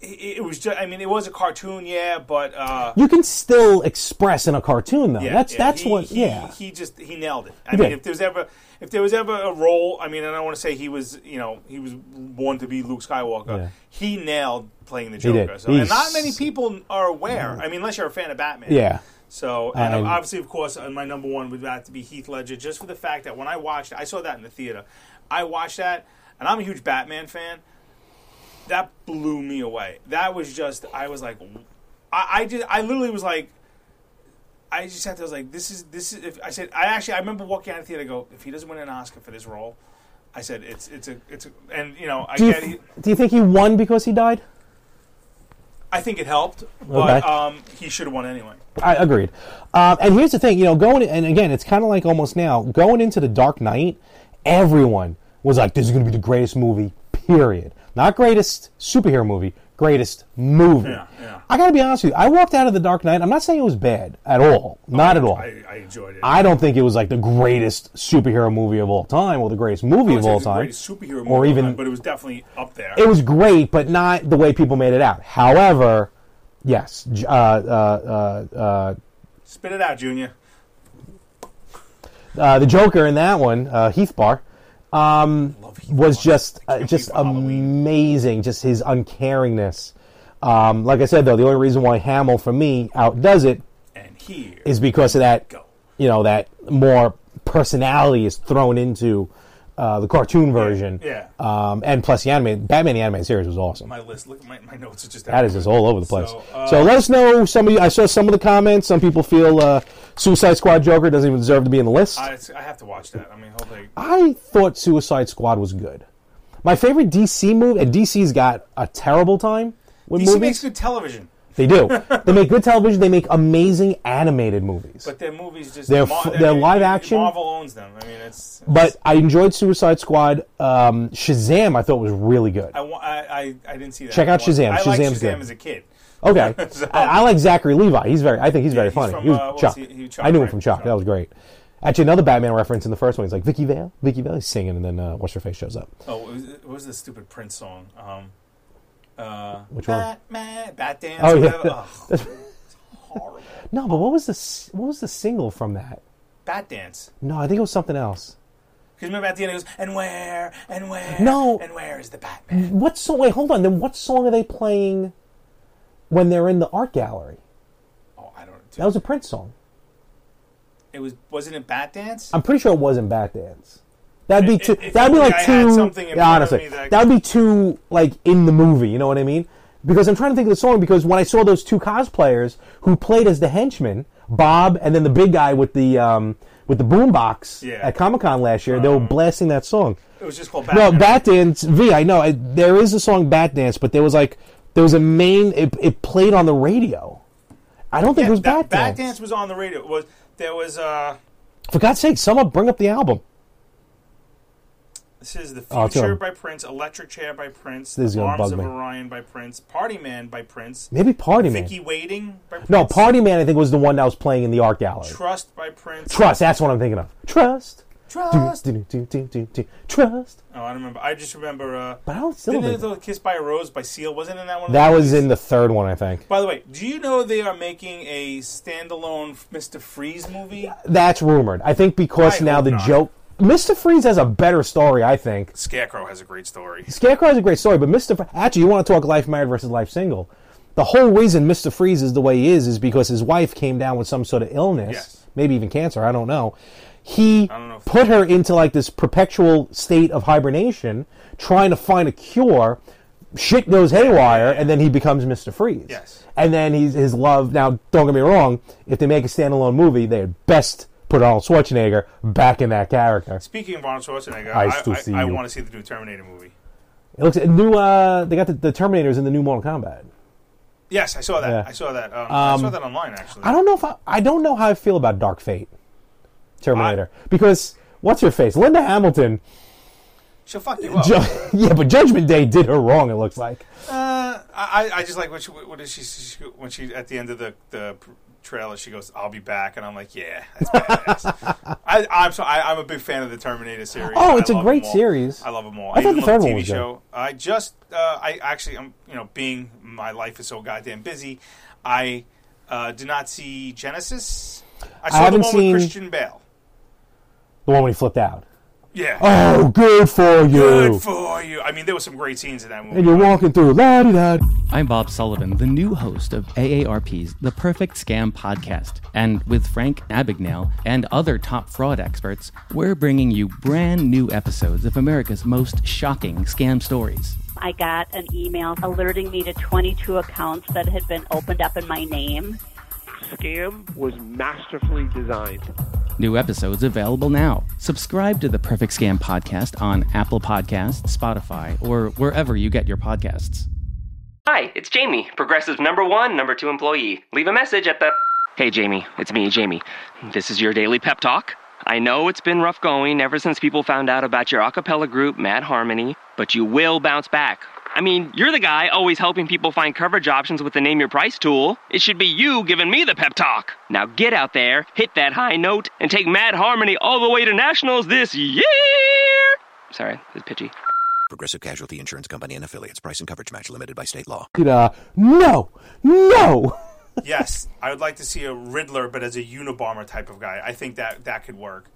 Speaker 2: it, it was just. I mean, it was a cartoon, yeah, but uh,
Speaker 3: You can still express in a cartoon though.
Speaker 2: Yeah,
Speaker 3: that's
Speaker 2: yeah.
Speaker 3: that's
Speaker 2: He-
Speaker 3: what.
Speaker 2: he-
Speaker 3: yeah.
Speaker 2: He just he nailed it. I
Speaker 3: He
Speaker 2: mean,
Speaker 3: did.
Speaker 2: if there was ever if there was ever a role, I mean, and I don't want to say he was you know he was born to be Luke Skywalker.
Speaker 3: Yeah.
Speaker 2: He nailed playing the
Speaker 3: did.
Speaker 2: Joker. So, and
Speaker 3: He's- Mm.
Speaker 2: not many people are aware. I mean, unless you're a fan of Batman.
Speaker 3: yeah.
Speaker 2: So and
Speaker 3: Um,
Speaker 2: obviously, of course, uh, my number one would have to be Heath Ledger, just for the fact that when I watched, I saw that in the theater. I watched that, and I'm a huge Batman fan. That blew me away. That was just, I was like, I, I just, I literally was like, I just had to, I was like, this is, this is. If I said, I actually, I remember walking out of the theater, and go, if he doesn't win an Oscar for this role, I said, it's, it's a, it's, a, and you know, I
Speaker 3: Do you,
Speaker 2: get, he,
Speaker 3: do you think he won because he died?
Speaker 2: I think it helped, but
Speaker 3: Okay.
Speaker 2: um, he should have won anyway.
Speaker 3: I agreed. Um, and here's the thing, you know, going and again, it's kind of like almost now going into the Dark Knight. Everyone was like, "This is going to be the greatest movie." Period. Not greatest superhero movie, greatest movie.
Speaker 2: Yeah, yeah.
Speaker 3: I got to be honest with you. I walked out of the Dark Knight. I'm not saying it was bad at all. Not at all.
Speaker 2: I, I enjoyed it.
Speaker 3: I don't think it was like the greatest superhero movie of all time, or the greatest movie of
Speaker 2: wouldn't
Speaker 3: all
Speaker 2: say
Speaker 3: time,
Speaker 2: it's the greatest superhero movie
Speaker 3: or
Speaker 2: of all
Speaker 3: even
Speaker 2: time, but it was definitely up there.
Speaker 3: it was great, but not the way people made it out. However, yes, J- uh, uh, uh, uh,
Speaker 2: Spit it out, Junior.
Speaker 3: uh, the Joker in that one, uh, Heath Bar, um, was just uh,
Speaker 2: can't
Speaker 3: just
Speaker 2: wait for Halloween.
Speaker 3: amazing. Just his uncaringness. Um, like I said, though, the only reason why Hamill for me outdoes it
Speaker 2: And here
Speaker 3: is because of that, you know, that more personality is thrown into uh, the cartoon version.
Speaker 2: yeah.
Speaker 3: Um, and plus the anime, Batman the animated series was awesome.
Speaker 2: my list. Look, my, my notes are just
Speaker 3: That is just all over the place. So,
Speaker 2: So, uh,
Speaker 3: let us know. Some of you, I saw some of the comments. Some people feel uh, Suicide Squad Joker doesn't even deserve to be in the list. I,
Speaker 2: I, I have to watch that. I mean, hopefully,
Speaker 3: thought Suicide Squad was good. My favorite DC movie, and DC's got a terrible time with
Speaker 2: DC
Speaker 3: movies.
Speaker 2: makes good television,
Speaker 3: they do. they make good television. They make amazing animated movies.
Speaker 2: but their movies just
Speaker 3: They're
Speaker 2: Mar-
Speaker 3: fu- they're live action.
Speaker 2: Marvel owns them. I mean, it's.
Speaker 3: But I enjoyed Suicide Squad. Um, Shazam, I thought was really good.
Speaker 2: I, wa- I, I, I didn't see that.
Speaker 3: Check out
Speaker 2: one.
Speaker 3: Shazam.
Speaker 2: I liked
Speaker 3: Shazam's
Speaker 2: Shazam
Speaker 3: good.
Speaker 2: as a kid.
Speaker 3: Okay,
Speaker 2: So-
Speaker 3: I, I like Zachary Levi. He's very. I think he's very
Speaker 2: he's
Speaker 3: funny.
Speaker 2: from,
Speaker 3: he was
Speaker 2: uh, what was
Speaker 3: Chuck.
Speaker 2: he- he was Chuck,
Speaker 3: I knew him
Speaker 2: right?
Speaker 3: from Chuck.
Speaker 2: Chuck.
Speaker 3: That was great. Actually, another Batman reference in the first one. He's like Vicky Vale. Vicky Vale. He's singing, and then uh, what's her face shows up.
Speaker 2: Oh, what was, what was the stupid Prince song? Um, uh,
Speaker 3: Which one?
Speaker 2: Batman, Bat Dance,
Speaker 3: Oh,
Speaker 2: oh,
Speaker 3: yeah.
Speaker 2: whatever. Ugh, it's horrible.
Speaker 3: No, but what was the s- what was the single from that?
Speaker 2: Bat Dance.
Speaker 3: No, I think it was something else.
Speaker 2: Because remember at the end it goes, and where, and where,
Speaker 3: No.
Speaker 2: and where is the Batman?
Speaker 3: What song? Wait, hold on. Then what song are they playing when they're in the art gallery?
Speaker 2: Oh, I don't.
Speaker 3: That was a Prince song.
Speaker 2: It was wasn't it Bat Dance?
Speaker 3: I'm pretty sure it wasn't Bat Dance. That'd be
Speaker 2: If-
Speaker 3: too.
Speaker 2: if
Speaker 3: that'd be
Speaker 2: only
Speaker 3: like
Speaker 2: I
Speaker 3: too.
Speaker 2: had something in
Speaker 3: yeah,
Speaker 2: front of
Speaker 3: honestly,
Speaker 2: me that I
Speaker 3: that would be too like in the movie. You know what I mean? Because I'm trying to think of the song. Because when I saw those two cosplayers who played as the henchmen, Bob and then the big guy with the um, with the boombox
Speaker 2: Yeah. Um,
Speaker 3: at Comic Con last year, they were blasting that song.
Speaker 2: It was just called
Speaker 3: No,
Speaker 2: Batman.
Speaker 3: Bat Dance V. I know I, there is a song Bat Dance, but there was like there was a main. It, it played on the radio. I don't think it was
Speaker 2: That-
Speaker 3: Bat Dance.
Speaker 2: was on the radio. It was There was uh
Speaker 3: For God's sake, someone bring up the album.
Speaker 2: this is the
Speaker 3: Oh, it's
Speaker 2: future
Speaker 3: on.
Speaker 2: by Prince, Electric Chair by Prince,
Speaker 3: This is
Speaker 2: The
Speaker 3: gonna
Speaker 2: Arms
Speaker 3: bug
Speaker 2: of
Speaker 3: me.
Speaker 2: Orion by Prince, Party Man by Prince,
Speaker 3: Maybe Party Man.
Speaker 2: Vicky Waiting by Prince,
Speaker 3: No, Party Man. I think was the one that was playing in the art gallery.
Speaker 2: Trust by Prince,
Speaker 3: Trust. That's what I'm thinking of. Trust.
Speaker 2: Trust.
Speaker 3: Do, do, do, do, do, Trust.
Speaker 2: Oh, I don't remember. I just remember. Uh,
Speaker 3: But I don't still
Speaker 2: didn't
Speaker 3: think-
Speaker 2: they do Kiss by a Rose by Seal? Wasn't in that one? of
Speaker 3: That
Speaker 2: the
Speaker 3: was
Speaker 2: movies?
Speaker 3: in the third one, I think.
Speaker 2: By the way, do you know they are making a standalone Mr. Freeze movie?
Speaker 3: That's rumored. I think because
Speaker 2: I
Speaker 3: now
Speaker 2: hope
Speaker 3: the
Speaker 2: not.
Speaker 3: joke. Mr. Freeze has a better story, I think.
Speaker 2: Scarecrow has a great story.
Speaker 3: Scarecrow is a great story, but Mr. Fr- actually, you want to talk life married versus life single. The whole reason Mr. Freeze is the way he is is because his wife came down with some sort of illness,
Speaker 2: Yes.
Speaker 3: maybe even cancer. I don't know. He
Speaker 2: know if-
Speaker 3: put her into like this perpetual state of hibernation, trying to find a cure. Shit goes haywire, and then he becomes Mr. Freeze.
Speaker 2: Yes.
Speaker 3: And then he's his love. Now, don't get me wrong. If they make a standalone movie, they had best put Arnold Schwarzenegger back in that character.
Speaker 2: Speaking of Arnold Schwarzenegger, I,
Speaker 3: I
Speaker 2: I,
Speaker 3: still see
Speaker 2: I,
Speaker 3: you.
Speaker 2: want to see the new Terminator movie.
Speaker 3: It looks new. Uh, they got the, the Terminators in the new Mortal Kombat.
Speaker 2: Yes, I saw that.
Speaker 3: Yeah.
Speaker 2: I saw that. Um, I saw that online actually.
Speaker 3: I don't know if I, I don't know how I feel about Dark Fate, Terminator, because what's her face, Linda Hamilton?
Speaker 2: She'll fuck you up.
Speaker 3: ju- yeah, but Judgment Day did her wrong. It looks like.
Speaker 2: uh, I, I just like when she, what is she, she when she at the end of the the pr- trailer she goes I'll be back and I'm like yeah that's badass. I, I'm so I, I'm a big fan of the Terminator series.
Speaker 3: Oh,
Speaker 2: I
Speaker 3: it's a
Speaker 2: love
Speaker 3: great
Speaker 2: them all.
Speaker 3: series.
Speaker 2: I love them all.
Speaker 3: I
Speaker 2: I,
Speaker 3: thought
Speaker 2: even
Speaker 3: the
Speaker 2: love
Speaker 3: third
Speaker 2: the
Speaker 3: one
Speaker 2: TV
Speaker 3: was good.
Speaker 2: show. I just uh, I actually I'm you know being my life is so goddamn busy. I uh, did not see Genesis. I saw
Speaker 3: haven't
Speaker 2: the one
Speaker 3: seen-
Speaker 2: with Christian Bale.
Speaker 3: The one when he flipped out.
Speaker 2: Yeah.
Speaker 3: Oh, good for you.
Speaker 2: Good for you. I mean, there were some great scenes in that movie.
Speaker 3: and you're walking through la di da.
Speaker 8: I'm Bob Sullivan, the new host of AARP's The Perfect Scam podcast. And with Frank Abagnale and other top fraud experts, we're bringing you brand new episodes of America's most shocking scam stories.
Speaker 9: I got an email alerting me to 22 accounts that had been opened up in my name.
Speaker 10: scam was masterfully designed.
Speaker 8: New episodes available now. Subscribe to The Perfect Scam podcast on Apple Podcasts, Spotify, or wherever you get your podcasts.
Speaker 6: Hi, it's Jamie, Progressive number one, number two employee. Leave a message at the. Hey, Jamie, it's me, Jamie. This is your daily pep talk. I know it's been rough going ever since people found out about your a cappella group, Mad Harmony, but you will bounce back. I mean, you're the guy always helping people find coverage options with the Name Your Price tool. It should be you giving me the pep talk. Now get out there, hit that high note, and take Mad Harmony all the way to nationals this year! Sorry, it's pitchy.
Speaker 1: Progressive Casualty Insurance Company and affiliates. Price and coverage match limited by state law.
Speaker 3: Da. No, no.
Speaker 2: yes, I would like to see a Riddler, but as a Unabomber type of guy. I think that that could work.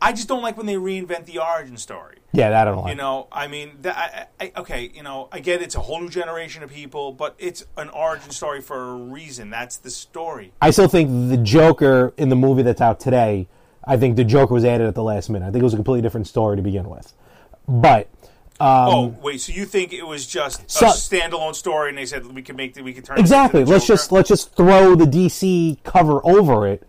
Speaker 2: I just don't like when they reinvent the origin story.
Speaker 3: Yeah, that I don't like.
Speaker 2: You know, I mean, that, I, I, okay, you know, I get it's a whole new generation of people, but it's an origin story for a reason. That's the story.
Speaker 3: I still think the Joker in the movie that's out today, I think the Joker was added at the last minute. I think it was a completely different story to begin with. But
Speaker 2: oh wait, so you think it was just
Speaker 3: Um, So-
Speaker 2: a standalone story, and they said we can make the, we can turn it
Speaker 3: exactly,
Speaker 2: Into the
Speaker 3: let's
Speaker 2: Joker"?
Speaker 3: just let's just throw the DC cover over it.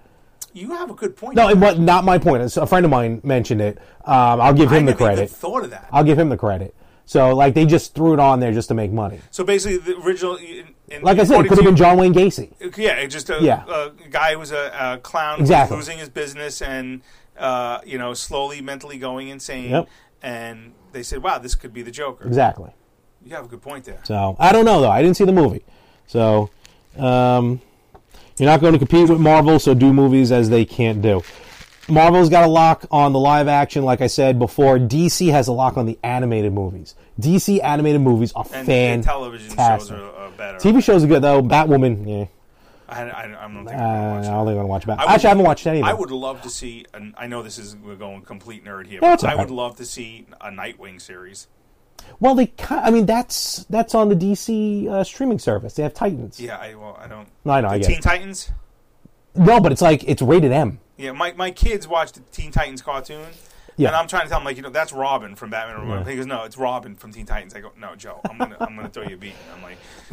Speaker 2: you have a good point.
Speaker 3: No, it was not my point. It's- A friend of mine mentioned it. Um, I'll give
Speaker 2: I
Speaker 3: him the
Speaker 2: never even
Speaker 3: credit.
Speaker 2: Thought of that.
Speaker 3: I'll give him the credit. So like they just threw it on there just to make money.
Speaker 2: so basically, the original. In, in
Speaker 3: Like I said, it could
Speaker 2: 42
Speaker 3: have been John Wayne Gacy.
Speaker 2: Yeah, it just a,
Speaker 3: Yeah.
Speaker 2: a guy who was a, a clown who was
Speaker 3: Exactly.
Speaker 2: losing his business and uh, you know slowly mentally going insane.
Speaker 3: Yep.
Speaker 2: And they said, "Wow, this could be the Joker."
Speaker 3: Exactly.
Speaker 2: You have a good point there.
Speaker 3: So I don't know though. I didn't see the movie. So um, you're not going to compete with Marvel, so do movies as they can't do. Marvel's got a lock on the live action, like I said before. DC has a lock on the animated movies. DC animated movies are
Speaker 2: And
Speaker 3: fantastic.
Speaker 2: the television shows are, are better.
Speaker 3: TV shows are good though. Batwoman, yeah.
Speaker 2: I, I, I don't think
Speaker 3: Uh,
Speaker 2: I'm gonna watch
Speaker 3: I don't think I'm gonna watch
Speaker 2: it.
Speaker 3: Batwoman.
Speaker 2: I would-
Speaker 3: Actually, I haven't watched any of
Speaker 2: I
Speaker 3: them.
Speaker 2: would love to see. And I know this is we're going complete nerd here.
Speaker 3: No, it's
Speaker 2: but I
Speaker 3: all right.
Speaker 2: would love to see a Nightwing series.
Speaker 3: Well, they, ki- I mean, that's that's on the DC uh, streaming service. They have Titans.
Speaker 2: Yeah, I well, I don't.
Speaker 3: No, I know,
Speaker 2: The
Speaker 3: I get
Speaker 2: Teen
Speaker 3: it.
Speaker 2: Titans.
Speaker 3: No, but it's like it's rated M.
Speaker 2: Yeah, my, my kids watch the Teen Titans cartoon.
Speaker 3: Yeah.
Speaker 2: And I'm trying to tell him like you know that's Robin from Batman. Or whatever. He goes, no, it's Robin from Teen Titans. I go, no, Joe, I'm gonna I'm gonna throw you a beat. I'm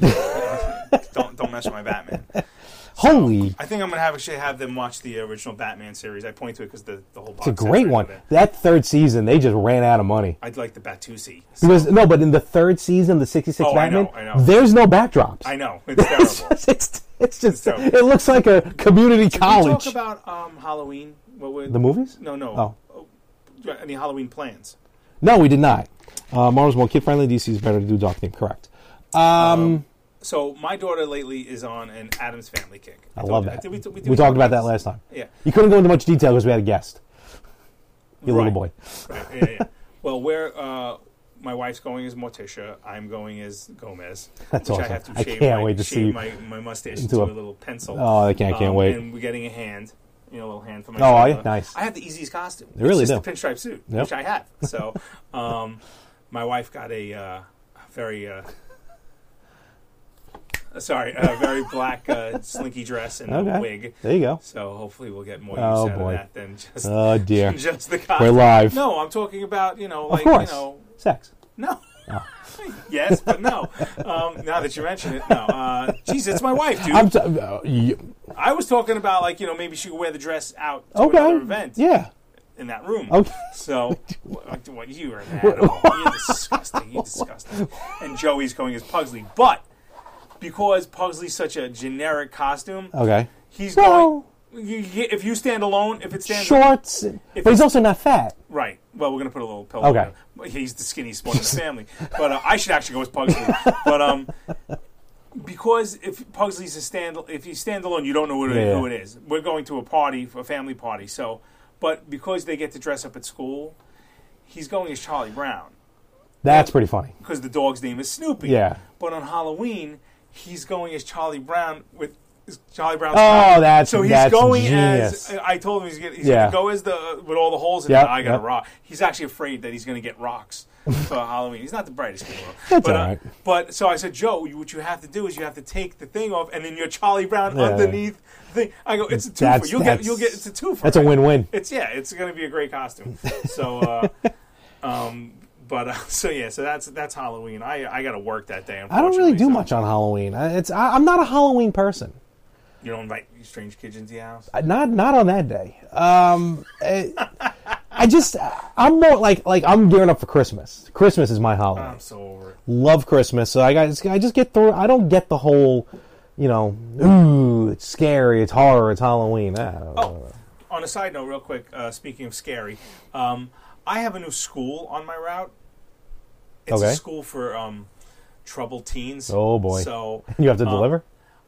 Speaker 2: like, don't don't mess with my Batman.
Speaker 3: Holy,
Speaker 2: I think I'm gonna have actually have them watch the original Batman series. I point to it because the the whole box
Speaker 3: it's a
Speaker 2: set's
Speaker 3: great
Speaker 2: right
Speaker 3: one.
Speaker 2: there.
Speaker 3: That third season, they just ran out of money.
Speaker 2: I'd like the Batusi.
Speaker 3: Because no, but in the third season, the '66
Speaker 2: Oh, I
Speaker 3: Batman,
Speaker 2: know, I know.
Speaker 3: there's no backdrops.
Speaker 2: I know it's terrible.
Speaker 3: It's, It's just it looks like a community college.
Speaker 2: Did we talk about um, Halloween? What were-
Speaker 3: The movies?
Speaker 2: No, no.
Speaker 3: Oh.
Speaker 2: Uh, Any Halloween plans?
Speaker 3: No, we did not. Uh, Marvel's more kid friendly. DC's better to do dark theme. Correct. Um,
Speaker 2: So my daughter lately is on an Adams Family kick.
Speaker 3: I
Speaker 2: told
Speaker 3: love
Speaker 2: you
Speaker 3: that.
Speaker 2: Did
Speaker 3: we
Speaker 2: did
Speaker 3: talked
Speaker 2: talk
Speaker 3: about that
Speaker 2: this?
Speaker 3: last time.
Speaker 2: Yeah.
Speaker 3: You couldn't go into much detail because we had a guest. Your little
Speaker 2: Right.
Speaker 3: boy.
Speaker 2: Right, yeah, yeah. well, where uh, my wife's going is Morticia. I'm going as Gomez.
Speaker 3: That's
Speaker 2: which I,
Speaker 3: awesome.
Speaker 2: have to
Speaker 3: I
Speaker 2: shave
Speaker 3: can't
Speaker 2: my,
Speaker 3: wait to
Speaker 2: shave
Speaker 3: see you
Speaker 2: my, my mustache
Speaker 3: into
Speaker 2: into, a,
Speaker 3: a-
Speaker 2: little pencil.
Speaker 3: Oh, I can't- I can't
Speaker 2: Um,
Speaker 3: wait.
Speaker 2: And we're getting a hand, you know, a little hand for my.
Speaker 3: Oh, are you?
Speaker 2: shoulder.
Speaker 3: Nice.
Speaker 2: I have the easiest costume.
Speaker 3: You really
Speaker 2: it's just
Speaker 3: do.
Speaker 2: a pinstripe suit,
Speaker 3: Yep.
Speaker 2: which I have. So, um, my wife got a uh, very. Uh, Sorry, a very black uh, slinky dress and
Speaker 3: Okay.
Speaker 2: a wig.
Speaker 3: There you go.
Speaker 2: So hopefully we'll get more use
Speaker 3: Oh,
Speaker 2: out
Speaker 3: boy.
Speaker 2: of that than just
Speaker 3: Oh, dear.
Speaker 2: just the
Speaker 3: We're
Speaker 2: costume.
Speaker 3: live.
Speaker 2: No, I'm talking about you know, like
Speaker 3: of course. Oh.
Speaker 2: you know,
Speaker 3: Sex.
Speaker 2: no. yes, but no. Um, now that you mention it, no. Uh, geez, it's my wife, dude.
Speaker 3: I'm t- uh, y-
Speaker 2: I was talking about like you know maybe she could wear the dress out to
Speaker 3: okay.
Speaker 2: another event
Speaker 3: Yeah.
Speaker 2: in that room.
Speaker 3: Okay.
Speaker 2: So, what, what you are an animal. You're disgusting. You're disgusting. And Joey's going as Pugsley, but because Pugsley's such a generic costume,
Speaker 3: Okay.
Speaker 2: he's
Speaker 3: Well-
Speaker 2: going. You, you- if you stand alone, if it stands
Speaker 3: Shorts. But he's also not fat.
Speaker 2: Right. Well, we're gonna put a little pillow.
Speaker 3: Okay.
Speaker 2: down. He's the skinniest one in the family, but uh, I should actually go as Pugsley. but um, because if Pugsley's a stand, if he's standalone, you don't know who, it-
Speaker 3: Yeah.
Speaker 2: who it is. We're going to a party, a family party. So, but because they get to dress up at school, he's going as Charlie Brown
Speaker 3: That's pretty funny.
Speaker 2: because the dog's name is Snoopy.
Speaker 3: Yeah.
Speaker 2: But on Halloween, he's going as Charlie Brown with is Charlie Brown's.
Speaker 3: Oh,
Speaker 2: costume.
Speaker 3: that's-
Speaker 2: so he's
Speaker 3: that's
Speaker 2: going
Speaker 3: genius.
Speaker 2: as I told him he's gonna, he's
Speaker 3: Yeah.
Speaker 2: gonna go as the uh, with all the holes in
Speaker 3: Yep,
Speaker 2: it. I got
Speaker 3: yep.
Speaker 2: a rock. He's actually afraid that he's gonna get rocks for Halloween. He's not the brightest kid in the world.
Speaker 3: That's
Speaker 2: but, uh,
Speaker 3: all right.
Speaker 2: but so I said, Joe, you, what you have to do is you have to take the thing off, and then you're Charlie Brown
Speaker 3: Yeah.
Speaker 2: underneath. the Thing. I go, it's a twofer.
Speaker 3: That's-
Speaker 2: You'll get,
Speaker 3: that's-
Speaker 2: you'll get, it's a twofer.
Speaker 3: that's a win-win.
Speaker 2: It's yeah, it's gonna be a great costume. So. Uh, Um, but uh, so yeah, so that's that's Halloween. I I got to work that day.
Speaker 3: I don't really
Speaker 2: unfortunately,
Speaker 3: do
Speaker 2: so
Speaker 3: much on Halloween. I, it's I, I'm not a Halloween person.
Speaker 2: You don't invite strange kids into your house.
Speaker 3: Uh, Not not on that day. Um, I, I just I'm more like like I'm gearing up for Christmas. Christmas is my holiday.
Speaker 2: I'm so over it.
Speaker 3: Love Christmas. So I got I just get through. I don't get the whole, you know, ooh, it's scary, it's horror, it's Halloween. Ah. I don't
Speaker 2: Oh.
Speaker 3: know.
Speaker 2: On a side note, real quick. Uh, speaking of scary, um, I have a new school on my route. It's
Speaker 3: Okay.
Speaker 2: a school for um, troubled teens.
Speaker 3: Oh, boy.
Speaker 2: So
Speaker 3: You have to
Speaker 2: um,
Speaker 3: deliver.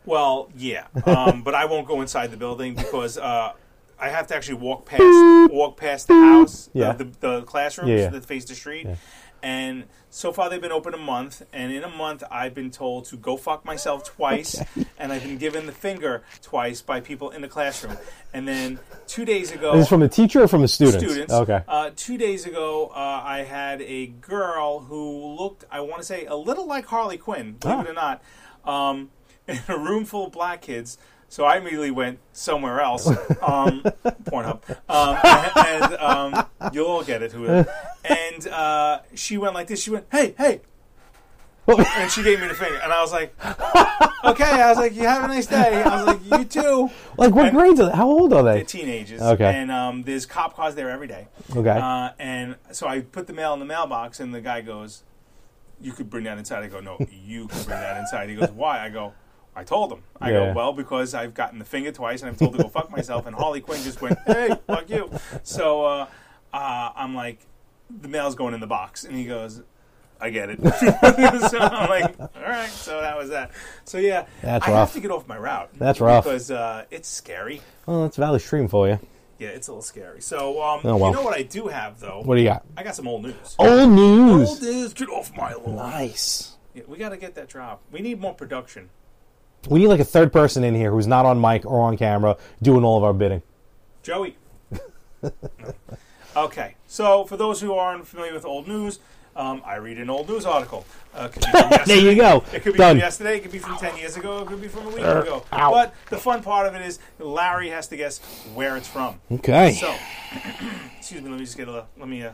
Speaker 2: Well, yeah, um, but I won't go inside the building because uh, I have to actually walk past walk past the house, uh,
Speaker 3: Yeah.
Speaker 2: the, the, the classrooms
Speaker 3: Yeah, yeah.
Speaker 2: that face the street. And so far, they've been open a month, and in a month, I've been told to go fuck myself twice, and I've been given the finger twice by people in the classroom. And then two days ago,
Speaker 3: Is this from the teacher or from the students? Okay.
Speaker 2: uh, two days ago, uh, I had a girl who looked, I want to say, a little like Harley Quinn, believe it or
Speaker 3: Ah.
Speaker 2: not, um, in a room full of black kids. So I immediately went somewhere else, um, Pornhub, um, and, and, um, you'll all get it. Who? it is. And uh, she went like this. She went, "Hey, hey," and she gave me the finger, and I was like, "Okay." I was like, "You have a nice day." I was like, "You too."
Speaker 3: like what
Speaker 2: and-
Speaker 3: grades are they? How old are
Speaker 2: They're
Speaker 3: they?
Speaker 2: teenagers.
Speaker 3: Okay.
Speaker 2: And um, there's cop cars there every day.
Speaker 3: Okay.
Speaker 2: Uh, and so I put the mail in the mailbox, and the guy goes, "You could bring that inside." I go, "No, you could bring that inside." He goes, "Why?" I go, "I told him." I
Speaker 3: Yeah.
Speaker 2: go, "Well, because I've gotten the finger twice, and I'm told to go fuck myself." And Harley Quinn just went, "Hey, fuck you." So uh, uh, I'm like, "The mail's going in the box," and he goes. I get it. so I'm like, all right. So that was that. So yeah,
Speaker 3: That's
Speaker 2: I
Speaker 3: rough.
Speaker 2: have to get off my route.
Speaker 3: That's rough.
Speaker 2: because uh, it's scary.
Speaker 3: Well, Oh, that's Valley Stream for you.
Speaker 2: Yeah, it's a little scary. So, um,
Speaker 3: Oh, well.
Speaker 2: you know what I do have though?
Speaker 3: What do you got?
Speaker 2: I got some old news.
Speaker 3: Old news.
Speaker 2: Old news. Get off my lawn.
Speaker 3: Nice.
Speaker 2: Yeah, we got to get that drop. We need more production.
Speaker 3: We need like a third person in here who's not on mic or on camera doing all of our bidding.
Speaker 2: Joey. okay, so for those who aren't familiar with old news, um, I read an old news article. Uh, it could be from
Speaker 3: There you
Speaker 2: yesterday.
Speaker 3: go.
Speaker 2: It could be
Speaker 3: Done. Er,
Speaker 2: from yesterday. It could be from ten years ago. It could be from a week ago. But the fun part of it is Larry has to guess where it's from.
Speaker 3: Okay.
Speaker 2: So, excuse me. Let me just get a. Let me. Uh,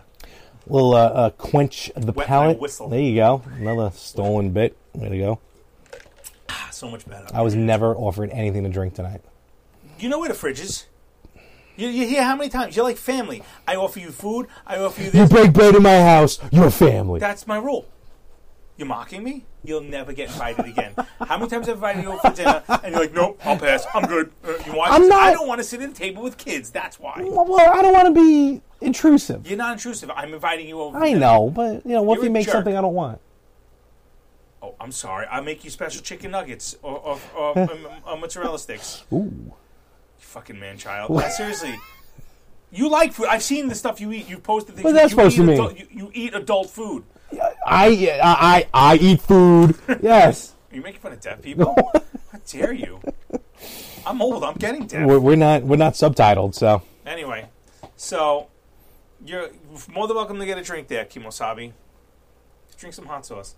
Speaker 3: Little uh, uh, quench the
Speaker 2: Wet my
Speaker 3: palate.
Speaker 2: whistle.
Speaker 3: There you go. Another stolen bit. Way to go.
Speaker 2: ah, so much better.
Speaker 3: I was never offered anything to drink tonight.
Speaker 2: You know where the fridge is. You, you hear how many times? You're like family. I offer you food. I offer you
Speaker 3: You
Speaker 2: this.
Speaker 3: break bread in my house, your family.
Speaker 2: That's my rule. You're mocking me? You'll never get invited again. How many times have I invited you over for dinner and you're like, nope, I'll pass. I'm good. Uh, you want
Speaker 3: I'm not-
Speaker 2: I don't want to sit at the table with kids. That's why.
Speaker 3: Well, well, I don't want to be intrusive.
Speaker 2: You're not intrusive. I'm inviting you over. for
Speaker 3: I
Speaker 2: dinner.
Speaker 3: know, but you know, what
Speaker 2: You're
Speaker 3: if you
Speaker 2: a
Speaker 3: make
Speaker 2: jerk.
Speaker 3: something I don't want?
Speaker 2: Oh, I'm sorry. I'll make you special chicken nuggets or, or, or um, uh, mozzarella sticks.
Speaker 3: Ooh.
Speaker 2: You fucking man child. Uh, seriously. You like food. I've seen the stuff you eat. You've posted things.
Speaker 3: What's that
Speaker 2: you
Speaker 3: supposed
Speaker 2: eat
Speaker 3: to mean?
Speaker 2: adult- you, you eat adult food.
Speaker 3: I I I, I eat food. Yes.
Speaker 2: Are you making fun of deaf people? How dare you? I'm old. I'm getting deaf.
Speaker 3: We're, we're not we're not subtitled, so
Speaker 2: Anyway, so you're more than welcome to get a drink there, Kimosabi. Drink some hot sauce.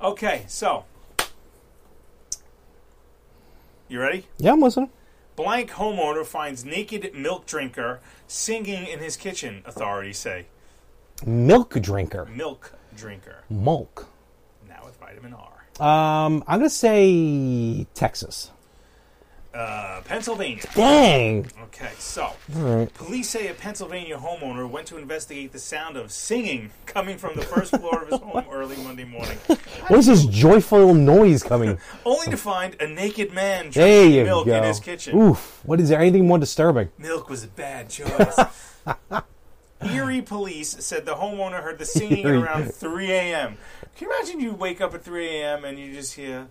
Speaker 2: Okay, so you ready?
Speaker 3: yeah, I'm listening.
Speaker 2: Blank homeowner finds naked milk drinker singing in his kitchen. Authorities say
Speaker 3: Milk drinker,
Speaker 2: milk drinker
Speaker 3: mulk.
Speaker 2: now with vitamin R.
Speaker 3: Um, I'm gonna say Texas.
Speaker 2: Uh, Pennsylvania.
Speaker 3: Dang.
Speaker 2: Okay, so
Speaker 3: All right.
Speaker 2: Police say a Pennsylvania homeowner went to investigate the sound of singing coming from the first floor of his home early Monday morning,
Speaker 3: What is this joyful noise coming?
Speaker 2: only to find a naked man
Speaker 3: There
Speaker 2: drinking
Speaker 3: you
Speaker 2: milk
Speaker 3: go.
Speaker 2: in his kitchen.
Speaker 3: Oof. What is there? Anything more disturbing?
Speaker 2: Milk was a bad choice. Erie police said the homeowner heard the singing at
Speaker 3: Erie.
Speaker 2: around 3 a.m. Can you imagine you wake up at 3 a.m. and you just hear.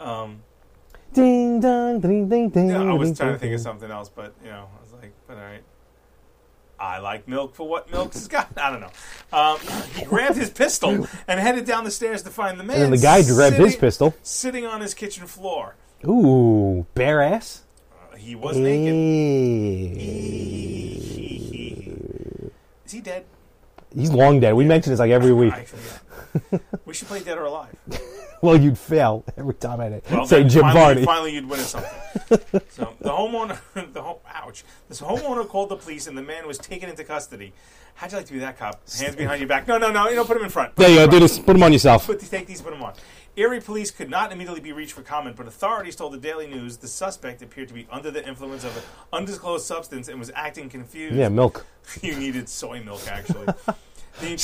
Speaker 2: Um,
Speaker 3: Ding dong, ding ding ding.
Speaker 2: yeah, I was
Speaker 3: ding,
Speaker 2: trying to
Speaker 3: ding,
Speaker 2: think of something else, but, you know, I was like, but all right. I like milk for what milk's got. I don't know. Um, he grabbed his pistol and headed down the stairs to find the man.
Speaker 3: And then the guy grabbed his
Speaker 2: sitting-
Speaker 3: pistol.
Speaker 2: Sitting on his kitchen floor.
Speaker 3: ding. Ooh, bare ass.
Speaker 2: He was naked.
Speaker 3: Hey.
Speaker 2: Is he dead?
Speaker 3: He's long dead. We mention this like every week.
Speaker 2: I forget. we should play Dead or Alive.
Speaker 3: Well, you'd fail every time I did.
Speaker 2: Well,
Speaker 3: say
Speaker 2: then
Speaker 3: Jim
Speaker 2: finally,
Speaker 3: Varney.
Speaker 2: Finally, you'd win at something. so the homeowner, the home, ouch. This homeowner called the police, and the man was taken into custody. How'd you like to be that cop? Hands behind your back. No, no, no. You know, put him in front.
Speaker 3: There you go. Do this. Put them on yourself.
Speaker 2: Put these, take these, put them on. Erie police could not immediately be reached for comment, but authorities told the Daily News the suspect appeared to be under the influence of an undisclosed substance and was acting confused.
Speaker 3: Yeah, milk.
Speaker 2: you needed soy milk, actually. The intruder-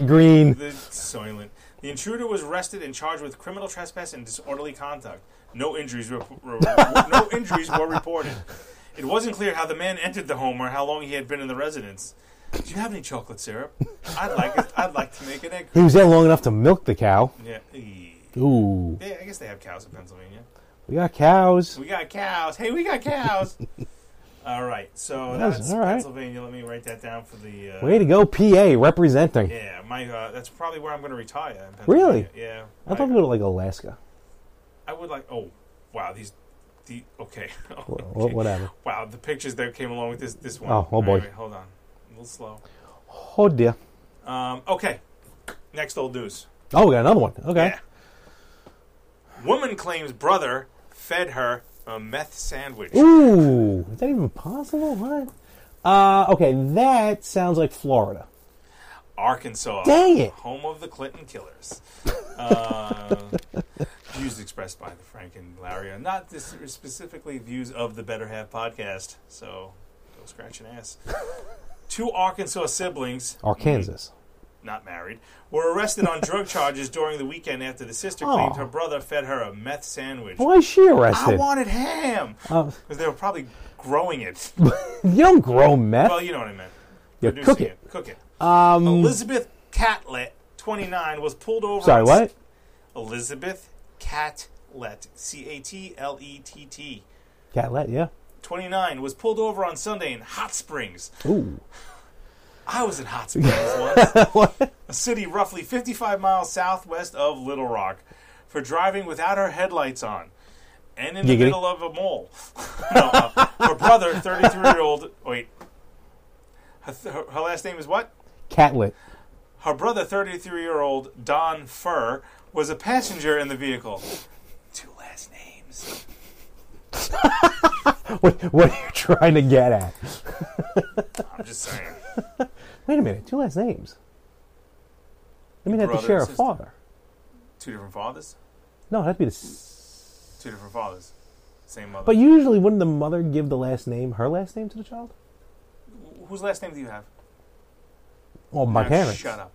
Speaker 3: Soylent Green.
Speaker 2: the silent. The intruder was arrested and charged with criminal trespass and disorderly conduct. No injuries were were- were- no injuries were reported. It wasn't clear how the man entered the home or how long he had been in the residence. Do you have any chocolate syrup? I'd like it. I'd like to make an egg.
Speaker 3: He was there long enough to milk the cow.
Speaker 2: Yeah. Yeah,
Speaker 3: Ooh,
Speaker 2: I guess they have cows in Pennsylvania.
Speaker 3: we got cows.
Speaker 2: We got cows. Hey, we got cows. All right. So
Speaker 3: That's
Speaker 2: that's
Speaker 3: all right.
Speaker 2: Pennsylvania. Let me write that down for the. Uh,
Speaker 3: Way to go, PA representing.
Speaker 2: Yeah, my. Uh, that's probably where I'm going to retire. In
Speaker 3: Really?
Speaker 2: Pennsylvania. Yeah.
Speaker 3: I thought we go to like Alaska.
Speaker 2: I would like. Oh, wow. These. The, okay.
Speaker 3: Wh-
Speaker 2: Okay.
Speaker 3: whatever.
Speaker 2: Wow, the pictures that came along with this this one.
Speaker 3: Oh, oh boy.
Speaker 2: Wait, wait, hold on. A little slow.
Speaker 3: Oh dear.
Speaker 2: Um, okay. Next old news.
Speaker 3: Oh, we got another one. Okay.
Speaker 2: Yeah. Woman claims brother fed her a meth sandwich.
Speaker 3: Ooh, is that even possible? What? Uh, okay, that sounds like Florida.
Speaker 2: Arkansas.
Speaker 3: Dang it.
Speaker 2: Home of the Clinton killers. uh, views expressed by the Frank and Larry are not this specifically views of the Better Half podcast. So go scratch an ass. Two Arkansas siblings,
Speaker 3: Arkansas.
Speaker 2: not married, were arrested on drug charges during the weekend after the sister
Speaker 3: Aw.
Speaker 2: claimed her brother fed her a meth sandwich.
Speaker 3: Why Oh. is Oh. she
Speaker 2: I
Speaker 3: arrested?
Speaker 2: wanted ham because they were probably growing it.
Speaker 3: you don't grow meth.
Speaker 2: Well, you know what I meant.
Speaker 3: You
Speaker 2: Producing
Speaker 3: cook it. Um,
Speaker 2: Cook it. Elizabeth Catlett, 29, was pulled over.
Speaker 3: Sorry,
Speaker 2: on-
Speaker 3: what?
Speaker 2: Elizabeth Catlett, C A T L E T T,
Speaker 3: Catlet, yeah.
Speaker 2: 29, was pulled over on Sunday in Hot Springs.
Speaker 3: Ooh.
Speaker 2: I was in Hot Springs once, a city roughly 55 miles southwest of Little Rock, for driving without her headlights on. And in the
Speaker 3: Giggity.
Speaker 2: middle of a mall. no, uh, her brother, 33 year old. Wait. Her, her- her last name is what?
Speaker 3: Catlet.
Speaker 2: Her brother, 33 year old Don Furr, was a passenger in the vehicle. Two last names.
Speaker 3: What, what are you trying to get at?
Speaker 2: I'm just saying.
Speaker 3: Wait a minute, two last names. I mean, they have to
Speaker 2: Brother
Speaker 3: share
Speaker 2: and
Speaker 3: a
Speaker 2: sister.
Speaker 3: father.
Speaker 2: Two different fathers?
Speaker 3: No, that'd be the. S-
Speaker 2: Two different fathers. Same mother.
Speaker 3: but usually, wouldn't the mother give the last name, her last name, to the child?
Speaker 2: Whose last name do you have?
Speaker 3: Well, my
Speaker 2: Ah,
Speaker 3: parents.
Speaker 2: Shut up.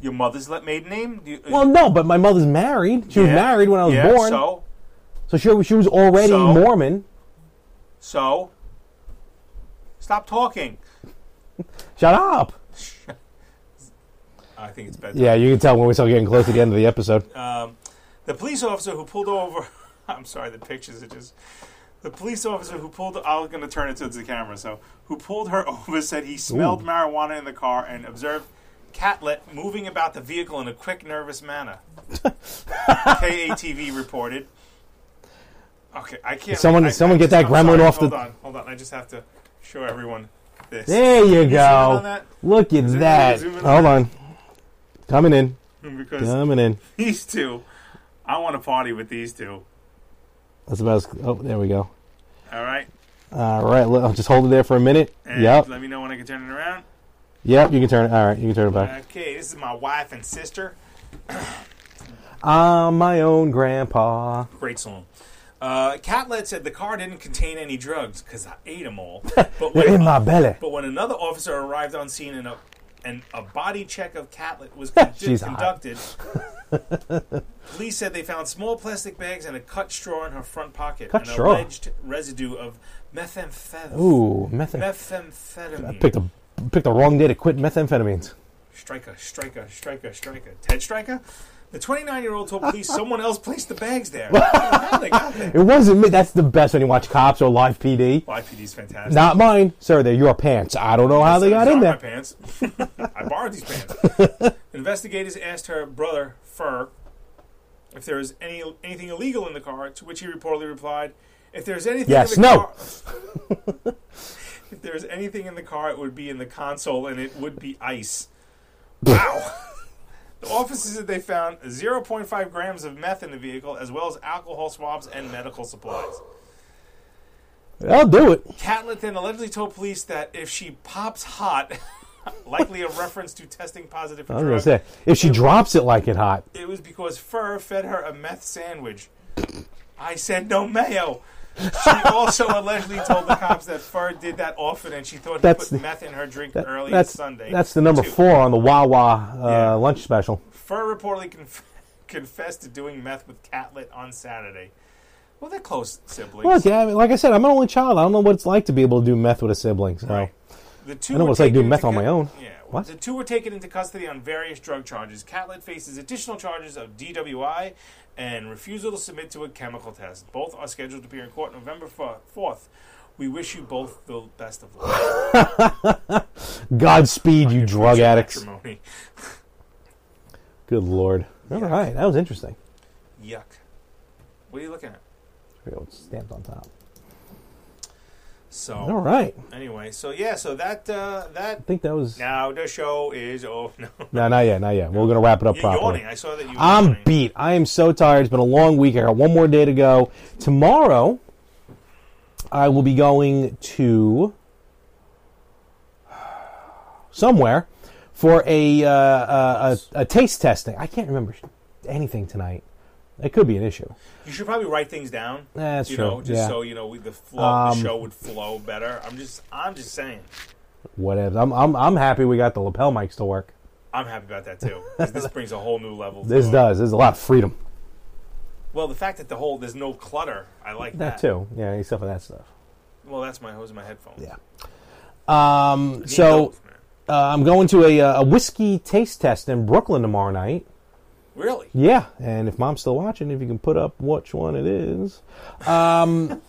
Speaker 2: your mother's let maiden name? Do you, uh,
Speaker 3: Well, no, but my mother's married. She was
Speaker 2: Yeah.
Speaker 3: married when I was
Speaker 2: Yeah,
Speaker 3: born.
Speaker 2: So,
Speaker 3: So she, was- she was already
Speaker 2: So?
Speaker 3: Mormon.
Speaker 2: so, stop talking.
Speaker 3: Shut up.
Speaker 2: I think it's better.
Speaker 3: Yeah, you can tell when we start getting close to the end of the episode.
Speaker 2: Um, the police officer who pulled over. I'm sorry, the pictures are just. The police officer who pulled. I'm going to turn it to the camera. So, who pulled her over said he smelled
Speaker 3: Ooh.
Speaker 2: marijuana in the car and observed Catlet moving about the vehicle in a quick, nervous manner. KATV reported. Okay, I can't.
Speaker 3: Someone-
Speaker 2: I-
Speaker 3: someone
Speaker 2: I
Speaker 3: get that
Speaker 2: I'm
Speaker 3: gremlin
Speaker 2: sorry,
Speaker 3: off the-
Speaker 2: Hold on, hold on. I just have to show everyone this.
Speaker 3: There you
Speaker 2: zoom in on
Speaker 3: go.
Speaker 2: that?
Speaker 3: Look at
Speaker 2: Is it-
Speaker 3: that.
Speaker 2: zoom in on
Speaker 3: Hold
Speaker 2: that?
Speaker 3: on. Coming in.
Speaker 2: Because-
Speaker 3: Coming in.
Speaker 2: These two, I want to party with these two.
Speaker 3: That's about. As, oh, there we go.
Speaker 2: All right.
Speaker 3: All right, let- I'll just hold it there for a minute.
Speaker 2: And
Speaker 3: yep,
Speaker 2: Let me know when I can turn it around.
Speaker 3: yep. You can turn it. All right, you can turn it back.
Speaker 2: Uh, Okay, this is my wife and sister.
Speaker 3: I'm my own grandpa.
Speaker 2: Great song. Uh, Catlet said the car didn't contain any drugs because I ate them all. But
Speaker 3: They're in my belly.
Speaker 2: But when another officer arrived on scene and a and a body check of Catlet was con-
Speaker 3: She's hot.
Speaker 2: conducted, police said they found small plastic bags and a cut straw in her front pocket,
Speaker 3: Cut
Speaker 2: an
Speaker 3: straw?
Speaker 2: alleged residue of methamphetamine.
Speaker 3: Ooh, methamphetamine.
Speaker 2: methamphetamine.
Speaker 3: I picked the picked the wrong day to quit methamphetamines.
Speaker 2: Striker, striker, striker, striker. Ted Striker? The 29 year old told police someone else placed the bags there. How they got there?
Speaker 3: It wasn't me. That's the best when you watch cops or live PD.
Speaker 2: YPD's fantastic.
Speaker 3: Not mine, sir. They're your pants. I don't know how they got
Speaker 2: These
Speaker 3: in
Speaker 2: aren't
Speaker 3: there.
Speaker 2: My pants. I borrowed these pants. Investigators asked her brother, Fur, if there was any anything illegal in the car, to which he reportedly replied, if there's anything
Speaker 3: Yes,
Speaker 2: in the
Speaker 3: no.
Speaker 2: car. if there's anything in the car, it would be in the console and it would be ice. Wow. the officers said they found 0.5 grams of meth in the vehicle, as well as alcohol swabs and medical supplies.
Speaker 3: I'll do it.
Speaker 2: Catlett then allegedly told police that if she pops hot, likely a reference to testing positive for
Speaker 3: I was gonna
Speaker 2: drugs,
Speaker 3: say if she drops it like it hot.
Speaker 2: it was because Fur fed her a meth sandwich. I said no mayo. She also allegedly told the cops that Fur did that often, and she thought
Speaker 3: That's
Speaker 2: he put
Speaker 3: the-
Speaker 2: meth in her drink
Speaker 3: That-
Speaker 2: early
Speaker 3: that's
Speaker 2: Sunday.
Speaker 3: That's the number
Speaker 2: Two.
Speaker 3: four on the Wawa uh,
Speaker 2: Yeah.
Speaker 3: lunch special.
Speaker 2: Fur reportedly conf- confessed to doing meth with Catlett on Saturday. Well, they're close siblings.
Speaker 3: Look, yeah, I mean, like I said, I'm an only child. I don't know what it's like to be able to do meth with a sibling. So.
Speaker 2: Right. The two
Speaker 3: I know
Speaker 2: were
Speaker 3: what it's like
Speaker 2: taken
Speaker 3: doing meth
Speaker 2: into
Speaker 3: on my
Speaker 2: cu-
Speaker 3: own.
Speaker 2: Yeah.
Speaker 3: What?
Speaker 2: The two were taken into custody on various drug charges. Catlett faces additional charges of DWI and refusal to submit to a chemical test. Both are scheduled to appear in court November fo- 4th. We wish you both the best of luck.
Speaker 3: Godspeed, you drug addicts.
Speaker 2: Matrimony.
Speaker 3: Good lord. All right, that was interesting.
Speaker 2: Yuck. What are you looking at?
Speaker 3: Here, it's Stamped on top.
Speaker 2: So
Speaker 3: All right.
Speaker 2: anyway, so yeah, so that uh, that
Speaker 3: I think that was.
Speaker 2: now the show is oh no.
Speaker 3: No, not yet, not yet. We're gonna wrap it up
Speaker 2: You're
Speaker 3: properly.
Speaker 2: yawning. I saw that you were
Speaker 3: I'm
Speaker 2: yawning.
Speaker 3: beat. I am so tired. It's been a long week. I got one more day to go. Tomorrow, I will be going to somewhere for a uh, uh, a, a taste testing. I can't remember anything tonight. It could be an issue.
Speaker 2: You should probably write things down.
Speaker 3: That's
Speaker 2: you
Speaker 3: true,
Speaker 2: Know, just
Speaker 3: yeah. Um,
Speaker 2: so you know we, the flow, the show would flow better. I'm just, I'm just saying.
Speaker 3: Whatever. I'm I'm I'm happy we got the lapel mics to work.
Speaker 2: I'm happy about that too. 'cause this brings a whole new level. to
Speaker 3: This
Speaker 2: it.
Speaker 3: does. There's a lot of freedom.
Speaker 2: Well, the fact that the whole there's no clutter, I like
Speaker 3: That
Speaker 2: that,
Speaker 3: too. Yeah, except for that stuff.
Speaker 2: Well, that's my hose and my headphones.
Speaker 3: Yeah.
Speaker 2: I
Speaker 3: Um,
Speaker 2: need
Speaker 3: so
Speaker 2: those, man.
Speaker 3: uh, I'm going to a, uh, a whiskey taste test in Brooklyn tomorrow night.
Speaker 2: really,
Speaker 3: Yeah, and if mom's still watching, if you can put up which one it is. Um,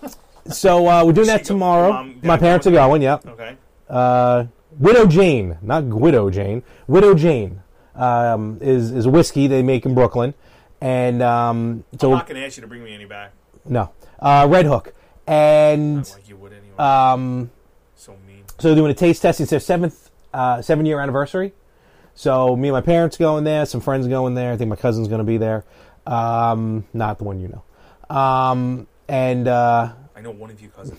Speaker 3: so uh, we're doing that
Speaker 2: go-
Speaker 3: tomorrow.
Speaker 2: Mom, Dad
Speaker 3: My parents are
Speaker 2: going?
Speaker 3: going. Yeah.
Speaker 2: okay.
Speaker 3: Uh, Widow Jane, not Guido Jane. Widow Jane um, is is a whiskey they make in Brooklyn, and um,
Speaker 2: I'm
Speaker 3: so
Speaker 2: not gonna ask you to bring me any back.
Speaker 3: no uh, Red Hook, and
Speaker 2: Like you would anyway.
Speaker 3: um,
Speaker 2: so mean.
Speaker 3: so they're doing a taste test. It's their seventh, uh, seven year anniversary. So me and my parents going there, some friends going there. I think my cousin's going to be there. Um, not the one you know. Um, and uh,
Speaker 2: I know one of you cousin.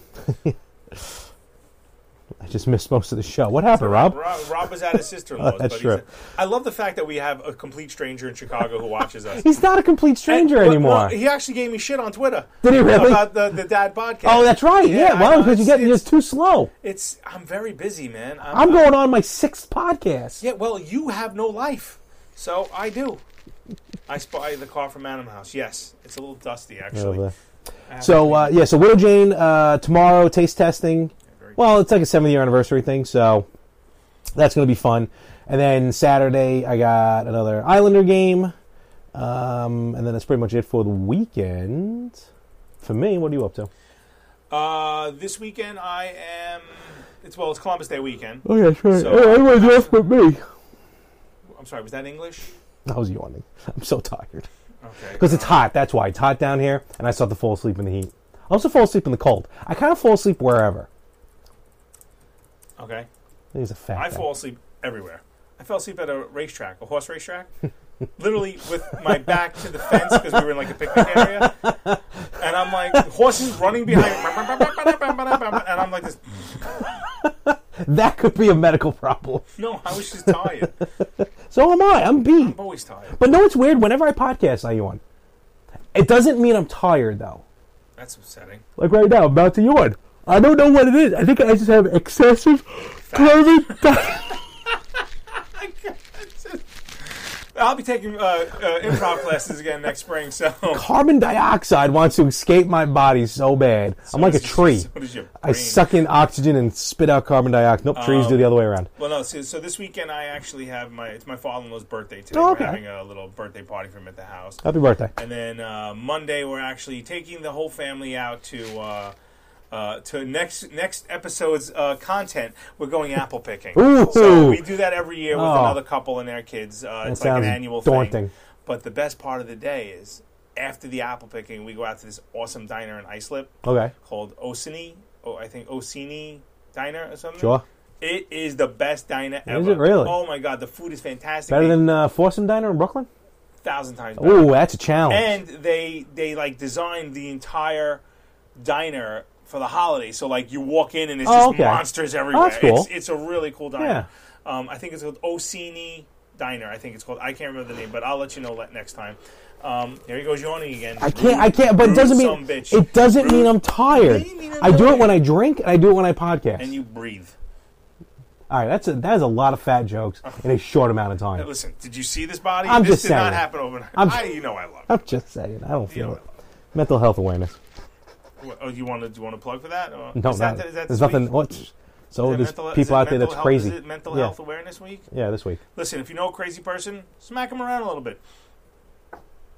Speaker 3: I just missed most of the show. What happened, Rob?
Speaker 2: Rob, Rob was at his sister-in-law's.
Speaker 3: Oh, that's
Speaker 2: but
Speaker 3: true.
Speaker 2: He's, I love the fact that we have a complete stranger in Chicago who watches us.
Speaker 3: He's not a complete stranger
Speaker 2: And- but-
Speaker 3: anymore.
Speaker 2: well, he actually gave me shit on Twitter.
Speaker 3: Did he really?
Speaker 2: About the, the dad podcast.
Speaker 3: oh, that's right. Yeah,
Speaker 2: I
Speaker 3: well,
Speaker 2: know,
Speaker 3: because you
Speaker 2: it's-
Speaker 3: get you're
Speaker 2: it's,
Speaker 3: too slow.
Speaker 2: it's. I'm very busy, man.
Speaker 3: I'm going on my sixth podcast.
Speaker 2: Yeah, well, you have no life. So I do. I spy the car from Animal House. Yes, it's a little dusty actually.
Speaker 3: Over there. So uh, yeah, so Widow Jane uh, tomorrow taste testing. Well, it's like a seven year anniversary thing, so that's going to be fun. And then Saturday I got another Islander game, um, and then that's pretty much it for the weekend. For me, what are you up to?
Speaker 2: Uh, this weekend I am. It's well, it's Columbus Day weekend.
Speaker 3: Oh yeah, sure.
Speaker 2: So- Oh, everybody's
Speaker 3: left but me.
Speaker 2: I'm sorry, was that English?
Speaker 3: I was yawning. I'm so tired.
Speaker 2: Okay.
Speaker 3: Because it's hot. That's why it's hot down here, and I start to fall asleep in the heat. I also fall asleep in the cold. I kind of fall asleep wherever.
Speaker 2: Okay.
Speaker 3: I think it's a fact.
Speaker 2: I fall asleep everywhere. I fell asleep at a racetrack, a horse racetrack, literally with my back to the fence because we were in like a picnic area, and I'm like horses running behind, me, and I'm like this.
Speaker 3: That could be a medical problem.
Speaker 2: No, I was just tired.
Speaker 3: So am I. I'm beat.
Speaker 2: I'm always tired.
Speaker 3: But no, it's weird. Whenever I podcast, I yawn. It doesn't mean I'm tired though.
Speaker 2: That's upsetting.
Speaker 3: Like right now, I'm about to yawn. I don't know what it is. I think I just have excessive COVID.
Speaker 2: I'll be taking uh, uh, improv classes again next spring, so
Speaker 3: Carbon dioxide wants to escape my body so bad. I'm like a
Speaker 2: does-
Speaker 3: tree.
Speaker 2: so does your
Speaker 3: I
Speaker 2: brain.
Speaker 3: suck in oxygen and spit out carbon dioxide. Nope, trees
Speaker 2: Um,
Speaker 3: do the other way around.
Speaker 2: Well, no. So, so this weekend, I actually have my it's my father-in-law's birthday today.
Speaker 3: Oh,
Speaker 2: We're
Speaker 3: okay.
Speaker 2: having a little birthday party for him at the house.
Speaker 3: Happy birthday.
Speaker 2: And then uh, Monday, we're actually taking the whole family out to uh, uh, to next next episode's uh, content. We're going apple picking.
Speaker 3: Ooh.
Speaker 2: So we do that every year with
Speaker 3: Oh.
Speaker 2: another couple and their kids. Uh, it's
Speaker 3: That
Speaker 2: like an
Speaker 3: sounds
Speaker 2: annual
Speaker 3: daunting.
Speaker 2: thing. But the best part of the day is after the apple picking, we go out to this awesome diner in Islip
Speaker 3: Okay.
Speaker 2: called Osini. Oh, I think Osini Diner or something.
Speaker 3: Sure.
Speaker 2: It is the best diner ever.
Speaker 3: it really?
Speaker 2: Oh my god, the food is fantastic.
Speaker 3: Better
Speaker 2: They-
Speaker 3: than uh, Foursome Diner in Brooklyn?
Speaker 2: thousand times better.
Speaker 3: Ooh, that's a challenge.
Speaker 2: And they they like designed the entire diner for the holiday. So like you walk in and it's
Speaker 3: Oh,
Speaker 2: just
Speaker 3: okay.
Speaker 2: monsters everywhere.
Speaker 3: Oh, that's cool.
Speaker 2: It's it's a really cool diner. Um, I think it's called Osini Diner. I think it's called. I can't remember the name, but I'll let you know le- next time. Um, here he goes yawning again.
Speaker 3: I can't. I can't. But it doesn't mean
Speaker 2: Some bitch.
Speaker 3: it doesn't mean I'm
Speaker 2: What
Speaker 3: tired.
Speaker 2: do you mean I'm
Speaker 3: I do it
Speaker 2: tired?
Speaker 3: when I drink and I do it when I podcast.
Speaker 2: And you breathe.
Speaker 3: All right, that's a, that is a lot of fat jokes in a short amount of
Speaker 2: Now,
Speaker 3: time.
Speaker 2: listen, did you see this body?
Speaker 3: I'm
Speaker 2: this
Speaker 3: just
Speaker 2: did
Speaker 3: saying.
Speaker 2: not happen overnight.
Speaker 3: I'm-
Speaker 2: I, you know I love it.
Speaker 3: I'm just saying. I don't
Speaker 2: You know
Speaker 3: feel it. Mental health awareness.
Speaker 2: What- Oh, you want to do you want to plug for that? Or,
Speaker 3: No,
Speaker 2: is that,
Speaker 3: not-
Speaker 2: is that this
Speaker 3: there's nothing.
Speaker 2: week?
Speaker 3: What? So
Speaker 2: Is it
Speaker 3: Oh, there's
Speaker 2: mental- is
Speaker 3: people
Speaker 2: it
Speaker 3: out there
Speaker 2: mental
Speaker 3: that's
Speaker 2: health-
Speaker 3: crazy.
Speaker 2: Is it mental
Speaker 3: yeah.
Speaker 2: health awareness week?
Speaker 3: Yeah, this week.
Speaker 2: Listen, if you know a crazy person, smack them around a little bit.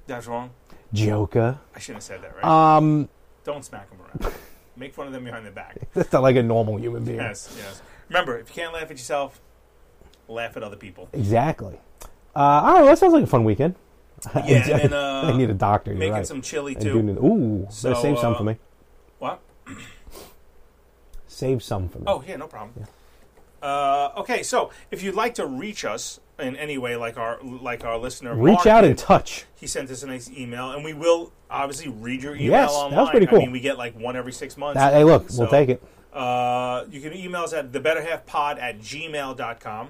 Speaker 2: That's wrong.
Speaker 3: Joker.
Speaker 2: I shouldn't have said that, right?
Speaker 3: Um,
Speaker 2: Don't smack them around. Make fun of them behind their back.
Speaker 3: that's not like a normal human being.
Speaker 2: Yes, yes. Remember, if you can't laugh at yourself, laugh at other people.
Speaker 3: Exactly. Uh, all right, well, that sounds like a fun weekend.
Speaker 2: Yeah, and then, uh,
Speaker 3: I need a doctor. You're
Speaker 2: Making
Speaker 3: right.
Speaker 2: some chili
Speaker 3: I do
Speaker 2: too.
Speaker 3: need, ooh,
Speaker 2: So,
Speaker 3: better save some
Speaker 2: uh,
Speaker 3: for me.
Speaker 2: What?
Speaker 3: Save some for me.
Speaker 2: Oh, yeah, no problem. Uh, okay, so if you'd like to reach us in any way, like our like our listener,
Speaker 3: Reach
Speaker 2: Mark
Speaker 3: out
Speaker 2: did,
Speaker 3: and touch.
Speaker 2: he sent us a nice email, and we will obviously read your email
Speaker 3: Yes, that was
Speaker 2: online.
Speaker 3: pretty cool.
Speaker 2: I mean, we get like one every six months.
Speaker 3: Uh, hey, look,
Speaker 2: So,
Speaker 3: we'll take it.
Speaker 2: Uh, you can email us at thebetterhalfpod at gmail.com.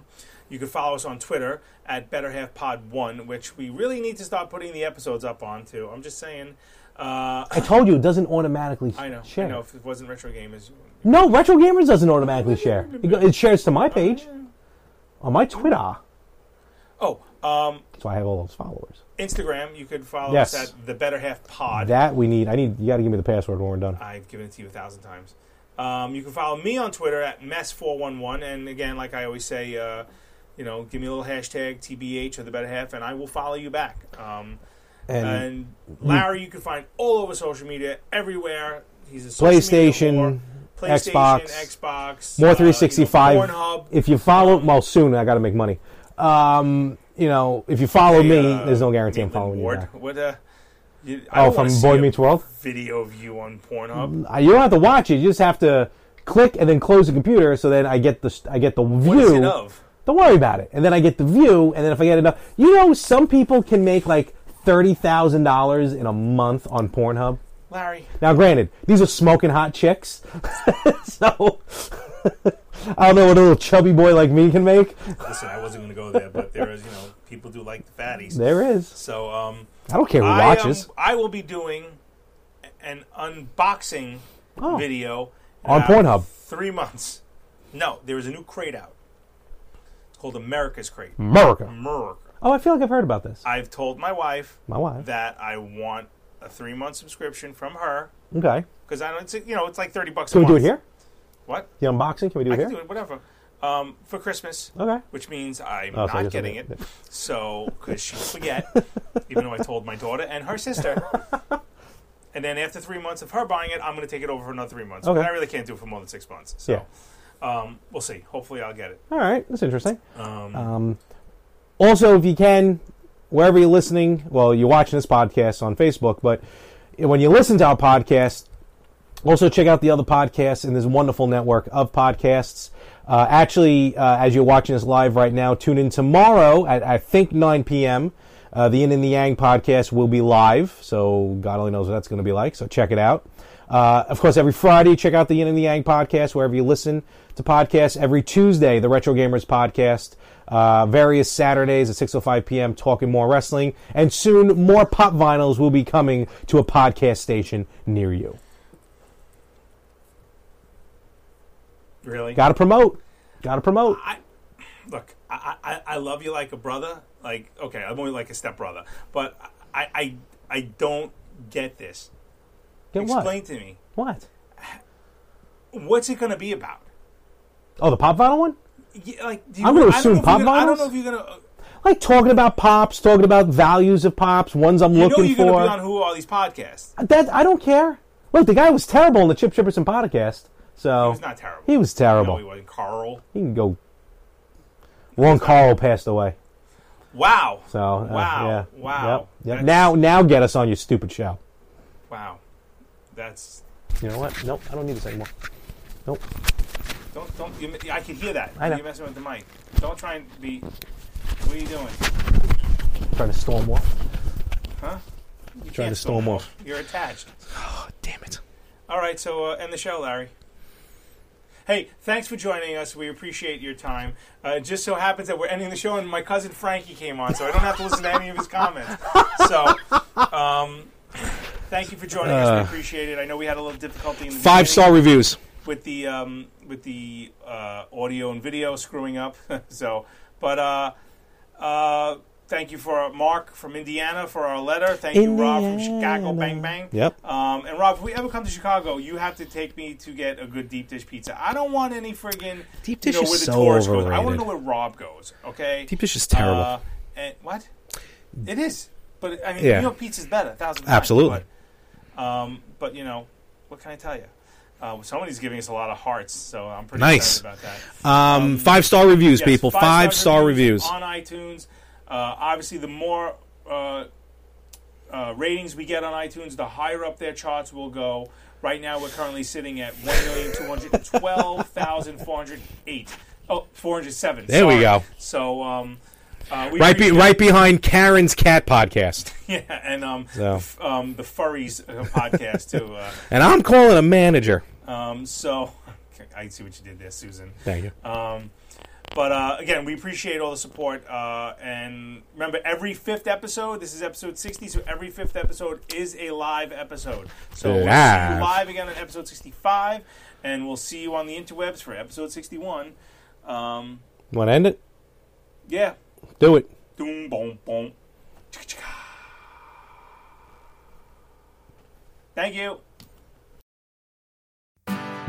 Speaker 2: You can follow us on Twitter at betterhalfpod1, which we really need to start putting the episodes up on, too. I'm just saying. Uh,
Speaker 3: I told you it doesn't automatically
Speaker 2: I know.
Speaker 3: share.
Speaker 2: I know. If it wasn't Retro Gamers,
Speaker 3: No, Retro Gamers doesn't automatically share. It go- it shares to my page on my Twitter.
Speaker 2: Oh, um,
Speaker 3: So I have all those followers.
Speaker 2: Instagram, you could follow
Speaker 3: Yes.
Speaker 2: us at the Better Half Pod.
Speaker 3: That we need. I need. You got to give me the password when we're done.
Speaker 2: I've given it to you a thousand times. Um, you can follow me on Twitter at mess411. And again, like I always say, uh, you know, give me a little hashtag TBH or the better half, and I will follow you back. Um,
Speaker 3: And
Speaker 2: and Larry, you can find all over social media, everywhere. He's a social
Speaker 3: PlayStation,
Speaker 2: media whore. PlayStation,
Speaker 3: Xbox,
Speaker 2: Xbox,
Speaker 3: more
Speaker 2: uh,
Speaker 3: three sixty
Speaker 2: you know,
Speaker 3: five.
Speaker 2: Pornhub.
Speaker 3: If you follow, well, soon I got to make money. Um, you know, if you follow me,
Speaker 2: uh,
Speaker 3: there's no guarantee I'm
Speaker 2: Maitland
Speaker 3: following you.
Speaker 2: Ward.
Speaker 3: Back.
Speaker 2: What? Uh, you, I
Speaker 3: Oh,
Speaker 2: don't
Speaker 3: from
Speaker 2: wanna
Speaker 3: Boy
Speaker 2: see a
Speaker 3: Meets World?
Speaker 2: video of you on Pornhub.
Speaker 3: Uh, You don't have to watch it. You just have to click and then close the computer. So then I get the I get the view.
Speaker 2: What is it of?
Speaker 3: Don't worry about it. And then I get the view, and then if I get enough, you know, some people can make like thirty thousand dollars in a month on Pornhub.
Speaker 2: Larry,
Speaker 3: Now, granted, these are smoking hot chicks, so I don't know what a little chubby boy like me can make.
Speaker 2: listen, I wasn't going to go there, but there is, you know, people do like the fatties.
Speaker 3: There is.
Speaker 2: So, um,
Speaker 3: I don't care who
Speaker 2: I, um,
Speaker 3: watches.
Speaker 2: I will be doing an unboxing
Speaker 3: Oh.
Speaker 2: video in
Speaker 3: On
Speaker 2: about
Speaker 3: Pornhub.
Speaker 2: Three months. No, there is a new crate out. It's called America's Crate.
Speaker 3: Hmm. America.
Speaker 2: America.
Speaker 3: Oh, I feel like I've heard about this.
Speaker 2: I've told my wife,
Speaker 3: My wife.
Speaker 2: that I want a three month subscription from her
Speaker 3: Okay.
Speaker 2: because I don't. It's, you know, it's like thirty bucks.
Speaker 3: Can
Speaker 2: a
Speaker 3: we do it
Speaker 2: month.
Speaker 3: here?
Speaker 2: What?
Speaker 3: The unboxing? Can we do
Speaker 2: I
Speaker 3: it
Speaker 2: can
Speaker 3: here?
Speaker 2: do it, whatever. Um, for Christmas.
Speaker 3: Okay.
Speaker 2: Which means I'm
Speaker 3: Oh, so
Speaker 2: not
Speaker 3: I guess I
Speaker 2: getting
Speaker 3: did.
Speaker 2: it. So, because she'll forget, even though I told my daughter and her sister. and then after three months of her buying it, I'm going to take it over for another three months.
Speaker 3: Okay.
Speaker 2: But I really can't do it for more than six months. So,
Speaker 3: Yeah.
Speaker 2: um, we'll see. Hopefully, I'll get it.
Speaker 3: All right. That's interesting.
Speaker 2: Um,
Speaker 3: Um, also, if you can, wherever you're listening, well, you're watching this podcast on Facebook, but when you listen to our podcast, also check out the other podcasts in this wonderful network of podcasts. Uh, actually, uh, as you're watching this live right now, tune in tomorrow at I think 9 p.m. Uh, the In and the Yang podcast will be live, so God only knows what that's going to be like. So check it out. Uh, of course, every Friday, check out the Yin and the Yang podcast wherever you listen to podcasts. Every Tuesday, the Retro Gamers podcast. Uh, various Saturdays at 6:05 p.m. Talking more wrestling, and soon more pop vinyls will be coming to a podcast station near you.
Speaker 2: really?
Speaker 3: Got to promote. Got to promote.
Speaker 2: Look, I, I, I love you like a brother. Like, okay, I'm only like a stepbrother. But I, I, I don't get this.
Speaker 3: Get what?
Speaker 2: Explain to me.
Speaker 3: What?
Speaker 2: What's it going to be about?
Speaker 3: Oh, the pop vinyl one.
Speaker 2: Yeah, like, do you,
Speaker 3: I'm gonna
Speaker 2: I don't
Speaker 3: assume
Speaker 2: know if
Speaker 3: pop
Speaker 2: you're gonna- I don't
Speaker 3: vinyls?
Speaker 2: know if you're going to.
Speaker 3: Like talking about pops, talking about values of pops, ones I'm
Speaker 2: You know
Speaker 3: looking
Speaker 2: you're going to be on
Speaker 3: for.
Speaker 2: who all these podcasts.
Speaker 3: that I don't care. Look, the guy was terrible in the Chip Chipperson podcast. So he
Speaker 2: was not terrible.
Speaker 3: He was terrible.
Speaker 2: No, he wasn't. Carl.
Speaker 3: he can go. Ron Carl passed away.
Speaker 2: Wow.
Speaker 3: So uh,
Speaker 2: wow.
Speaker 3: yeah.
Speaker 2: Wow.
Speaker 3: Yep.
Speaker 2: That's-
Speaker 3: Yep. Now, now get us on your stupid show.
Speaker 2: Wow. That's
Speaker 3: You know what? Nope, I don't need this anymore. Nope.
Speaker 2: don't don't. You, I can hear that.
Speaker 3: I know.
Speaker 2: You're messing with the mic. Don't try and be. What are you doing?
Speaker 3: Trying to storm off.
Speaker 2: Huh? You
Speaker 3: Trying to
Speaker 2: can't
Speaker 3: storm off.
Speaker 2: You're attached.
Speaker 3: Damn it.
Speaker 2: All right. So uh, end the show, Larry. Hey, thanks for joining us. We appreciate your time. Uh, it just so happens that we're ending the show, and my cousin Frankie came on, so I don't have to listen to any of his comments. So, um, thank you for joining us.
Speaker 3: Uh.
Speaker 2: We appreciate it. I know we had a little difficulty in the
Speaker 3: Five
Speaker 2: beginning.
Speaker 3: star reviews.
Speaker 2: with the um, with the uh, audio and video screwing up. so, but uh, uh, thank you for Mark from Indiana for our letter. Thank you, Rob from Chicago. Bang bang.
Speaker 3: Yep.
Speaker 2: Um, and Rob, if we ever come to Chicago, you have to take me to get a good deep dish pizza. I don't want any friggin'
Speaker 11: Deep
Speaker 2: you
Speaker 11: dish
Speaker 2: know,
Speaker 11: is
Speaker 2: where the
Speaker 11: so
Speaker 2: tourist goes. I want
Speaker 11: overrated.
Speaker 2: to know where Rob goes. Okay.
Speaker 11: Deep dish is terrible.
Speaker 2: Uh, and what? It is. But I mean,
Speaker 11: Yeah.
Speaker 2: New York pizza's better. a Thousand times,
Speaker 11: Absolutely.
Speaker 2: but- um, but you know, what can I tell you? Uh, somebody's giving us a lot of hearts, so I'm pretty
Speaker 11: Nice.
Speaker 2: excited about that.
Speaker 11: Um, five star reviews,
Speaker 2: Uh, Yes,
Speaker 11: people. Five star reviews.
Speaker 2: on iTunes. Uh, obviously, the more uh, uh, ratings we get on iTunes, the higher up their charts will go. Right now, we're currently sitting at one million two hundred twelve thousand four hundred eight. Oh, 407.
Speaker 11: There we
Speaker 2: sorry.
Speaker 11: go.
Speaker 2: So, um, uh, we
Speaker 11: Right, be,
Speaker 2: appreciate-
Speaker 11: right behind Karen's cat podcast.
Speaker 2: Yeah, and um,
Speaker 11: So.
Speaker 2: f- um, the Furries uh, podcast, too. Uh,
Speaker 11: And I'm calling a manager.
Speaker 2: Um, so I see what you did there, Susan.
Speaker 11: Thank you.
Speaker 2: Um, but uh, again, we appreciate all the support. Uh, and remember, every fifth episode, this is episode 60, so every fifth episode is a live episode. So we'll see you
Speaker 11: Live.
Speaker 2: live again on episode 65, and we'll see you on the interwebs for episode 61. Um,
Speaker 3: Want to end it?
Speaker 2: yeah.
Speaker 3: Do it.
Speaker 2: Doom, boom, boom. Thank you.